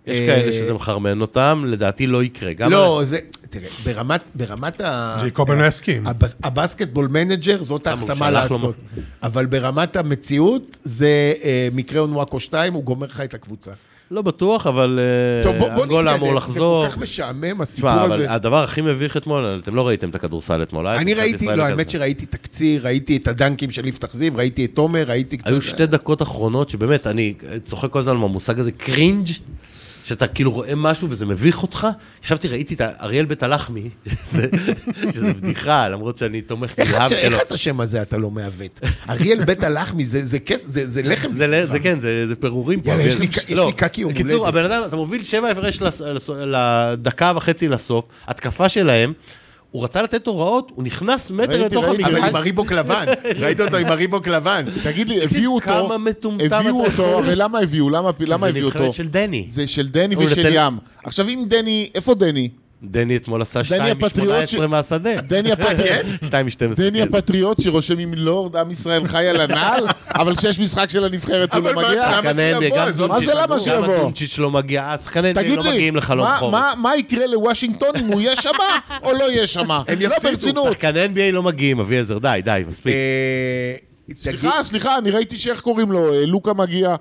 Speaker 2: יש
Speaker 3: אה,
Speaker 2: כאלה שזה מחרמן אותם, לדעתי לא יקרה. גם
Speaker 3: לא, זה... תראה, ברמת, ברמת ה... אה,
Speaker 4: ג'ייקובן לא יסכים.
Speaker 3: הבס, הבסקטבול מנג'ר, זאת
Speaker 2: הוא
Speaker 3: ההחתמה
Speaker 2: שלח לו
Speaker 3: לעשות. אבל ברמת המציאות, זה אה, מקרה אונואקו 2, הוא גומר לך את הקבוצה.
Speaker 2: לא בטוח, אבל אה,
Speaker 3: טוב, בוא- בוא
Speaker 2: אנגולה
Speaker 3: נתקדם,
Speaker 2: אמור לחזור.
Speaker 3: זה כל כך משעמם, הסיפור
Speaker 2: תשמע, אבל
Speaker 3: הזה.
Speaker 2: הדבר הכי מביך אתמול, אתם לא ראיתם את הכדורסל אתמול. היה את
Speaker 3: אני
Speaker 2: נבחרת
Speaker 3: ראיתי,
Speaker 2: ישראל
Speaker 3: לא,
Speaker 2: בכדורסל.
Speaker 3: האמת שראיתי תקציר, ראיתי את הדנקים של יפתח זיו, ראיתי את תומר, ראיתי קצת...
Speaker 2: היו שתי דקות אחרונות שבאמת, אני צוחק כל הזמן מהמושג הזה, קרינג', שאתה כאילו רואה משהו וזה מביך אותך. ישבתי, ראיתי את אריאל בית הלחמי, שזה- שזה בדיחה, למרות שאני תומך
Speaker 3: איך
Speaker 2: נלהב שלו.
Speaker 3: את- איך את השם הזה אתה לא מעוות? אריאל בית הלחמי, זה זה כס, זה זה לחם.
Speaker 2: זה ל- זה כן, זה זה פירורים פה.
Speaker 3: יאללה,
Speaker 2: אבל-
Speaker 3: יש לי ק- יש
Speaker 2: לא,
Speaker 3: לי קקי יום
Speaker 2: בקיצור,
Speaker 3: הולדת.
Speaker 2: הבן אדם, אתה מוביל שבע הפרש לס- לס- לדקה וחצי לסוף, התקפה שלהם, הוא רצה לתת הוראות, הוא נכנס מטר
Speaker 5: ראיתי,
Speaker 2: לתוך
Speaker 5: ראיתי,
Speaker 3: אבל
Speaker 2: המגרש.
Speaker 3: עם הריבוק לבן, ראית אותו עם הריבוק לבן.
Speaker 5: תגיד לי, הביאו אותו,
Speaker 2: כמה מטומטם אתה
Speaker 5: הביאו אותו,
Speaker 2: יכול.
Speaker 5: הרי למה הביאו? למה למה הביאו
Speaker 2: זה
Speaker 5: אותו?
Speaker 2: נבחרת של דני.
Speaker 5: זה של דני
Speaker 2: הוא
Speaker 5: ושל
Speaker 2: נתן-
Speaker 5: ים. עכשיו אם דני, איפה דני?
Speaker 2: דני אתמול עשה 2
Speaker 5: הפטריוט ש-
Speaker 2: מ-18 מהשדה.
Speaker 5: דני הפטריוט.
Speaker 2: 2 מ-12.
Speaker 5: דני הפטריוט שרושם עם לורד עם ישראל חי על הנעל, אבל כשיש משחק של הנבחרת הוא
Speaker 3: אבל
Speaker 5: לא
Speaker 3: מה,
Speaker 5: מגיע.
Speaker 3: למה שיבוא?
Speaker 2: גם
Speaker 3: עזוב,
Speaker 5: מה זה
Speaker 2: דונצ'יץ'-
Speaker 5: למה
Speaker 2: גם
Speaker 5: שיבוא?
Speaker 2: הדונצ'יץ' לא מגיע, אז חנן
Speaker 5: תגיד
Speaker 2: לא
Speaker 5: לי,
Speaker 2: מגיעים לחלום
Speaker 5: מה-
Speaker 2: חורף.
Speaker 5: מה- מה יקרה לוושינגטון אם הוא יהיה שמה או לא יהיה שמה?
Speaker 3: הם
Speaker 5: לא
Speaker 3: יפסידו.
Speaker 5: ברצינות.
Speaker 2: שחקני NBA לא מגיעים, אביעזר, די, די, מספיק.
Speaker 3: אה, תגיד-
Speaker 5: סליחה, סליחה, אני ראיתי שאיך קוראים לו, אה, לוקה מגיע,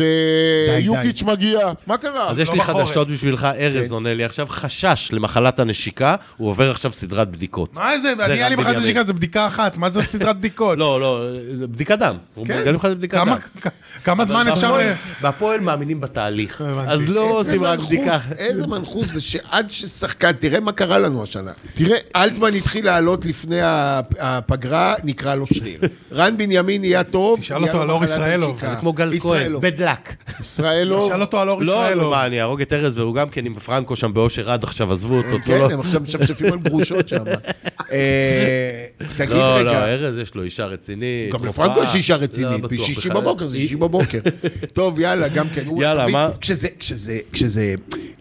Speaker 5: ויוקיץ' מגיע, מה קרה?
Speaker 2: אז יש
Speaker 4: לא
Speaker 2: לי
Speaker 4: בחורף.
Speaker 2: חדשות בשבילך, ארז עונה לי עכשיו, חשש למחלת הנשיקה, הוא עובר עכשיו סדרת בדיקות.
Speaker 4: מה זה, אני היה לי
Speaker 2: רן
Speaker 4: בכלל את
Speaker 2: בנימין.
Speaker 4: זה בדיקה אחת, מה זה סדרת בדיקות?
Speaker 2: לא, לא, זה בדיקת דם. הוא
Speaker 4: כן.
Speaker 2: מגלים לך את בדיקת דם.
Speaker 4: כמה- כמה זמן
Speaker 2: אבל לא-
Speaker 4: אפשר...
Speaker 2: בהפועל-
Speaker 4: ל-
Speaker 2: בהפועל מאמינים בתהליך.
Speaker 4: הבנתי.
Speaker 2: אז לא
Speaker 3: איזה
Speaker 2: עושים רק
Speaker 3: מנחוס,
Speaker 2: בדיקה.
Speaker 3: איזה מנחוס זה שעד ששחקן, תראה מה קרה לנו השנה.
Speaker 5: תראה,
Speaker 3: אלטמן התחיל לעלות לפני ה- הפגרה, נקרא לו שריר. רן בנימין נהיה טוב.
Speaker 4: תשאל
Speaker 3: נהיה
Speaker 4: אותו
Speaker 3: לו
Speaker 4: על אור
Speaker 3: מחלת
Speaker 4: ישראלוב,
Speaker 3: נשיקה.
Speaker 4: זה
Speaker 2: כמו גל כהן,
Speaker 3: ישראלוב.
Speaker 2: בד לק.
Speaker 5: ישראלו,
Speaker 4: שאל אותו על אור
Speaker 2: לא,
Speaker 4: ישראלוב.
Speaker 2: נו, מה, אני אהרוג את ארז, והוא גם כן עם פרנקו שם באושר עד עכשיו, עזבו אותו. אותו לא-
Speaker 3: כן, הם עכשיו משפשפים על גרושות שם. אה, תגיד
Speaker 2: לא, לא,
Speaker 3: רגע,
Speaker 2: ארז יש לו אישה רצינית.
Speaker 3: גם
Speaker 2: רופאה.
Speaker 3: לפרנקו יש אישה
Speaker 2: לא
Speaker 3: רצינית,
Speaker 2: בטוח
Speaker 3: בשישי
Speaker 2: בכלל.
Speaker 3: בבוקר, זה
Speaker 2: היא-
Speaker 3: שישי בבוקר. טוב, יאללה, גם כן. הוא-
Speaker 2: יאללה,
Speaker 3: אתה מבין?
Speaker 2: מה?
Speaker 3: כשזה, כשזה, כשזה,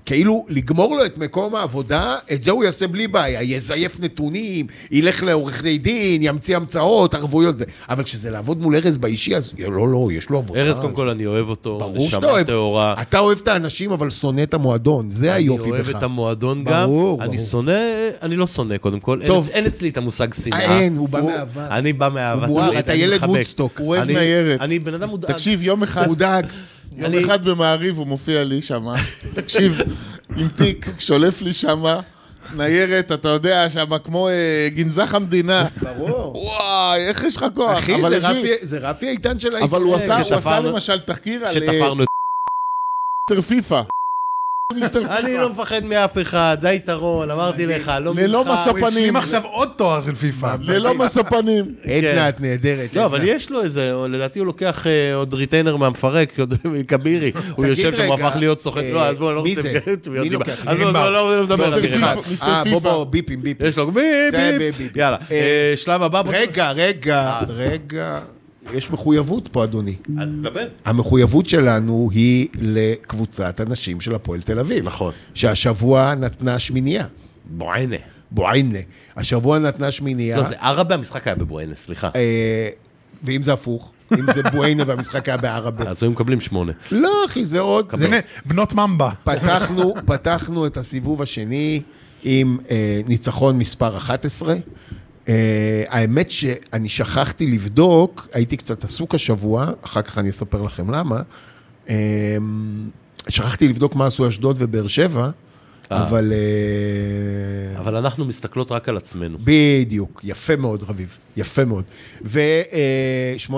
Speaker 3: כאילו, לגמור לו את מקום העבודה, את זה הוא יעשה בלי בעיה. יזייף נתונים, ילך לעורכי דין, ימציא המצאות, ערבויות, זה. אבל כשזה לעבוד מול ארז באישי, אז לא, לא, יש לו עבודה.
Speaker 2: ארז, קודם כל, אני אוהב אותו.
Speaker 3: ברור שאתה
Speaker 2: נשמה
Speaker 3: אוהב.
Speaker 2: טהורה.
Speaker 3: אתה אוהב את האנשים, אבל שונא את המועדון, זה היופי בך.
Speaker 2: אני אוהב את המועדון
Speaker 3: ברור,
Speaker 2: גם.
Speaker 3: ברור.
Speaker 2: אני שונא, אני לא שונא קודם כל.
Speaker 3: טוב. אה,
Speaker 2: טוב. אין אצלי את המושג שנאה.
Speaker 3: אין, הוא בא מאהבה.
Speaker 2: אני בא מאהבה.
Speaker 3: הוא מואר,
Speaker 2: תמיד,
Speaker 3: אתה
Speaker 2: אני
Speaker 3: ילד
Speaker 2: מחבק.
Speaker 3: וודסטוק.
Speaker 5: הוא אוהב
Speaker 2: אני-
Speaker 5: ניירת.
Speaker 2: אני בן אדם מודאג.
Speaker 5: תקשיב, יום אחד,
Speaker 3: הוא דאג.
Speaker 5: יום
Speaker 2: אני-
Speaker 5: אחד במעריב הוא מופיע לי שם, תקשיב, עם תיק, שולף לי שם, ניירת, אתה יודע, שם כמו אה, גנזך המדינה.
Speaker 3: ברור.
Speaker 5: וואי, איך יש לך כוח?
Speaker 3: אחי,
Speaker 5: אבל
Speaker 3: זה
Speaker 5: הביא-
Speaker 3: רפי- זה רפי איתן של העיתון.
Speaker 5: אבל הוא עשה הוא עשה
Speaker 2: כשתפרנו-
Speaker 5: למשל תחקיר על אה,
Speaker 2: שתפרנו את
Speaker 5: טר פיפא. מיסטר
Speaker 3: אה,
Speaker 2: אני
Speaker 5: פיפ"א.
Speaker 2: לא מפחד מאף אחד, זה היתרון, אמרתי לך, לא ממך.
Speaker 5: ללא משוא
Speaker 4: הוא השלים
Speaker 5: פנים,
Speaker 4: עכשיו עוד תואר של פיפ"א.
Speaker 3: לא-
Speaker 5: ללא משוא פנים.
Speaker 3: עדנה, את נהדרת.
Speaker 2: לא, אבל
Speaker 3: עדנה.
Speaker 2: יש לו איזה, לדעתי הוא לוקח אה, עוד ריטיינר מהמפרק, עוד מכבירי. הוא
Speaker 3: תגיד
Speaker 2: יושב שם, הוא
Speaker 3: רגע,
Speaker 2: הפך להיות סוכן.
Speaker 3: אה,
Speaker 2: לא, עזבו, אני לא
Speaker 3: מי
Speaker 2: רוצה...
Speaker 3: זה?
Speaker 2: אתם
Speaker 3: מי
Speaker 2: יודעים מה.
Speaker 3: לוקח?
Speaker 2: עזבו,
Speaker 4: ענבר.
Speaker 2: לא לא מדבר על
Speaker 5: מיסטר
Speaker 2: אבירי.
Speaker 5: פיפ"א, מיסטר
Speaker 3: אה, בוא, בוא,
Speaker 5: פיפ"א.
Speaker 3: ביפים, ביפים.
Speaker 2: יש לו ביפ,
Speaker 3: זה היה
Speaker 2: ביפ.
Speaker 3: ביפ.
Speaker 2: יאללה,
Speaker 3: אה,
Speaker 2: אה, שלב הבא, בוא...
Speaker 3: רגע, רגע, רגע. יש מחויבות פה, אדוני.
Speaker 2: אה, תדבר.
Speaker 3: המחויבות שלנו היא לקבוצת הנשים של הפועל תל אביב.
Speaker 2: נכון.
Speaker 3: שהשבוע נתנה שמינייה.
Speaker 2: בוענה.
Speaker 3: בועיינה. השבוע נתנה שמינייה.
Speaker 2: לא, זה ערבה, המשחק היה בבוענה, סליחה.
Speaker 3: אה, ואם זה הפוך, אם זה בועיינה והמשחק היה בערבה.
Speaker 2: אז היו מקבלים שמונה.
Speaker 3: לא, אחי, זה עוד... זה-
Speaker 4: הנה, בנות ממבה.
Speaker 3: פתחנו, פתחנו את הסיבוב השני עם אה, ניצחון מספר 11. אה, האמת שאני שכחתי לבדוק, הייתי קצת עסוק השבוע, אחר כך אני אספר לכם למה. אה, שכחתי לבדוק מה עשו אשדוד ובאר שבע,
Speaker 2: אה.
Speaker 3: אבל... אה,
Speaker 2: אבל אנחנו מסתכלות רק על עצמנו.
Speaker 3: בדיוק, יפה מאוד, רביב, יפה מאוד. אה, ו-8-0.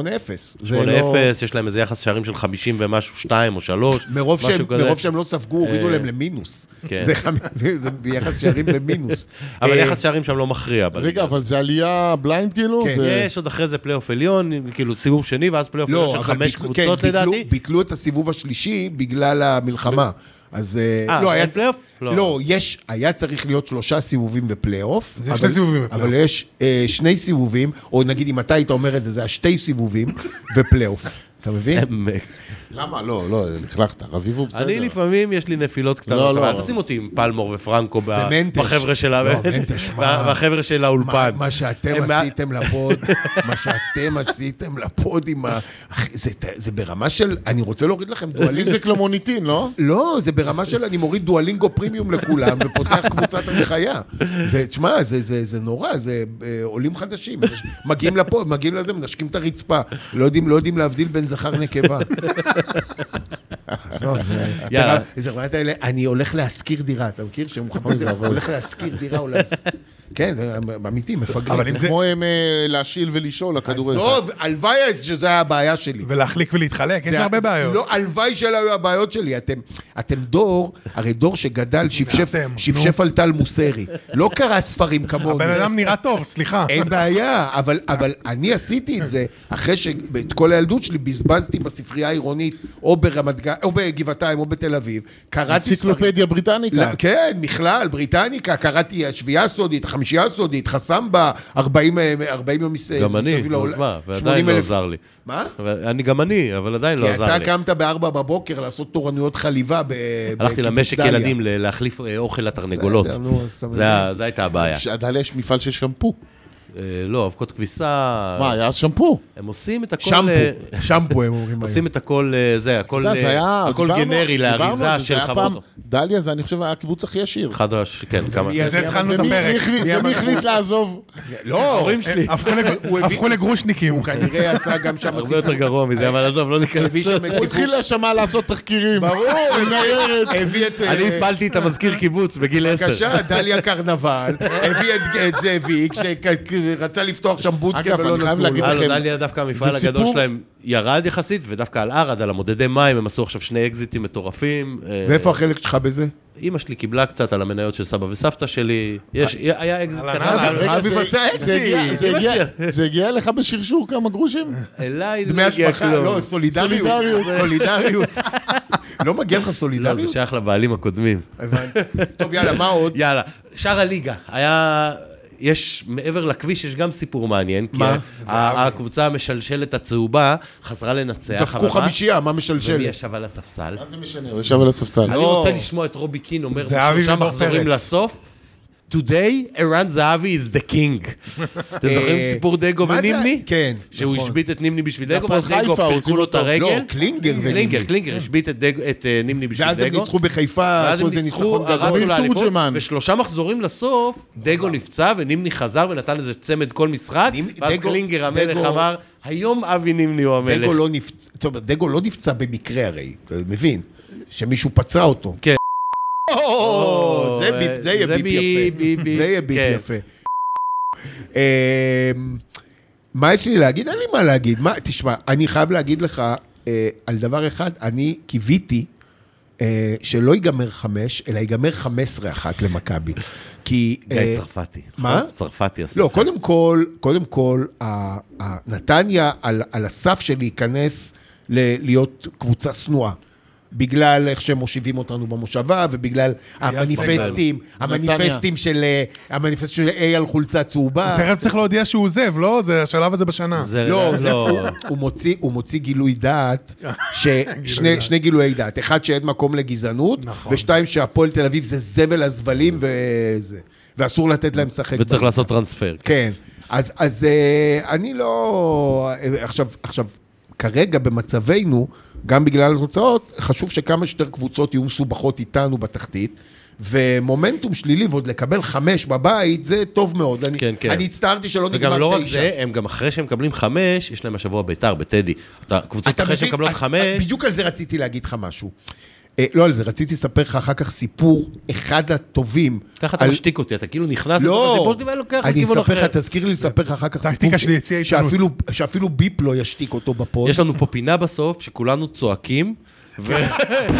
Speaker 3: לא-
Speaker 2: 8-0, יש להם איזה יחס שערים של 50 ומשהו, 2 או 3.
Speaker 3: מרוב
Speaker 2: משהו
Speaker 3: שהם,
Speaker 2: כזה.
Speaker 3: מרוב שהם לא ספגו, הורידו
Speaker 2: אה,
Speaker 3: להם למינוס.
Speaker 2: כן.
Speaker 3: זה, חמ- זה ביחס שערים למינוס.
Speaker 2: אבל
Speaker 3: אה,
Speaker 2: יחס שערים שם לא מכריע.
Speaker 5: רגע, אבל זה עלייה בליינד כאילו?
Speaker 3: כן.
Speaker 5: זה-
Speaker 2: יש עוד אחרי זה פלייאוף עליון, כאילו סיבוב שני, ואז פלייאוף עליון
Speaker 3: לא,
Speaker 2: של
Speaker 3: אבל
Speaker 2: חמש
Speaker 3: ביטלו-
Speaker 2: קבוצות
Speaker 3: כן, ביטלו-
Speaker 2: לדעתי.
Speaker 3: ביטלו את הסיבוב השלישי בגלל המלחמה. אז אה,
Speaker 2: אה,
Speaker 3: לא,
Speaker 2: אין
Speaker 3: היה... צ-
Speaker 2: פלייאוף? לא.
Speaker 3: לא, יש, היה צריך להיות שלושה סיבובים ופלייאוף.
Speaker 4: זה
Speaker 3: אבל-
Speaker 4: שני סיבובים ופלייאוף.
Speaker 3: אבל יש אה, שני סיבובים, או נגיד אם אתה היית אומר את זה, זה היה שתי סיבובים ופלייאוף. אתה מבין?
Speaker 2: הם- אה,
Speaker 5: למה? לא, לא, לכלכת. רביב הוא בסדר.
Speaker 2: אני לפעמים יש לי נפילות קטנות,
Speaker 5: לא,
Speaker 2: אבל
Speaker 5: לא.
Speaker 2: אל תשים אותי עם פלמור ופרנקו ב-
Speaker 3: ומנטש.
Speaker 2: בחבר'ה של ה-
Speaker 3: לא, מנטש, מה?
Speaker 2: בחבר'ה של
Speaker 3: מה,
Speaker 2: האולפן.
Speaker 3: מה שאתם
Speaker 2: הם מה-
Speaker 3: עשיתם לפוד, מה שאתם עשיתם לפוד עם ה... אחי, זה, זה ברמה של... אני רוצה להוריד לכם
Speaker 5: לי
Speaker 3: דואליזם.
Speaker 5: זה קלמוניטין, לא?
Speaker 3: לא, זה ברמה של אני מוריד דואלינגו פרימיום לכולם ופותח קבוצת הנחיה. זה, תשמע, זה, זה, זה נורא, זה אה, עולים חדשים. מנש- מגיעים לפה, מגיעים לזה, מנשקים את הרצפה. לא יודעים, לא יודעים להבדיל בין זכר נקבה. עזוב, זה...
Speaker 2: יאללה.
Speaker 3: ברמה- זה רואה את האלה, אני הולך להשכיר דירה, אתה מכיר? שהוא מחפש דירה, הוא הולך להשכיר דירה או להשכיר... כן, זה אמיתי, מפגרים.
Speaker 4: אבל אם
Speaker 5: זה
Speaker 4: זה...
Speaker 5: כמו הם, אה, להשאיל ולשאול, הכדורגל.
Speaker 3: עזוב, הלוואי שזו הייתה הבעיה שלי.
Speaker 4: ולהחליק ולהתחלק, יש
Speaker 3: זה-
Speaker 4: הרבה
Speaker 3: זה-
Speaker 4: בעיות.
Speaker 3: לא, הלוואי שאלה היו הבעיות שלי. אתם, אתם דור, הרי דור שגדל, שפשף,
Speaker 4: אתם,
Speaker 3: שפשף על טל מוסרי. לא קרא ספרים כמוני.
Speaker 4: הבן אדם נראה טוב, סליחה.
Speaker 3: אין בעיה, אבל, אבל אני עשיתי את זה אחרי שאת כל הילדות שלי בזבזתי בספרייה העירונית, או ברמת גן, או בגבעתיים, או בתל אביב. קראתי ספרים.
Speaker 5: אנציקלופדיה בריטניקה.
Speaker 3: לא, כן, בכלל, בריטניקה, קראתי השביעייה הסודית, החמישייה הסודית, חסמבה, 40 40 יום מס- מסביב
Speaker 2: גם אני, נו, אז
Speaker 3: לעולם.
Speaker 2: מה, ועדיין
Speaker 3: 80,000
Speaker 2: לא עזר לי.
Speaker 3: מה?
Speaker 2: אבל אני גם אני, אבל עדיין לא
Speaker 3: כי
Speaker 2: עזר
Speaker 3: אתה
Speaker 2: לי.
Speaker 3: קמת בארבע בבוקר לעשות תורנויות חליבה ב...
Speaker 2: הלכתי
Speaker 3: בקיבוץ
Speaker 2: למשק
Speaker 3: דליה.
Speaker 2: ילדים ל- להחליף אה, אוכל לתרנגולות.
Speaker 3: בסדר, נו, אז
Speaker 2: זה
Speaker 3: אתה מבין.
Speaker 2: ה- זה הייתה הבעיה.
Speaker 5: שעדיין לא, יש מפעל של שמפו.
Speaker 2: אה, לא, אבקות כביסה,
Speaker 5: מה, היה אז שמפו?
Speaker 2: הם עושים את הכל... אה,
Speaker 3: שמפו, שמפו הם אומרים היום.
Speaker 2: עושים את הכל, אה, זה, הכל
Speaker 5: אתה יודע, זה
Speaker 2: אה,
Speaker 5: היה...
Speaker 2: הכל
Speaker 5: דיברנו-
Speaker 2: גנרי
Speaker 5: דיברנו על
Speaker 2: לאריזה
Speaker 5: זה,
Speaker 2: של
Speaker 5: זה היה פעם-
Speaker 2: חברות.
Speaker 5: דליה זה, אני חושב, היה הקיבוץ הכי עשיר.
Speaker 2: חדש, כן, כמה.
Speaker 4: על זה התחלנו את
Speaker 5: ומי
Speaker 4: הפרק.
Speaker 5: החליט-
Speaker 4: מי
Speaker 5: ומי
Speaker 4: אמר-
Speaker 5: החליט לעזוב?
Speaker 3: לא,
Speaker 2: ההורים שלי.
Speaker 4: הפכו לג-
Speaker 3: הוא הביא-
Speaker 4: הפכו לגרושניקים.
Speaker 3: הוא כנראה עשה גם שם
Speaker 2: הרבה יותר גרוע מזה, אבל עזוב, לא ניכנס.
Speaker 3: הביא שם את
Speaker 5: הוא
Speaker 3: סיפור...
Speaker 5: התחיל להישמע לעשות תחקירים.
Speaker 3: ברור,
Speaker 5: עם ניירת.
Speaker 3: הביא את...
Speaker 2: לא אני
Speaker 3: אה,
Speaker 2: הפלתי את המזכיר קיבוץ בגיל 10.
Speaker 3: בבקשה, דליה קרנבל, הביא את- את זאביק, שרצה לפתוח שם בודקה
Speaker 5: אגב,
Speaker 3: ולא
Speaker 5: אני חייב
Speaker 3: נתנו
Speaker 5: להגיד
Speaker 3: לו.
Speaker 5: לך-
Speaker 2: הלו,
Speaker 5: לכם,
Speaker 2: דליה דווקא המפעל
Speaker 5: זה
Speaker 2: הגדול
Speaker 5: סיפור-
Speaker 2: שלהם ירד יחסית, ודווקא על ערד, על המודדי מים, הם עשו עכשיו שני אקזיטים מטורפים. אה,
Speaker 3: ואיפה החלק שלך בזה?
Speaker 2: אימא שלי קיבלה קצת על המניות של סבא וסבתא שלי. יש, היה אקזיט
Speaker 4: אהלן,
Speaker 2: קטן.
Speaker 4: אהלן.
Speaker 5: רגע,
Speaker 3: אביב
Speaker 5: זה-
Speaker 3: עשה
Speaker 5: זה
Speaker 3: אקזיט.
Speaker 5: הגיע- זה הגיע- זה הגיע אליך בשרשור כמה גרושים?
Speaker 2: אליי
Speaker 3: דמי
Speaker 2: לא הגיע
Speaker 3: השבחה,
Speaker 2: כלום.
Speaker 3: לא, סולידריות.
Speaker 5: סולידריות.
Speaker 3: סולידריות. לא מגיע לך
Speaker 2: לא, זה
Speaker 3: סולידריות?
Speaker 2: שייך לבעלים הקודמים.
Speaker 3: הבנתי. טוב, יאללה, מה עוד?
Speaker 2: יאללה, שאר הליגה, היה... יש, מעבר לכביש יש גם סיפור מעניין. כי
Speaker 3: מה?
Speaker 2: ה- הקבוצה המשלשלת הצהובה חזרה לנצח.
Speaker 3: דפקו
Speaker 2: אבל מה?
Speaker 3: חמישייה, מה
Speaker 2: ומי
Speaker 3: משלשל?
Speaker 2: ישב על הספסל?
Speaker 5: מה זה משנה? הוא ישב על הספסל.
Speaker 2: אני
Speaker 3: לא.
Speaker 2: רוצה לשמוע את רובי קין אומר
Speaker 4: זהבי
Speaker 2: בשלושה
Speaker 4: ודור
Speaker 2: מחזורים
Speaker 4: פרץ.
Speaker 2: לסוף. Today, ערן זהבי is the king. אתם זוכרים
Speaker 3: אה,
Speaker 2: סיפור דגו
Speaker 3: מה זה-
Speaker 2: נימני?
Speaker 3: כן,
Speaker 2: שהוא
Speaker 3: נכון.
Speaker 2: השבית את נימני בשביל דגו,
Speaker 5: והפועל
Speaker 2: ואז דגו
Speaker 5: חיפה
Speaker 2: פירקו
Speaker 5: הוציאו
Speaker 2: לו את
Speaker 5: אותו.
Speaker 2: הרגל.
Speaker 3: לא, קלינגר
Speaker 2: קלינגר,
Speaker 3: ונימני. כן.
Speaker 2: קלינגר השבית את דגו- את אה, נימני בשביל
Speaker 3: ואז הם
Speaker 2: דגו.
Speaker 3: ניצחו בחיפה,
Speaker 2: ואז
Speaker 3: עשו
Speaker 2: הם
Speaker 3: איזה ניצחון
Speaker 2: אה, ניצחו, לא
Speaker 3: גדול.
Speaker 2: הרסנו לאליפות,
Speaker 5: תורג'מן.
Speaker 2: ושלושה מחזורים לסוף, דגו נפצע ונימני חזר ונתן איזה צמד כל משחק,
Speaker 3: נימני-
Speaker 2: ואז
Speaker 3: דגו-
Speaker 2: קלינגר המלך
Speaker 3: דגו-
Speaker 2: אמר, היום אבי נימני הוא המלך.
Speaker 3: דגו לא נפצע, זאת אומרת, דגו לא נפצע במקרה הרי, אתה מבין? שמישהו פצע אותו.
Speaker 2: כן.
Speaker 3: או, זה ביפ, זה יהיה
Speaker 2: זה
Speaker 3: ביפ יפה.
Speaker 2: ביפ,
Speaker 3: זה יהיה ביפ
Speaker 2: כן.
Speaker 3: יפה. אמ, מה יש לי להגיד? אין לי מה להגיד. מה, תשמע, אני חייב להגיד לך אה, על דבר אחד, אני קיוויתי אה, אה, שלא ייגמר חמש, אלא ייגמר חמש עשרה אחת למכבי. כי...
Speaker 2: גיא
Speaker 3: אה,
Speaker 2: צרפתי.
Speaker 3: מה?
Speaker 2: נכון? צרפתי עשה.
Speaker 3: לא, קודם כל, קודם כל, ה- ה- נתניה על, על הסף של להיכנס ל- להיות קבוצה שנואה. בגלל איך שהם מושיבים אותנו במושבה, ובגלל המניפסטים, המניפסטים של, אה, המניפסט של איי על חולצה צהובה.
Speaker 4: תכף צריך להודיע שהוא עוזב, לא? זה השלב הזה בשנה.
Speaker 2: זה
Speaker 3: לא,
Speaker 2: לא,
Speaker 3: זה- הוא- הוא מוציא- הוא מוציא גילוי דעת, נכון. ש- שני- שני גילויי דעת, אחד שאין מקום לגזענות, ושתיים שהפועל תל אביב זה זבל הזבלים וזה, ואסור לתת להם לשחק.
Speaker 2: וצריך
Speaker 3: בליגה.
Speaker 2: לעשות טרנספר.
Speaker 3: כן, אז, אז אה, אני לא... אה, עכשיו, עכשיו, כרגע במצבנו, גם בגלל התוצאות, חשוב שכמה שיותר קבוצות יהיו מסובכות איתנו בתחתית. ומומנטום שלילי ועוד לקבל חמש בבית, זה טוב מאוד. אני,
Speaker 2: כן, כן.
Speaker 3: אני הצטערתי שלא
Speaker 2: וגם לא
Speaker 3: נגמר
Speaker 2: רק
Speaker 3: תשע.
Speaker 2: זה, הם גם אחרי שהם מקבלים חמש, יש להם השבוע ביתר, בטדי. אתה- קבוצות
Speaker 3: אתה
Speaker 2: אחרי שהם
Speaker 3: מבין?
Speaker 2: מקבלות
Speaker 3: אז-
Speaker 2: חמש,
Speaker 3: בדיוק על זה רציתי להגיד לך משהו. אה, לא על זה, רציתי לספר לך אחר כך סיפור, אחד הטובים.
Speaker 2: ככה אתה
Speaker 3: על-
Speaker 2: משתיק אותי, אתה כאילו נכנס לתוך
Speaker 3: לא,
Speaker 2: הסיפור שלי ואני לוקח
Speaker 3: אני
Speaker 2: לכיוון
Speaker 3: אספר
Speaker 2: אחר.
Speaker 3: לך, תזכיר לי לספר לך אחר כך
Speaker 4: טקטיקה
Speaker 3: סיפור
Speaker 4: של יציע
Speaker 3: ש-
Speaker 4: איתנות.
Speaker 3: שאפילו- שאפילו ביפ לא ישתיק אותו בפוד.
Speaker 2: יש לנו פה פינה בסוף שכולנו צועקים,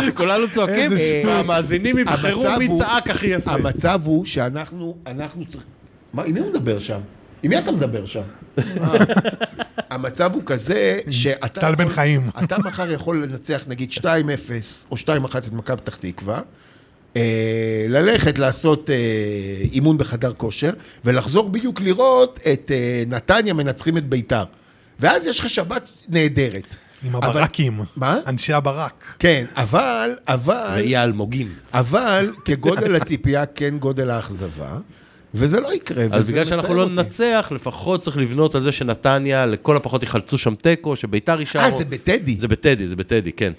Speaker 2: וכולנו צועקים,
Speaker 4: איזה
Speaker 3: שטות.
Speaker 2: והמאזינים יבחרו
Speaker 3: המצב
Speaker 2: מי
Speaker 3: הוא-
Speaker 2: צעק הכי יפה.
Speaker 3: המצב הוא שאנחנו אנחנו צריכים... מה, עם מי הוא מדבר שם? עם מי אתה מדבר שם? אה. המצב הוא כזה שאתה...
Speaker 4: טל בן
Speaker 3: יכול-
Speaker 4: חיים.
Speaker 3: אתה מחר יכול לנצח נגיד 2-0 או 2-1 את מכבי פתח תקווה, אה, ללכת לעשות אה, אימון בחדר כושר, ולחזור בדיוק לראות את אה, נתניה מנצחים את ביתר. ואז יש לך שבת נהדרת.
Speaker 4: עם
Speaker 3: אבל-
Speaker 4: הברקים.
Speaker 3: מה?
Speaker 4: אנשי הברק.
Speaker 3: כן, אבל, אבל...
Speaker 2: ראי האלמוגים.
Speaker 3: אבל כגודל הציפייה כן גודל האכזבה, וזה לא יקרה.
Speaker 2: אז
Speaker 3: וזה
Speaker 2: בגלל שאנחנו
Speaker 3: מצער
Speaker 2: לא
Speaker 3: אותי.
Speaker 2: ננצח, לפחות צריך לבנות על זה שנתניה, לכל הפחות יחלצו שם תיקו, שביתר יישארו.
Speaker 3: אה, זה בטדי.
Speaker 2: זה בטדי, זה בטדי, כן.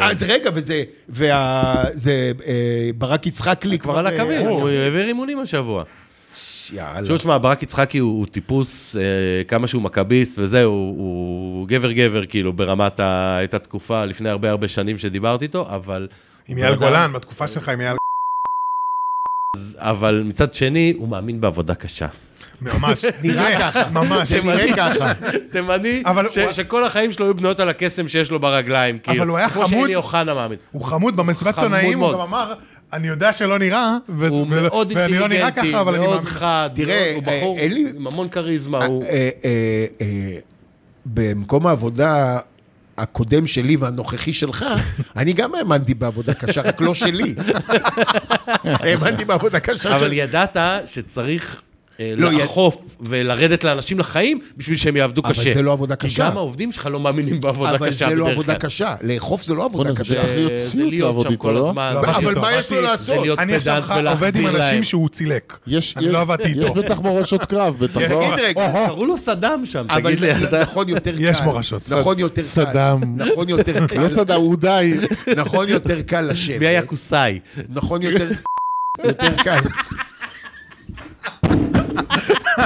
Speaker 2: אה,
Speaker 3: אז רגע, וזה... וה... זה אה, ברק יצחקלי כבר...
Speaker 2: כבר על
Speaker 3: אה,
Speaker 2: הקווים,
Speaker 3: על
Speaker 2: הוא
Speaker 3: הקווים.
Speaker 2: העביר אימונים השבוע.
Speaker 3: יאללה.
Speaker 2: שוב, שמע, ברק יצחקי הוא הוא טיפוס, אה, כמה שהוא מכביסט וזהו, הוא גבר גבר, כאילו, ברמת ה... הייתה תקופה לפני הרבה הרבה שנים שדיברתי איתו, אבל...
Speaker 4: עם
Speaker 2: בן
Speaker 4: אייל
Speaker 2: אדם-
Speaker 4: גולן, בתקופה שלך עם אייל
Speaker 2: אבל מצד שני, הוא מאמין בעבודה קשה.
Speaker 4: ממש.
Speaker 3: נראה ככה.
Speaker 4: ממש.
Speaker 3: זה נראה ככה.
Speaker 2: תימני,
Speaker 4: אבל
Speaker 2: ש-
Speaker 4: הוא-
Speaker 2: שכל החיים שלו היו בנויות על הקסם שיש לו ברגליים, כאילו.
Speaker 4: הוא היה
Speaker 2: כמו
Speaker 4: חמוד.
Speaker 2: שאלי אוחנה מאמין.
Speaker 4: הוא חמוד במסיבת
Speaker 2: חמוד
Speaker 4: עיתונאים, הוא
Speaker 2: מאוד.
Speaker 4: גם אמר, אני יודע שלא נראה, ו-
Speaker 2: הוא
Speaker 4: ו-
Speaker 2: מאוד
Speaker 4: ואני לא נראה
Speaker 2: אינטליגנטי,
Speaker 4: ככה, אבל אני
Speaker 2: מאוד
Speaker 4: מאמין.
Speaker 2: חד,
Speaker 3: תראה,
Speaker 2: מאוד- הוא בחור
Speaker 3: אה, אין לי-
Speaker 2: עם המון כריזמה, הוא...
Speaker 3: אה, אה, אה, במקום העבודה הקודם שלי והנוכחי שלך, אני גם האמנתי בעבודה קשה, רק לא שלי. האמנתי בעבודה קשה
Speaker 2: אבל
Speaker 3: שלי.
Speaker 2: ידעת שצריך אה,
Speaker 3: לא, יד-
Speaker 2: לאכוף ולרדת לאנשים לחיים בשביל שהם יעבדו
Speaker 3: אבל
Speaker 2: קשה.
Speaker 3: זה לא עבודה
Speaker 2: כי
Speaker 3: קשה.
Speaker 2: גם העובדים שלך לא מאמינים בעבודה קשה
Speaker 3: אבל זה לא
Speaker 2: בדרך
Speaker 3: עבודה
Speaker 2: כלל. אה,
Speaker 3: קשה. לאכוף זה לא
Speaker 5: בוא'נה,
Speaker 3: עבודה
Speaker 5: זה
Speaker 3: קשה.
Speaker 5: צריך להיות
Speaker 2: זה
Speaker 5: סיוט
Speaker 2: להיות
Speaker 5: לעבוד
Speaker 2: שם
Speaker 5: איתו,
Speaker 2: כל
Speaker 5: לא?
Speaker 2: הזמן.
Speaker 4: לא,
Speaker 3: אבל
Speaker 4: עבדתי
Speaker 3: מה
Speaker 4: איתו,
Speaker 3: יש לו
Speaker 4: עבדתי-
Speaker 3: לעשות?
Speaker 2: להיות
Speaker 4: אני עכשיו
Speaker 2: פדנט
Speaker 4: עובד עם
Speaker 2: ולהחזיר להם.
Speaker 4: אנשים שהוא צילק.
Speaker 5: יש,
Speaker 4: אני
Speaker 5: יש-
Speaker 4: לא עבדתי
Speaker 5: יש
Speaker 4: איתו.
Speaker 5: בטח מורשות קרב, בטח לא?
Speaker 3: תגיד רגע,
Speaker 2: קראו לו סדאם שם,
Speaker 3: אבל
Speaker 2: תגיד לי. אתה-
Speaker 3: נכון יותר קל.
Speaker 4: יש מורשות.
Speaker 3: נכון יותר קל.
Speaker 5: סדאם.
Speaker 3: נכון יותר
Speaker 5: לא
Speaker 3: קל.
Speaker 5: סדאם, הוא די.
Speaker 3: נכון יותר קל לשבת.
Speaker 2: מי היה קוסאי?
Speaker 3: נכון יותר... יותר קל.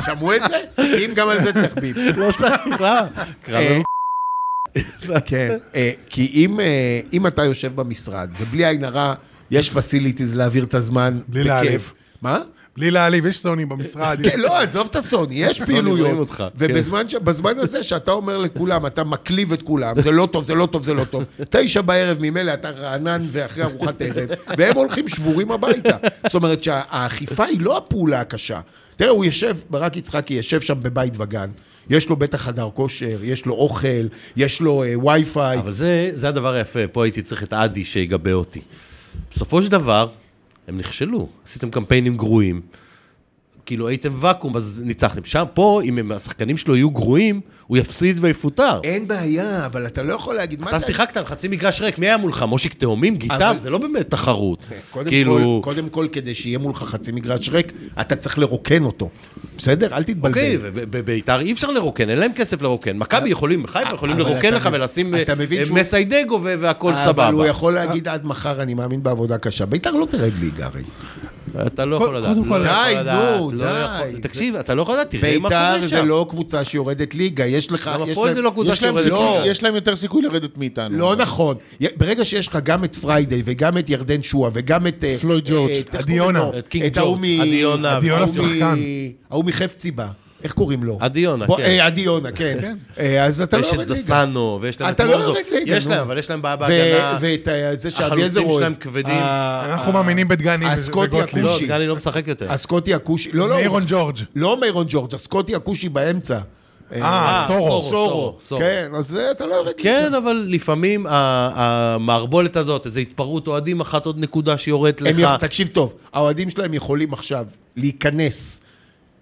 Speaker 3: שמעו את זה? כי אם גם על זה צריך ביפ.
Speaker 2: לא צריך, לא. קרא
Speaker 3: אה,
Speaker 2: לו.
Speaker 3: כן, אה, כי אם, אה, אם אתה יושב במשרד, ובלי עין הרע, יש פסיליטיז להעביר את הזמן
Speaker 4: בלי
Speaker 3: בכיף.
Speaker 4: להעליב.
Speaker 3: מה?
Speaker 4: בלי להעליב, יש סוני במשרד.
Speaker 3: כן, לא, עזוב את הסוני, יש
Speaker 2: רואים
Speaker 3: פעילויות.
Speaker 2: אותך, כן.
Speaker 3: ובזמן ש- בזמן הזה שאתה אומר לכולם, אתה מקליב את כולם, זה לא טוב, זה לא טוב, זה לא טוב. תשע בערב ממילא אתה רענן ואחרי ארוחת ערב, והם הולכים שבורים הביתה. זאת אומרת שהאכיפה היא לא הפעולה הקשה. תראה, הוא יושב, ברק יצחקי יושב שם בבית וגן. יש לו בטח חדר כושר, יש לו אוכל, יש לו אה, וי-פיי.
Speaker 2: אבל זה, זה הדבר היפה, פה הייתי צריך את אדי שיגבה אותי. בסופו של דבר, הם נכשלו, עשיתם קמפיינים גרועים. כאילו הייתם ואקום, אז ניצחתם. שם, פה, אם הם- השחקנים שלו יהיו גרועים, הוא יפסיד ויפוטר.
Speaker 3: אין בעיה, אבל אתה לא יכול להגיד, מה
Speaker 2: אתה
Speaker 3: זה...
Speaker 2: שיחקת על חצי מגרש ריק, מי היה מולך? מושיק תאומים? גיטם?
Speaker 3: אבל- אה,
Speaker 2: זה לא באמת תחרות.
Speaker 3: קודם,
Speaker 2: כאילו...
Speaker 3: כל, קודם כל, כדי שיהיה מולך חצי מגרש ריק, אתה צריך לרוקן אותו. בסדר? אל תתבלבל.
Speaker 2: אוקיי, ובביתר אי אפשר לרוקן, אין להם כסף לרוקן. מכבי יכולים, חיפה יכולים
Speaker 3: אה, אבל
Speaker 2: לרוקן
Speaker 3: אתה
Speaker 2: לך
Speaker 3: מב-
Speaker 2: ולשים
Speaker 3: אתה
Speaker 2: אה,
Speaker 3: מבין
Speaker 2: אה,
Speaker 3: שהוא- אה,
Speaker 2: מסיידגו ו- והכל
Speaker 3: אבל הוא
Speaker 2: סבבה.
Speaker 3: יכול להגיד עד מחר, אני מאמין בעבודה קשה. ביתר לא תרד ליגה הרי.
Speaker 2: אתה לא יכול
Speaker 4: קודם
Speaker 2: לדעת.
Speaker 4: כל-
Speaker 2: לא יכול
Speaker 3: די,
Speaker 2: לדעת,
Speaker 3: נו,
Speaker 2: לא
Speaker 3: די.
Speaker 2: יכול-
Speaker 3: זה-
Speaker 2: תקשיב, אתה לא יכול לדעת, תראה מה קורה שם.
Speaker 3: ביתר זה לא קבוצה שיורדת ליגה, יש לך...
Speaker 2: גם
Speaker 3: יש
Speaker 2: הפועל
Speaker 3: להם-
Speaker 2: זה לא קבוצה
Speaker 5: יש להם
Speaker 2: שיורדת
Speaker 5: סיכוי-
Speaker 2: ליגה.
Speaker 5: יש להם יותר סיכוי לרדת מאיתנו.
Speaker 3: לא נכון. י- ברגע שיש לך גם את פריידי וגם את ירדן שואה וגם את... אה,
Speaker 5: פלויד ג'ורג'.
Speaker 3: אה, את- איך
Speaker 4: עדי יונה.
Speaker 3: קוראים לו?
Speaker 2: את קינג
Speaker 3: את ההוא
Speaker 2: ג'ורג',
Speaker 3: מ-
Speaker 2: עדי יונה.
Speaker 4: עדי יונה
Speaker 3: ההוא מ-
Speaker 4: שחקן.
Speaker 3: ההוא מחפציבה. איך קוראים לו?
Speaker 2: עדי יונה,
Speaker 3: בוא-
Speaker 2: כן.
Speaker 3: אה, עדי יונה, כן. אה, אז אתה לא
Speaker 2: ויש
Speaker 3: יורד
Speaker 2: את
Speaker 3: ליגה.
Speaker 2: זסנו, ויש להם את
Speaker 3: אתה לא
Speaker 2: מורזוב.
Speaker 3: יורד ליגה,
Speaker 2: יש
Speaker 3: נו.
Speaker 2: להם, אבל יש להם בעיה
Speaker 3: ו-
Speaker 2: בהגנה.
Speaker 3: ואת ה- זה אה, שאביעזר
Speaker 2: החלוצים
Speaker 3: אוהב.
Speaker 2: שלהם כבדים.
Speaker 3: ה-
Speaker 4: אנחנו
Speaker 3: ה-
Speaker 4: מאמינים בדגני ו-
Speaker 3: הסקוטי
Speaker 4: וגוטליב.
Speaker 2: לא,
Speaker 3: הכושי.
Speaker 2: דגני לא משחק
Speaker 4: אה,
Speaker 2: יותר.
Speaker 3: הסקוטי הכושי, לא, לא,
Speaker 4: מאירון ג'ורג'.
Speaker 3: לא מיירון ג'ורג', הסקוטי הכושי באמצע.
Speaker 4: אה, סורו.
Speaker 2: סורו,
Speaker 3: סורו,
Speaker 2: סורו.
Speaker 3: כן, אז זה אתה לא יורד ליגה.
Speaker 2: כן, אבל לפעמים ה- המערבולת הזאת, איזו התפרעות אוהדים, אחת עוד נקודה שיורדת
Speaker 3: הם
Speaker 2: לך.
Speaker 3: יכ... תקשיב טוב, האוהדים שלהם יכולים עכשיו להיכנס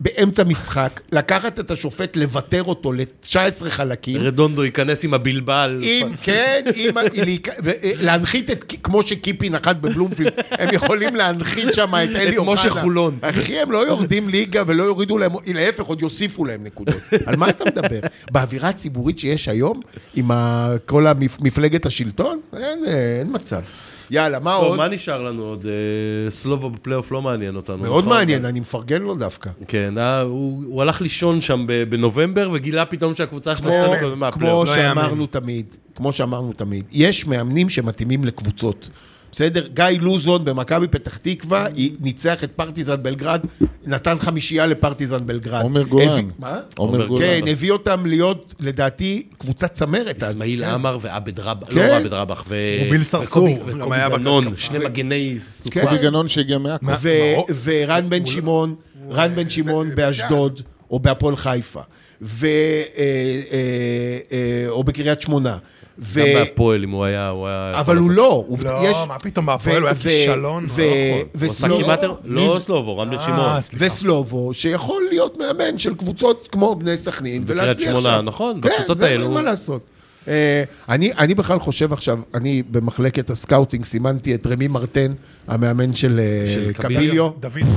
Speaker 3: באמצע משחק, לקחת את השופט, לוותר אותו ל-19 חלקים.
Speaker 2: רדונדו ייכנס עם הבלבל.
Speaker 3: אם כן, אם... להיק- ו- אה, להנחית את... כמו שקיפי נחת בבלומפילד, הם יכולים להנחית שם את אלי
Speaker 2: את
Speaker 3: אוחנה.
Speaker 2: משה חולון.
Speaker 3: אחי, הם לא יורדים ליגה ולא יורידו להם... להפך, עוד יוסיפו להם נקודות. על מה אתה מדבר? באווירה הציבורית שיש היום, עם ה- כל המפ- מפלגת השלטון? אין אה, אין מצב. יאללה, מה
Speaker 2: טוב,
Speaker 3: עוד?
Speaker 2: לא, מה נשאר לנו עוד? אה, סלובו בפלייאוף לא מעניין אותנו.
Speaker 3: מאוד
Speaker 2: נכון?
Speaker 3: מעניין, אני מפרגן לו דווקא.
Speaker 2: כן, אה, הוא הוא הלך לישון שם ב- בנובמבר, וגילה פתאום שהקבוצה שלו
Speaker 3: כמו,
Speaker 2: שתיים קודם מהפלייאוף.
Speaker 3: כמו
Speaker 4: לא
Speaker 3: שאמרנו
Speaker 4: יאמן.
Speaker 3: תמיד, כמו שאמרנו תמיד, יש מאמנים שמתאימים לקבוצות. בסדר? גיא לוזון במכבי פתח תקווה, היא- ניצח את פרטיזן בלגרד, נתן חמישייה לפרטיזן בלגרד.
Speaker 5: עומר גולן.
Speaker 3: הביא- מה?
Speaker 5: עומר
Speaker 4: אוקיי,
Speaker 2: עומר
Speaker 3: כן,
Speaker 5: גולן.
Speaker 3: הביא אותם להיות, לדעתי, קבוצת צמרת אז.
Speaker 2: אסמאעיל עמר ועבד רבח, לא
Speaker 3: כן.
Speaker 2: עבד רבח, ו...
Speaker 4: רוביל סרסור,
Speaker 2: וקובי-
Speaker 4: גם
Speaker 2: וקובי
Speaker 4: היה
Speaker 2: גנון,
Speaker 4: בכתף.
Speaker 2: שני מגני
Speaker 4: כן.
Speaker 2: סופה.
Speaker 5: קובי גנון שהגיע מעכו.
Speaker 4: מה?
Speaker 3: ו-
Speaker 4: מרוק-
Speaker 3: ורן
Speaker 4: לא-
Speaker 3: בן שמעון, רן בן שמעון באשדוד, או בהפועל חיפה, ו... אה, אה, אה, או בקריית שמונה. ו-
Speaker 2: גם בהפועל, אם הוא היה... הוא היה
Speaker 3: אבל הוא לא, עובדה,
Speaker 4: לא,
Speaker 3: יש...
Speaker 4: מה פתאום, בהפועל הוא היה
Speaker 3: ו-
Speaker 4: כישלון.
Speaker 3: ו-
Speaker 4: הוא לא יכול.
Speaker 3: ו-
Speaker 2: הוא עשה
Speaker 3: וסלובו-
Speaker 2: כמעט...
Speaker 3: מי
Speaker 2: לא
Speaker 3: זה-
Speaker 2: סלובו, רמלה שמעון.
Speaker 4: אה, סליחה.
Speaker 3: וסלובו, שיכול להיות מאמן של קבוצות כמו בני סכנין,
Speaker 2: בקריית
Speaker 3: ולהצליח
Speaker 2: שמונה,
Speaker 3: שם.
Speaker 2: נכון,
Speaker 3: כן,
Speaker 2: בקבוצות
Speaker 3: זה
Speaker 2: האלו.
Speaker 3: אין מה לעשות. אה, אני, אני בכלל חושב עכשיו, אני במחלקת הסקאוטינג סימנתי את רמי מרטן, המאמן של, אה,
Speaker 2: של קפיליו.
Speaker 3: קפיליו.
Speaker 4: דוד.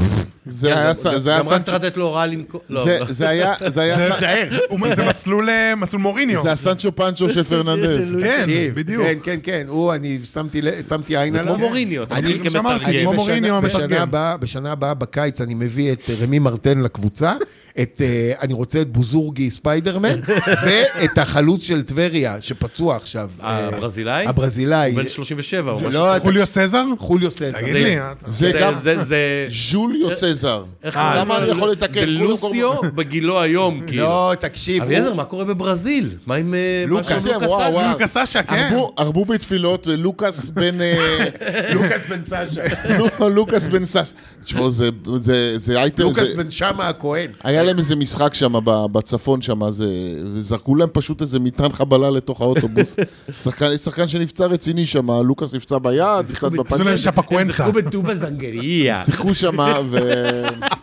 Speaker 5: זה היה ס- זה היה
Speaker 2: גם רק
Speaker 5: סנצ'ו.
Speaker 2: צריך לתת לו הוראה למכור... לא,
Speaker 5: זה- זה היה... זה היה ס-
Speaker 4: הוא- זה מסלול אה, מסלול מוריניו.
Speaker 5: זה הסנצ'ו פנצ'ו של פרננדז.
Speaker 4: כן,
Speaker 3: תקשיב,
Speaker 4: בדיוק.
Speaker 3: כן, כן, כן, הוא, אני שמתי, ל- שמתי עין
Speaker 2: זה
Speaker 3: עליו.
Speaker 2: כמו מוריניו, אתה
Speaker 4: אני-
Speaker 2: מתחיל
Speaker 4: כמו שאמרתי,
Speaker 2: כמתרגם.
Speaker 4: כמו
Speaker 3: בשנה-
Speaker 4: מוריניו
Speaker 3: בשנה
Speaker 4: המתרגם.
Speaker 3: הבאה, בשנה הבאה בקיץ אני מביא את אה, רמי מרטן לקבוצה, את, אה, אני רוצה את בוזורגי ספיידרמן, ואת החלוץ של טבריה, שפצוע עכשיו. אה,
Speaker 2: הברזילאי?
Speaker 3: הברזילאי.
Speaker 2: הוא בן 37 או משהו.
Speaker 3: לא, אתה-
Speaker 4: חוליו סזר?
Speaker 3: חוליו סזר.
Speaker 4: תגיד
Speaker 2: זה-
Speaker 4: לי, אה,
Speaker 5: זה
Speaker 2: זה-
Speaker 5: גם
Speaker 2: זה- זה...
Speaker 5: ז'וליו סזר.
Speaker 2: איך
Speaker 4: אה,
Speaker 2: זה-
Speaker 5: למה אני יכול לתקן?
Speaker 2: זה
Speaker 5: קודם כל-
Speaker 2: לוסיו בגילו היום, כאילו.
Speaker 3: לא, תקשיב.
Speaker 2: אביעזר,
Speaker 3: הוא-
Speaker 2: מה קורה בברזיל? מה עם... אה, מה
Speaker 3: לוקאס.
Speaker 2: שלום
Speaker 5: כן, וואו,
Speaker 3: אה,
Speaker 5: וואו.
Speaker 4: לוקאס סאשה, כן.
Speaker 5: הרבו- הרבו בתפילות ולוקאס בן... אה,
Speaker 3: לוקאס בן סשה.
Speaker 5: נו, לוקאס בן סש. תשמעו, זה- זה- זה אייטם...
Speaker 3: לוקאס
Speaker 5: זה-
Speaker 3: בן שמה הכהן.
Speaker 5: היה להם איזה משחק שם ב- בצפון שם, אז אה, וזרקו להם פשוט איזה מטען חבלה לתוך האוטובוס. שחקן, שחקן שנפצע רציני שם, לוקאס נפצע ביד, קצת
Speaker 3: לא
Speaker 4: עשו
Speaker 5: בפנים,
Speaker 4: להם אה, שפקוונצה.
Speaker 2: שיחקו בטובה זנגריה.
Speaker 5: שיחקו שם, ו...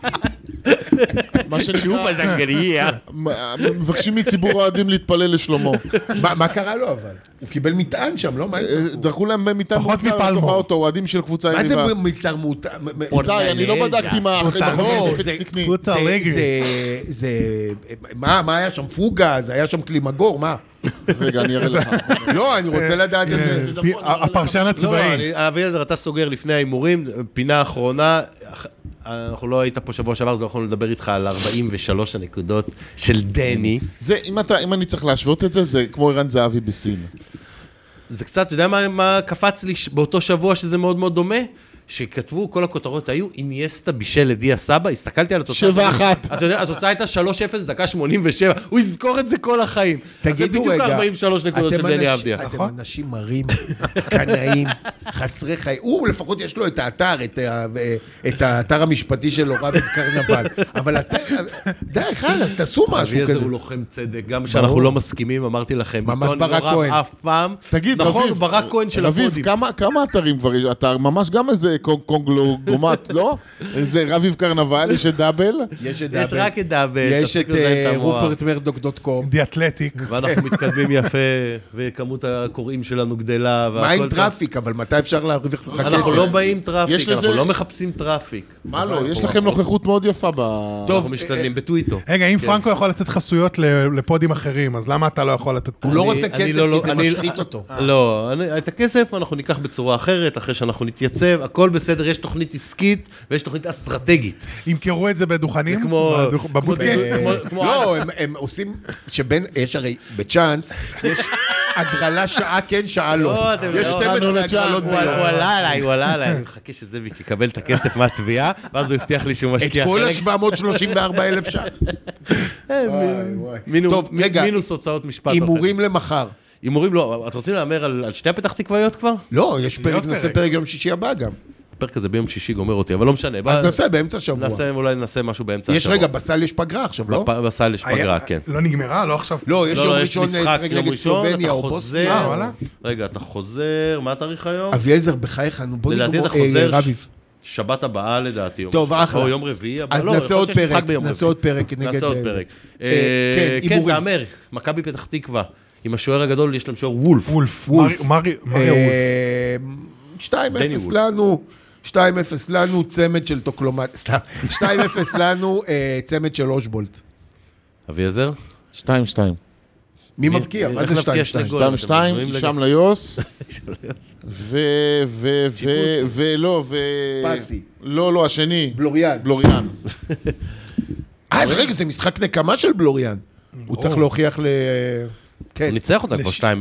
Speaker 5: מה שנקרא,
Speaker 2: טובה זנגריה.
Speaker 5: מ- מבקשים מציבור האוהדים להתפלל לשלומו.
Speaker 3: מה מה קרה לו אבל? הוא קיבל מטען שם, לא? מה
Speaker 5: אה, זרקו להם מטען
Speaker 4: פחות
Speaker 5: מטען לתוך
Speaker 4: מפלמור.
Speaker 5: האוטו, אוהדים של קבוצה
Speaker 3: מה זה
Speaker 5: יריבה.
Speaker 3: מטען מותר? מ- מ-
Speaker 5: איתי, אני לא בדקתי מה אחרי
Speaker 4: פוטה,
Speaker 5: בחורים
Speaker 3: לא,
Speaker 5: נפץ
Speaker 3: זה-
Speaker 5: תקני.
Speaker 4: פוטה
Speaker 3: זה-
Speaker 4: רגל.
Speaker 3: זה- זה... מה מה היה שם? פוגה? זה היה שם קלימגור? מה?
Speaker 5: רגע, אני אראה לך.
Speaker 3: לא, אני רוצה לדעת
Speaker 4: אה,
Speaker 3: איזה...
Speaker 4: פי- הפרשן
Speaker 2: לא,
Speaker 4: הצבאי.
Speaker 2: אני- אביעזר, אתה סוגר לפני ההימורים, פינה אחרונה. אח- אנחנו לא היית פה שבוע שעבר, אז לא יכולנו לדבר איתך על 43 הנקודות של דני.
Speaker 5: זה, אם אתה- אם אני צריך להשוות את זה, זה כמו ערן זהבי בסין.
Speaker 2: זה קצת, אתה יודע מה, מה קפץ לי ש- באותו שבוע שזה מאוד מאוד דומה? שכתבו, כל הכותרות היו, אינייסטה בישל את דיה סבא, הסתכלתי על התוצאה.
Speaker 5: שבע אחת.
Speaker 2: אתה יודע, התוצאה הייתה 3-0, דקה 87, הוא יזכור את זה כל החיים. אז
Speaker 3: תגידו
Speaker 2: זה
Speaker 3: רגע,
Speaker 2: בדיוק 43 נקודות של
Speaker 3: אתם
Speaker 2: דני
Speaker 3: אנשים-
Speaker 2: אבדיה.
Speaker 3: אתם
Speaker 4: נכון?
Speaker 3: אנשים מרים, קנאים, חסרי חיים. הוא לפחות יש לו את האתר, את ה- את האתר המשפטי שלו, רב קרנבל. אבל אתם, די, חלאס, תעשו משהו
Speaker 2: אביעזר
Speaker 3: כזה.
Speaker 2: הוא לא- לוחם צדק, גם כשאנחנו לא מסכימים, אמרתי לכם. איתו
Speaker 3: ממש
Speaker 2: אני
Speaker 3: ברק
Speaker 2: לא רב
Speaker 3: כהן.
Speaker 2: אף פעם.
Speaker 5: תגיד,
Speaker 2: נכון,
Speaker 5: רביב,
Speaker 2: ברק כהן של
Speaker 5: רביב,
Speaker 2: הפודים.
Speaker 5: כמה, כמה אתרים כבר יש? אתה ממש גם איזה קונג- קונגלוגומט, לא? זה רביב קרנבל, יש את דאבל.
Speaker 3: יש
Speaker 2: יש
Speaker 3: את דאבל,
Speaker 2: רק את דאבל.
Speaker 3: יש את אה,
Speaker 2: תפסיקו לזיין את המוח.
Speaker 3: רופרטמרדוק.קום.
Speaker 4: דיאטלטיק.
Speaker 3: כן.
Speaker 2: ואנחנו מתקדמים יפה, וכמות הקוראים שלנו גדלה, והכל
Speaker 3: מה עם
Speaker 2: טוב.
Speaker 3: טראפיק? אבל מתי אפשר להרוויח לך
Speaker 2: אנחנו לא
Speaker 3: כסף?
Speaker 2: באים טראפיק,
Speaker 5: יש לזה-
Speaker 2: אנחנו לא מחפשים טראפיק.
Speaker 5: מה לא, יש לכם נוכחות מאוד יפה ב...
Speaker 2: אנחנו
Speaker 3: אה,
Speaker 2: משתדלים בטוויטו.
Speaker 4: רגע, אם פרנקו יכול לתת חסויות ל- לפודים אחרים, אז למה אתה לא יכול לתת פה?
Speaker 3: הוא לא
Speaker 2: אני-
Speaker 3: רוצה
Speaker 2: אני
Speaker 3: כסף,
Speaker 2: לא- לא-
Speaker 3: כי זה
Speaker 2: אני-
Speaker 3: משחית אותו.
Speaker 4: אה.
Speaker 2: לא, אני- את הכסף אנחנו ניקח בצורה אחרת, אחרי שאנחנו נתייצב, הכל בסדר, יש תוכנית עסקית ויש תוכנית אסטרטגית.
Speaker 4: ימכרו את זה בדוכנים?
Speaker 2: כמו-
Speaker 4: בדוכ-
Speaker 2: כמו-
Speaker 3: כן.
Speaker 4: בבודקה?
Speaker 2: כמו- כמו-
Speaker 3: לא, הם- הם עושים, שבין, יש הרי, בצ'אנס, יש- הגרלה שעה כן, שעה לא.
Speaker 2: לא, אתם
Speaker 3: יש
Speaker 2: לא.
Speaker 3: 12 הגרלות
Speaker 2: הוא הוא
Speaker 3: ביום.
Speaker 2: עלה עליי, הוא עלה עליי, אני מחכה שזאביק יקבל את הכסף מהתביעה, ואז הוא הבטיח לי שהוא
Speaker 3: את
Speaker 2: משקיע
Speaker 3: כל
Speaker 2: חלק.
Speaker 3: ה-734 אלף ש"ח. וואי, וואי.
Speaker 2: אה, מינוס-
Speaker 3: טוב,
Speaker 2: מי-
Speaker 3: רגע,
Speaker 2: מינוס הוצאות משפט.
Speaker 3: הימורים למחר.
Speaker 2: אוקיי. הימורים לא, אתם רוצים להמר על על שתי הפתח תקוויות כבר?
Speaker 3: לא, יש פרק,
Speaker 4: להיות
Speaker 3: נעשה
Speaker 4: פרק.
Speaker 3: פרק יום שישי הבא גם.
Speaker 2: הפרק הזה ביום שישי גומר אותי, אבל לא משנה. בוא-
Speaker 3: אז נעשה באמצע שבוע.
Speaker 2: נעשה, אולי נעשה משהו באמצע
Speaker 3: יש רגע, בסל יש פגרה עכשיו, לא?
Speaker 2: בפ- בסל יש פגרה,
Speaker 4: היה-
Speaker 2: כן.
Speaker 4: לא נגמרה? לא עכשיו?
Speaker 3: לא, יש
Speaker 2: לא,
Speaker 3: יום
Speaker 2: לא,
Speaker 3: ראשון
Speaker 2: משחק
Speaker 3: לשחק
Speaker 2: יום
Speaker 3: נגד
Speaker 2: ראשון,
Speaker 3: סלובניה
Speaker 2: אתה
Speaker 3: או לא.
Speaker 2: חוזר.
Speaker 3: בוסניה.
Speaker 4: אה, וואלה.
Speaker 2: רגע, אתה חוזר, מה התאריך היום?
Speaker 3: אביעזר, בחייך, נו בוא
Speaker 2: לדעתי
Speaker 3: נגמור,
Speaker 2: אתה חוזר-
Speaker 3: אה, רביב.
Speaker 2: שבת הבאה לדעתי. יום
Speaker 3: טוב,
Speaker 2: ראשון.
Speaker 3: אחלה.
Speaker 2: או יום רביעי הבא.
Speaker 3: אז
Speaker 2: לא,
Speaker 3: נעשה
Speaker 2: יכול
Speaker 3: עוד
Speaker 2: להיות שיש משחק
Speaker 3: פרק,
Speaker 2: ביום
Speaker 3: נעשה
Speaker 2: רביעי.
Speaker 3: עוד פרק נגד...
Speaker 2: נעשה עוד
Speaker 3: אה,
Speaker 2: פרק.
Speaker 3: אה,
Speaker 2: אה,
Speaker 3: כן,
Speaker 2: כן,
Speaker 3: הימורים.
Speaker 2: תהמר, מכבי פתח תקווה, עם השוער הגדול יש להם שוער וולף.
Speaker 4: וולף.
Speaker 3: וולף.
Speaker 4: מרי- מרי- מרי וולף.
Speaker 3: אה, 2-0
Speaker 2: דני וולף.
Speaker 3: לנו, 2-0 לנו, צמד של טוקלומט, סתם, 2-0 לנו, אה, צמד של אושבולט.
Speaker 2: אביעזר?
Speaker 5: שתיים, שתיים.
Speaker 3: מי מבקיע? מה
Speaker 2: איך
Speaker 3: זה
Speaker 2: נבקיע
Speaker 3: 2-2?
Speaker 2: שני גולים?
Speaker 5: שתיים,
Speaker 2: אתם מזוהים
Speaker 5: שתיים,
Speaker 2: לגמרי.
Speaker 5: שם ליוס. ו... ו... ו... ולא, ו...
Speaker 3: פסי.
Speaker 5: לא, לא, השני.
Speaker 3: בלוריאן.
Speaker 5: בלוריאן.
Speaker 3: אה, אז רגע, זה משחק נקמה של בלוריאן. הוא צריך להוכיח ל... כן,
Speaker 2: הוא ניצח אותה כבר
Speaker 4: לש-
Speaker 2: 2-0 אה,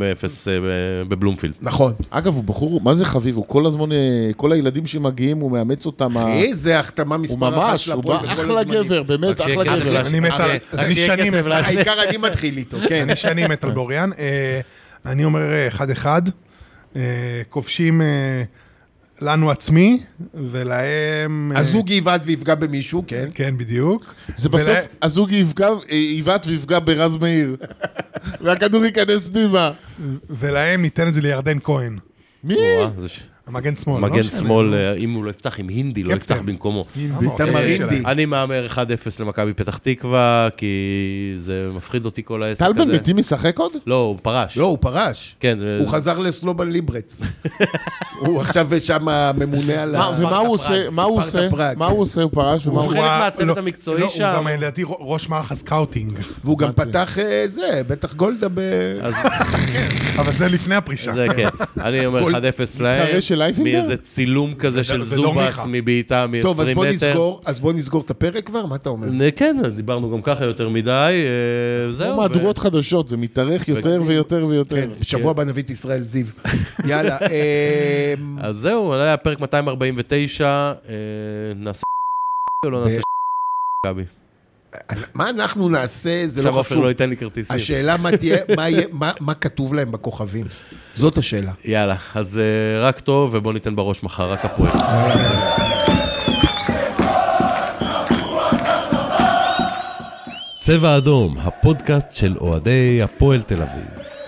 Speaker 2: ב- בבלומפילד.
Speaker 3: נכון.
Speaker 5: אגב, הוא בחור, מה זה חביב? הוא כל הזמן, אה, כל הילדים שמאומץ מאמץ אותם. ה-
Speaker 3: איזה החתמה
Speaker 5: אה, הוא
Speaker 3: אה, מספר אחת
Speaker 5: ממש,
Speaker 3: של
Speaker 5: הוא
Speaker 3: הפועל
Speaker 5: בא
Speaker 3: בכל
Speaker 5: אחלה
Speaker 3: הזמנים.
Speaker 5: גבר, באמת,
Speaker 2: רק שיהיה
Speaker 5: אחלה
Speaker 2: כסף
Speaker 5: גבר.
Speaker 2: להשני.
Speaker 4: כן, אני מת על-
Speaker 2: רק
Speaker 4: אני
Speaker 2: שיהיה
Speaker 4: שנים
Speaker 2: כסף
Speaker 4: מת.
Speaker 2: להשני.
Speaker 3: העיקר אני מתחיל איתו, כן.
Speaker 4: אני שאני מת על בוריאן. אה, אני אומר אה, אחד-אחד. אה, כובשים אה, לנו עצמי, ולהם... אה,
Speaker 3: אז הוא גבעד ויפגע במישהו, כן.
Speaker 4: כן, בדיוק.
Speaker 5: זה
Speaker 4: ולה-
Speaker 5: בסוף, הזוג יפגע, אה, יבעט ויפגע ברז מאיר. והכדור ייכנס פנימה.
Speaker 4: ולהם ניתן את זה לירדן כהן.
Speaker 5: מי?
Speaker 3: אה,
Speaker 2: וואה, אה, זה ש-
Speaker 4: המגן שמאל. לא
Speaker 2: מגן
Speaker 4: משנה. אה,
Speaker 2: שמאל, אה, אם הוא לא יפתח, אם הינדי לא
Speaker 4: קפטן.
Speaker 2: יפתח במקומו.
Speaker 4: הינדי.
Speaker 3: תמרינדי.
Speaker 2: אני מהמר 1-0 למכבי פתח תקווה, כי זה מפחיד אותי כל העסק הזה.
Speaker 5: טל בן ביתי משחק עוד?
Speaker 2: לא, הוא פרש.
Speaker 3: לא, הוא פרש.
Speaker 2: כן, זה-
Speaker 3: הוא חזר לסלובן ליברץ. הוא עכשיו שם הממונה על
Speaker 2: לא,
Speaker 3: ה...
Speaker 5: מה- ומה הוא
Speaker 2: ספרטה
Speaker 5: עושה? מה הוא
Speaker 3: ספרטה
Speaker 5: עושה?
Speaker 3: פראג,
Speaker 5: מה
Speaker 3: כן.
Speaker 5: הוא עושה? הוא פרש? ומה
Speaker 2: הוא
Speaker 5: הוא...
Speaker 2: חלק
Speaker 4: ה-
Speaker 2: מהצוות
Speaker 4: לא,
Speaker 2: המקצועי
Speaker 4: לא,
Speaker 2: שם.
Speaker 4: הוא גם לדעתי ר- ראש מערך הסקאוטינג.
Speaker 3: והוא גם פתח אה, זה, בטח גולדה ב...
Speaker 2: אז
Speaker 4: אבל זה לפני הפרישה.
Speaker 2: זה כן. אני אומר 1-0 להם.
Speaker 5: מתחרה של אייפינגר?
Speaker 2: מאיזה צילום כזה של
Speaker 4: זה דור
Speaker 2: זובס
Speaker 4: מיכה.
Speaker 2: מבעיטה מ-20 מטר.
Speaker 3: טוב, אז בוא נסגור, אז בוא נסגור את הפרק כבר? מה אתה אומר?
Speaker 2: נ- כן, דיברנו גם ככה יותר מדי, אה,
Speaker 5: כמו
Speaker 2: זהו. כן,
Speaker 5: מהדורות חדשות, זה מתארך יותר ויותר ויותר.
Speaker 3: בשבוע הבא נביא את ישראל זיו. יאללה. אה,
Speaker 2: ו- אז זהו, זה היה פרק 249, אה, נעשה או לא נעשה מכבי?
Speaker 3: מה אנחנו נעשה, זה
Speaker 2: עכשיו
Speaker 3: לא
Speaker 2: עופר
Speaker 3: חשוב.
Speaker 2: לא ייתן לי כרטיסים.
Speaker 3: השאלה מה תהיה, מה יהיה- מה- מה כתוב להם בכוכבים. זאת השאלה.
Speaker 2: יאללה, אז אה, רק טוב, ובוא ניתן בראש מחר, רק הפועל.
Speaker 1: צבע אדום, הפודקאסט של אוהדי הפועל תל אביב.